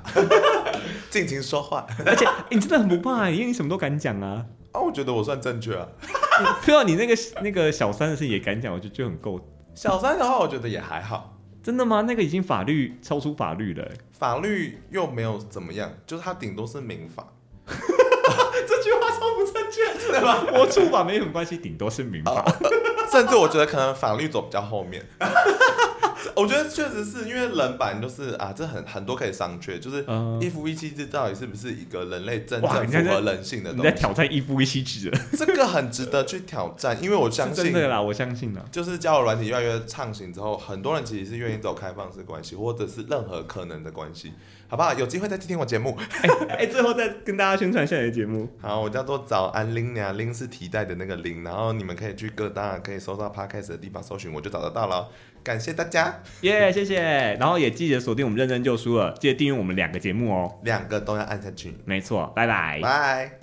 [SPEAKER 2] *laughs* 尽情说话。
[SPEAKER 1] 而且、诶你真的很不怕、因为你什么都敢讲啊。 *laughs*
[SPEAKER 2] 啊，我觉得我算正确啊。
[SPEAKER 1] 不知道你那个那个小三的事情也敢讲，我就就很够。
[SPEAKER 2] 小三的话，我觉得也还好，
[SPEAKER 1] 真的吗？那个已经法律超出法律
[SPEAKER 2] *laughs*
[SPEAKER 1] 了、
[SPEAKER 2] 法律又没有怎么样，就是他顶多是民法。
[SPEAKER 1] *laughs* 这句话超不正确，真的吗？我处罚没什么关系，顶多是民法。
[SPEAKER 2] 甚至我觉得可能法律走比较后面。 *laughs* 我觉得确实是因为人版就是啊，这很很多可以商榷，就是
[SPEAKER 1] 嗯
[SPEAKER 2] 一夫一妻制到底是不是一个人类真正
[SPEAKER 1] 哇你在
[SPEAKER 2] 符合人性的
[SPEAKER 1] 你
[SPEAKER 2] 东
[SPEAKER 1] 在
[SPEAKER 2] 西？
[SPEAKER 1] 挑战一夫一妻制了，
[SPEAKER 2] 这个很值得去挑战，因为我相
[SPEAKER 1] 哦是真
[SPEAKER 2] 信
[SPEAKER 1] 的啦，我相信
[SPEAKER 2] *laughs*
[SPEAKER 1] 啦。
[SPEAKER 2] 就是交友软体越来越畅行之后，很多人其实是愿意走开放式关系，或者是任何可能的关系，好不好？有机会再听我节目。
[SPEAKER 1] 哎、最后再跟大家宣传一下你的节目。
[SPEAKER 2] 好，我叫做早安林呀，林是提带的那个林，然后你们可以去各大可以搜到 podcast 的地方搜寻，我就找得到了。感谢大家，
[SPEAKER 1] 耶、谢谢。然后也记得锁定我们认真就输了，记得订阅我们两个节目哦。
[SPEAKER 2] 两个都要按下去，
[SPEAKER 1] 没错，拜拜。
[SPEAKER 2] 拜。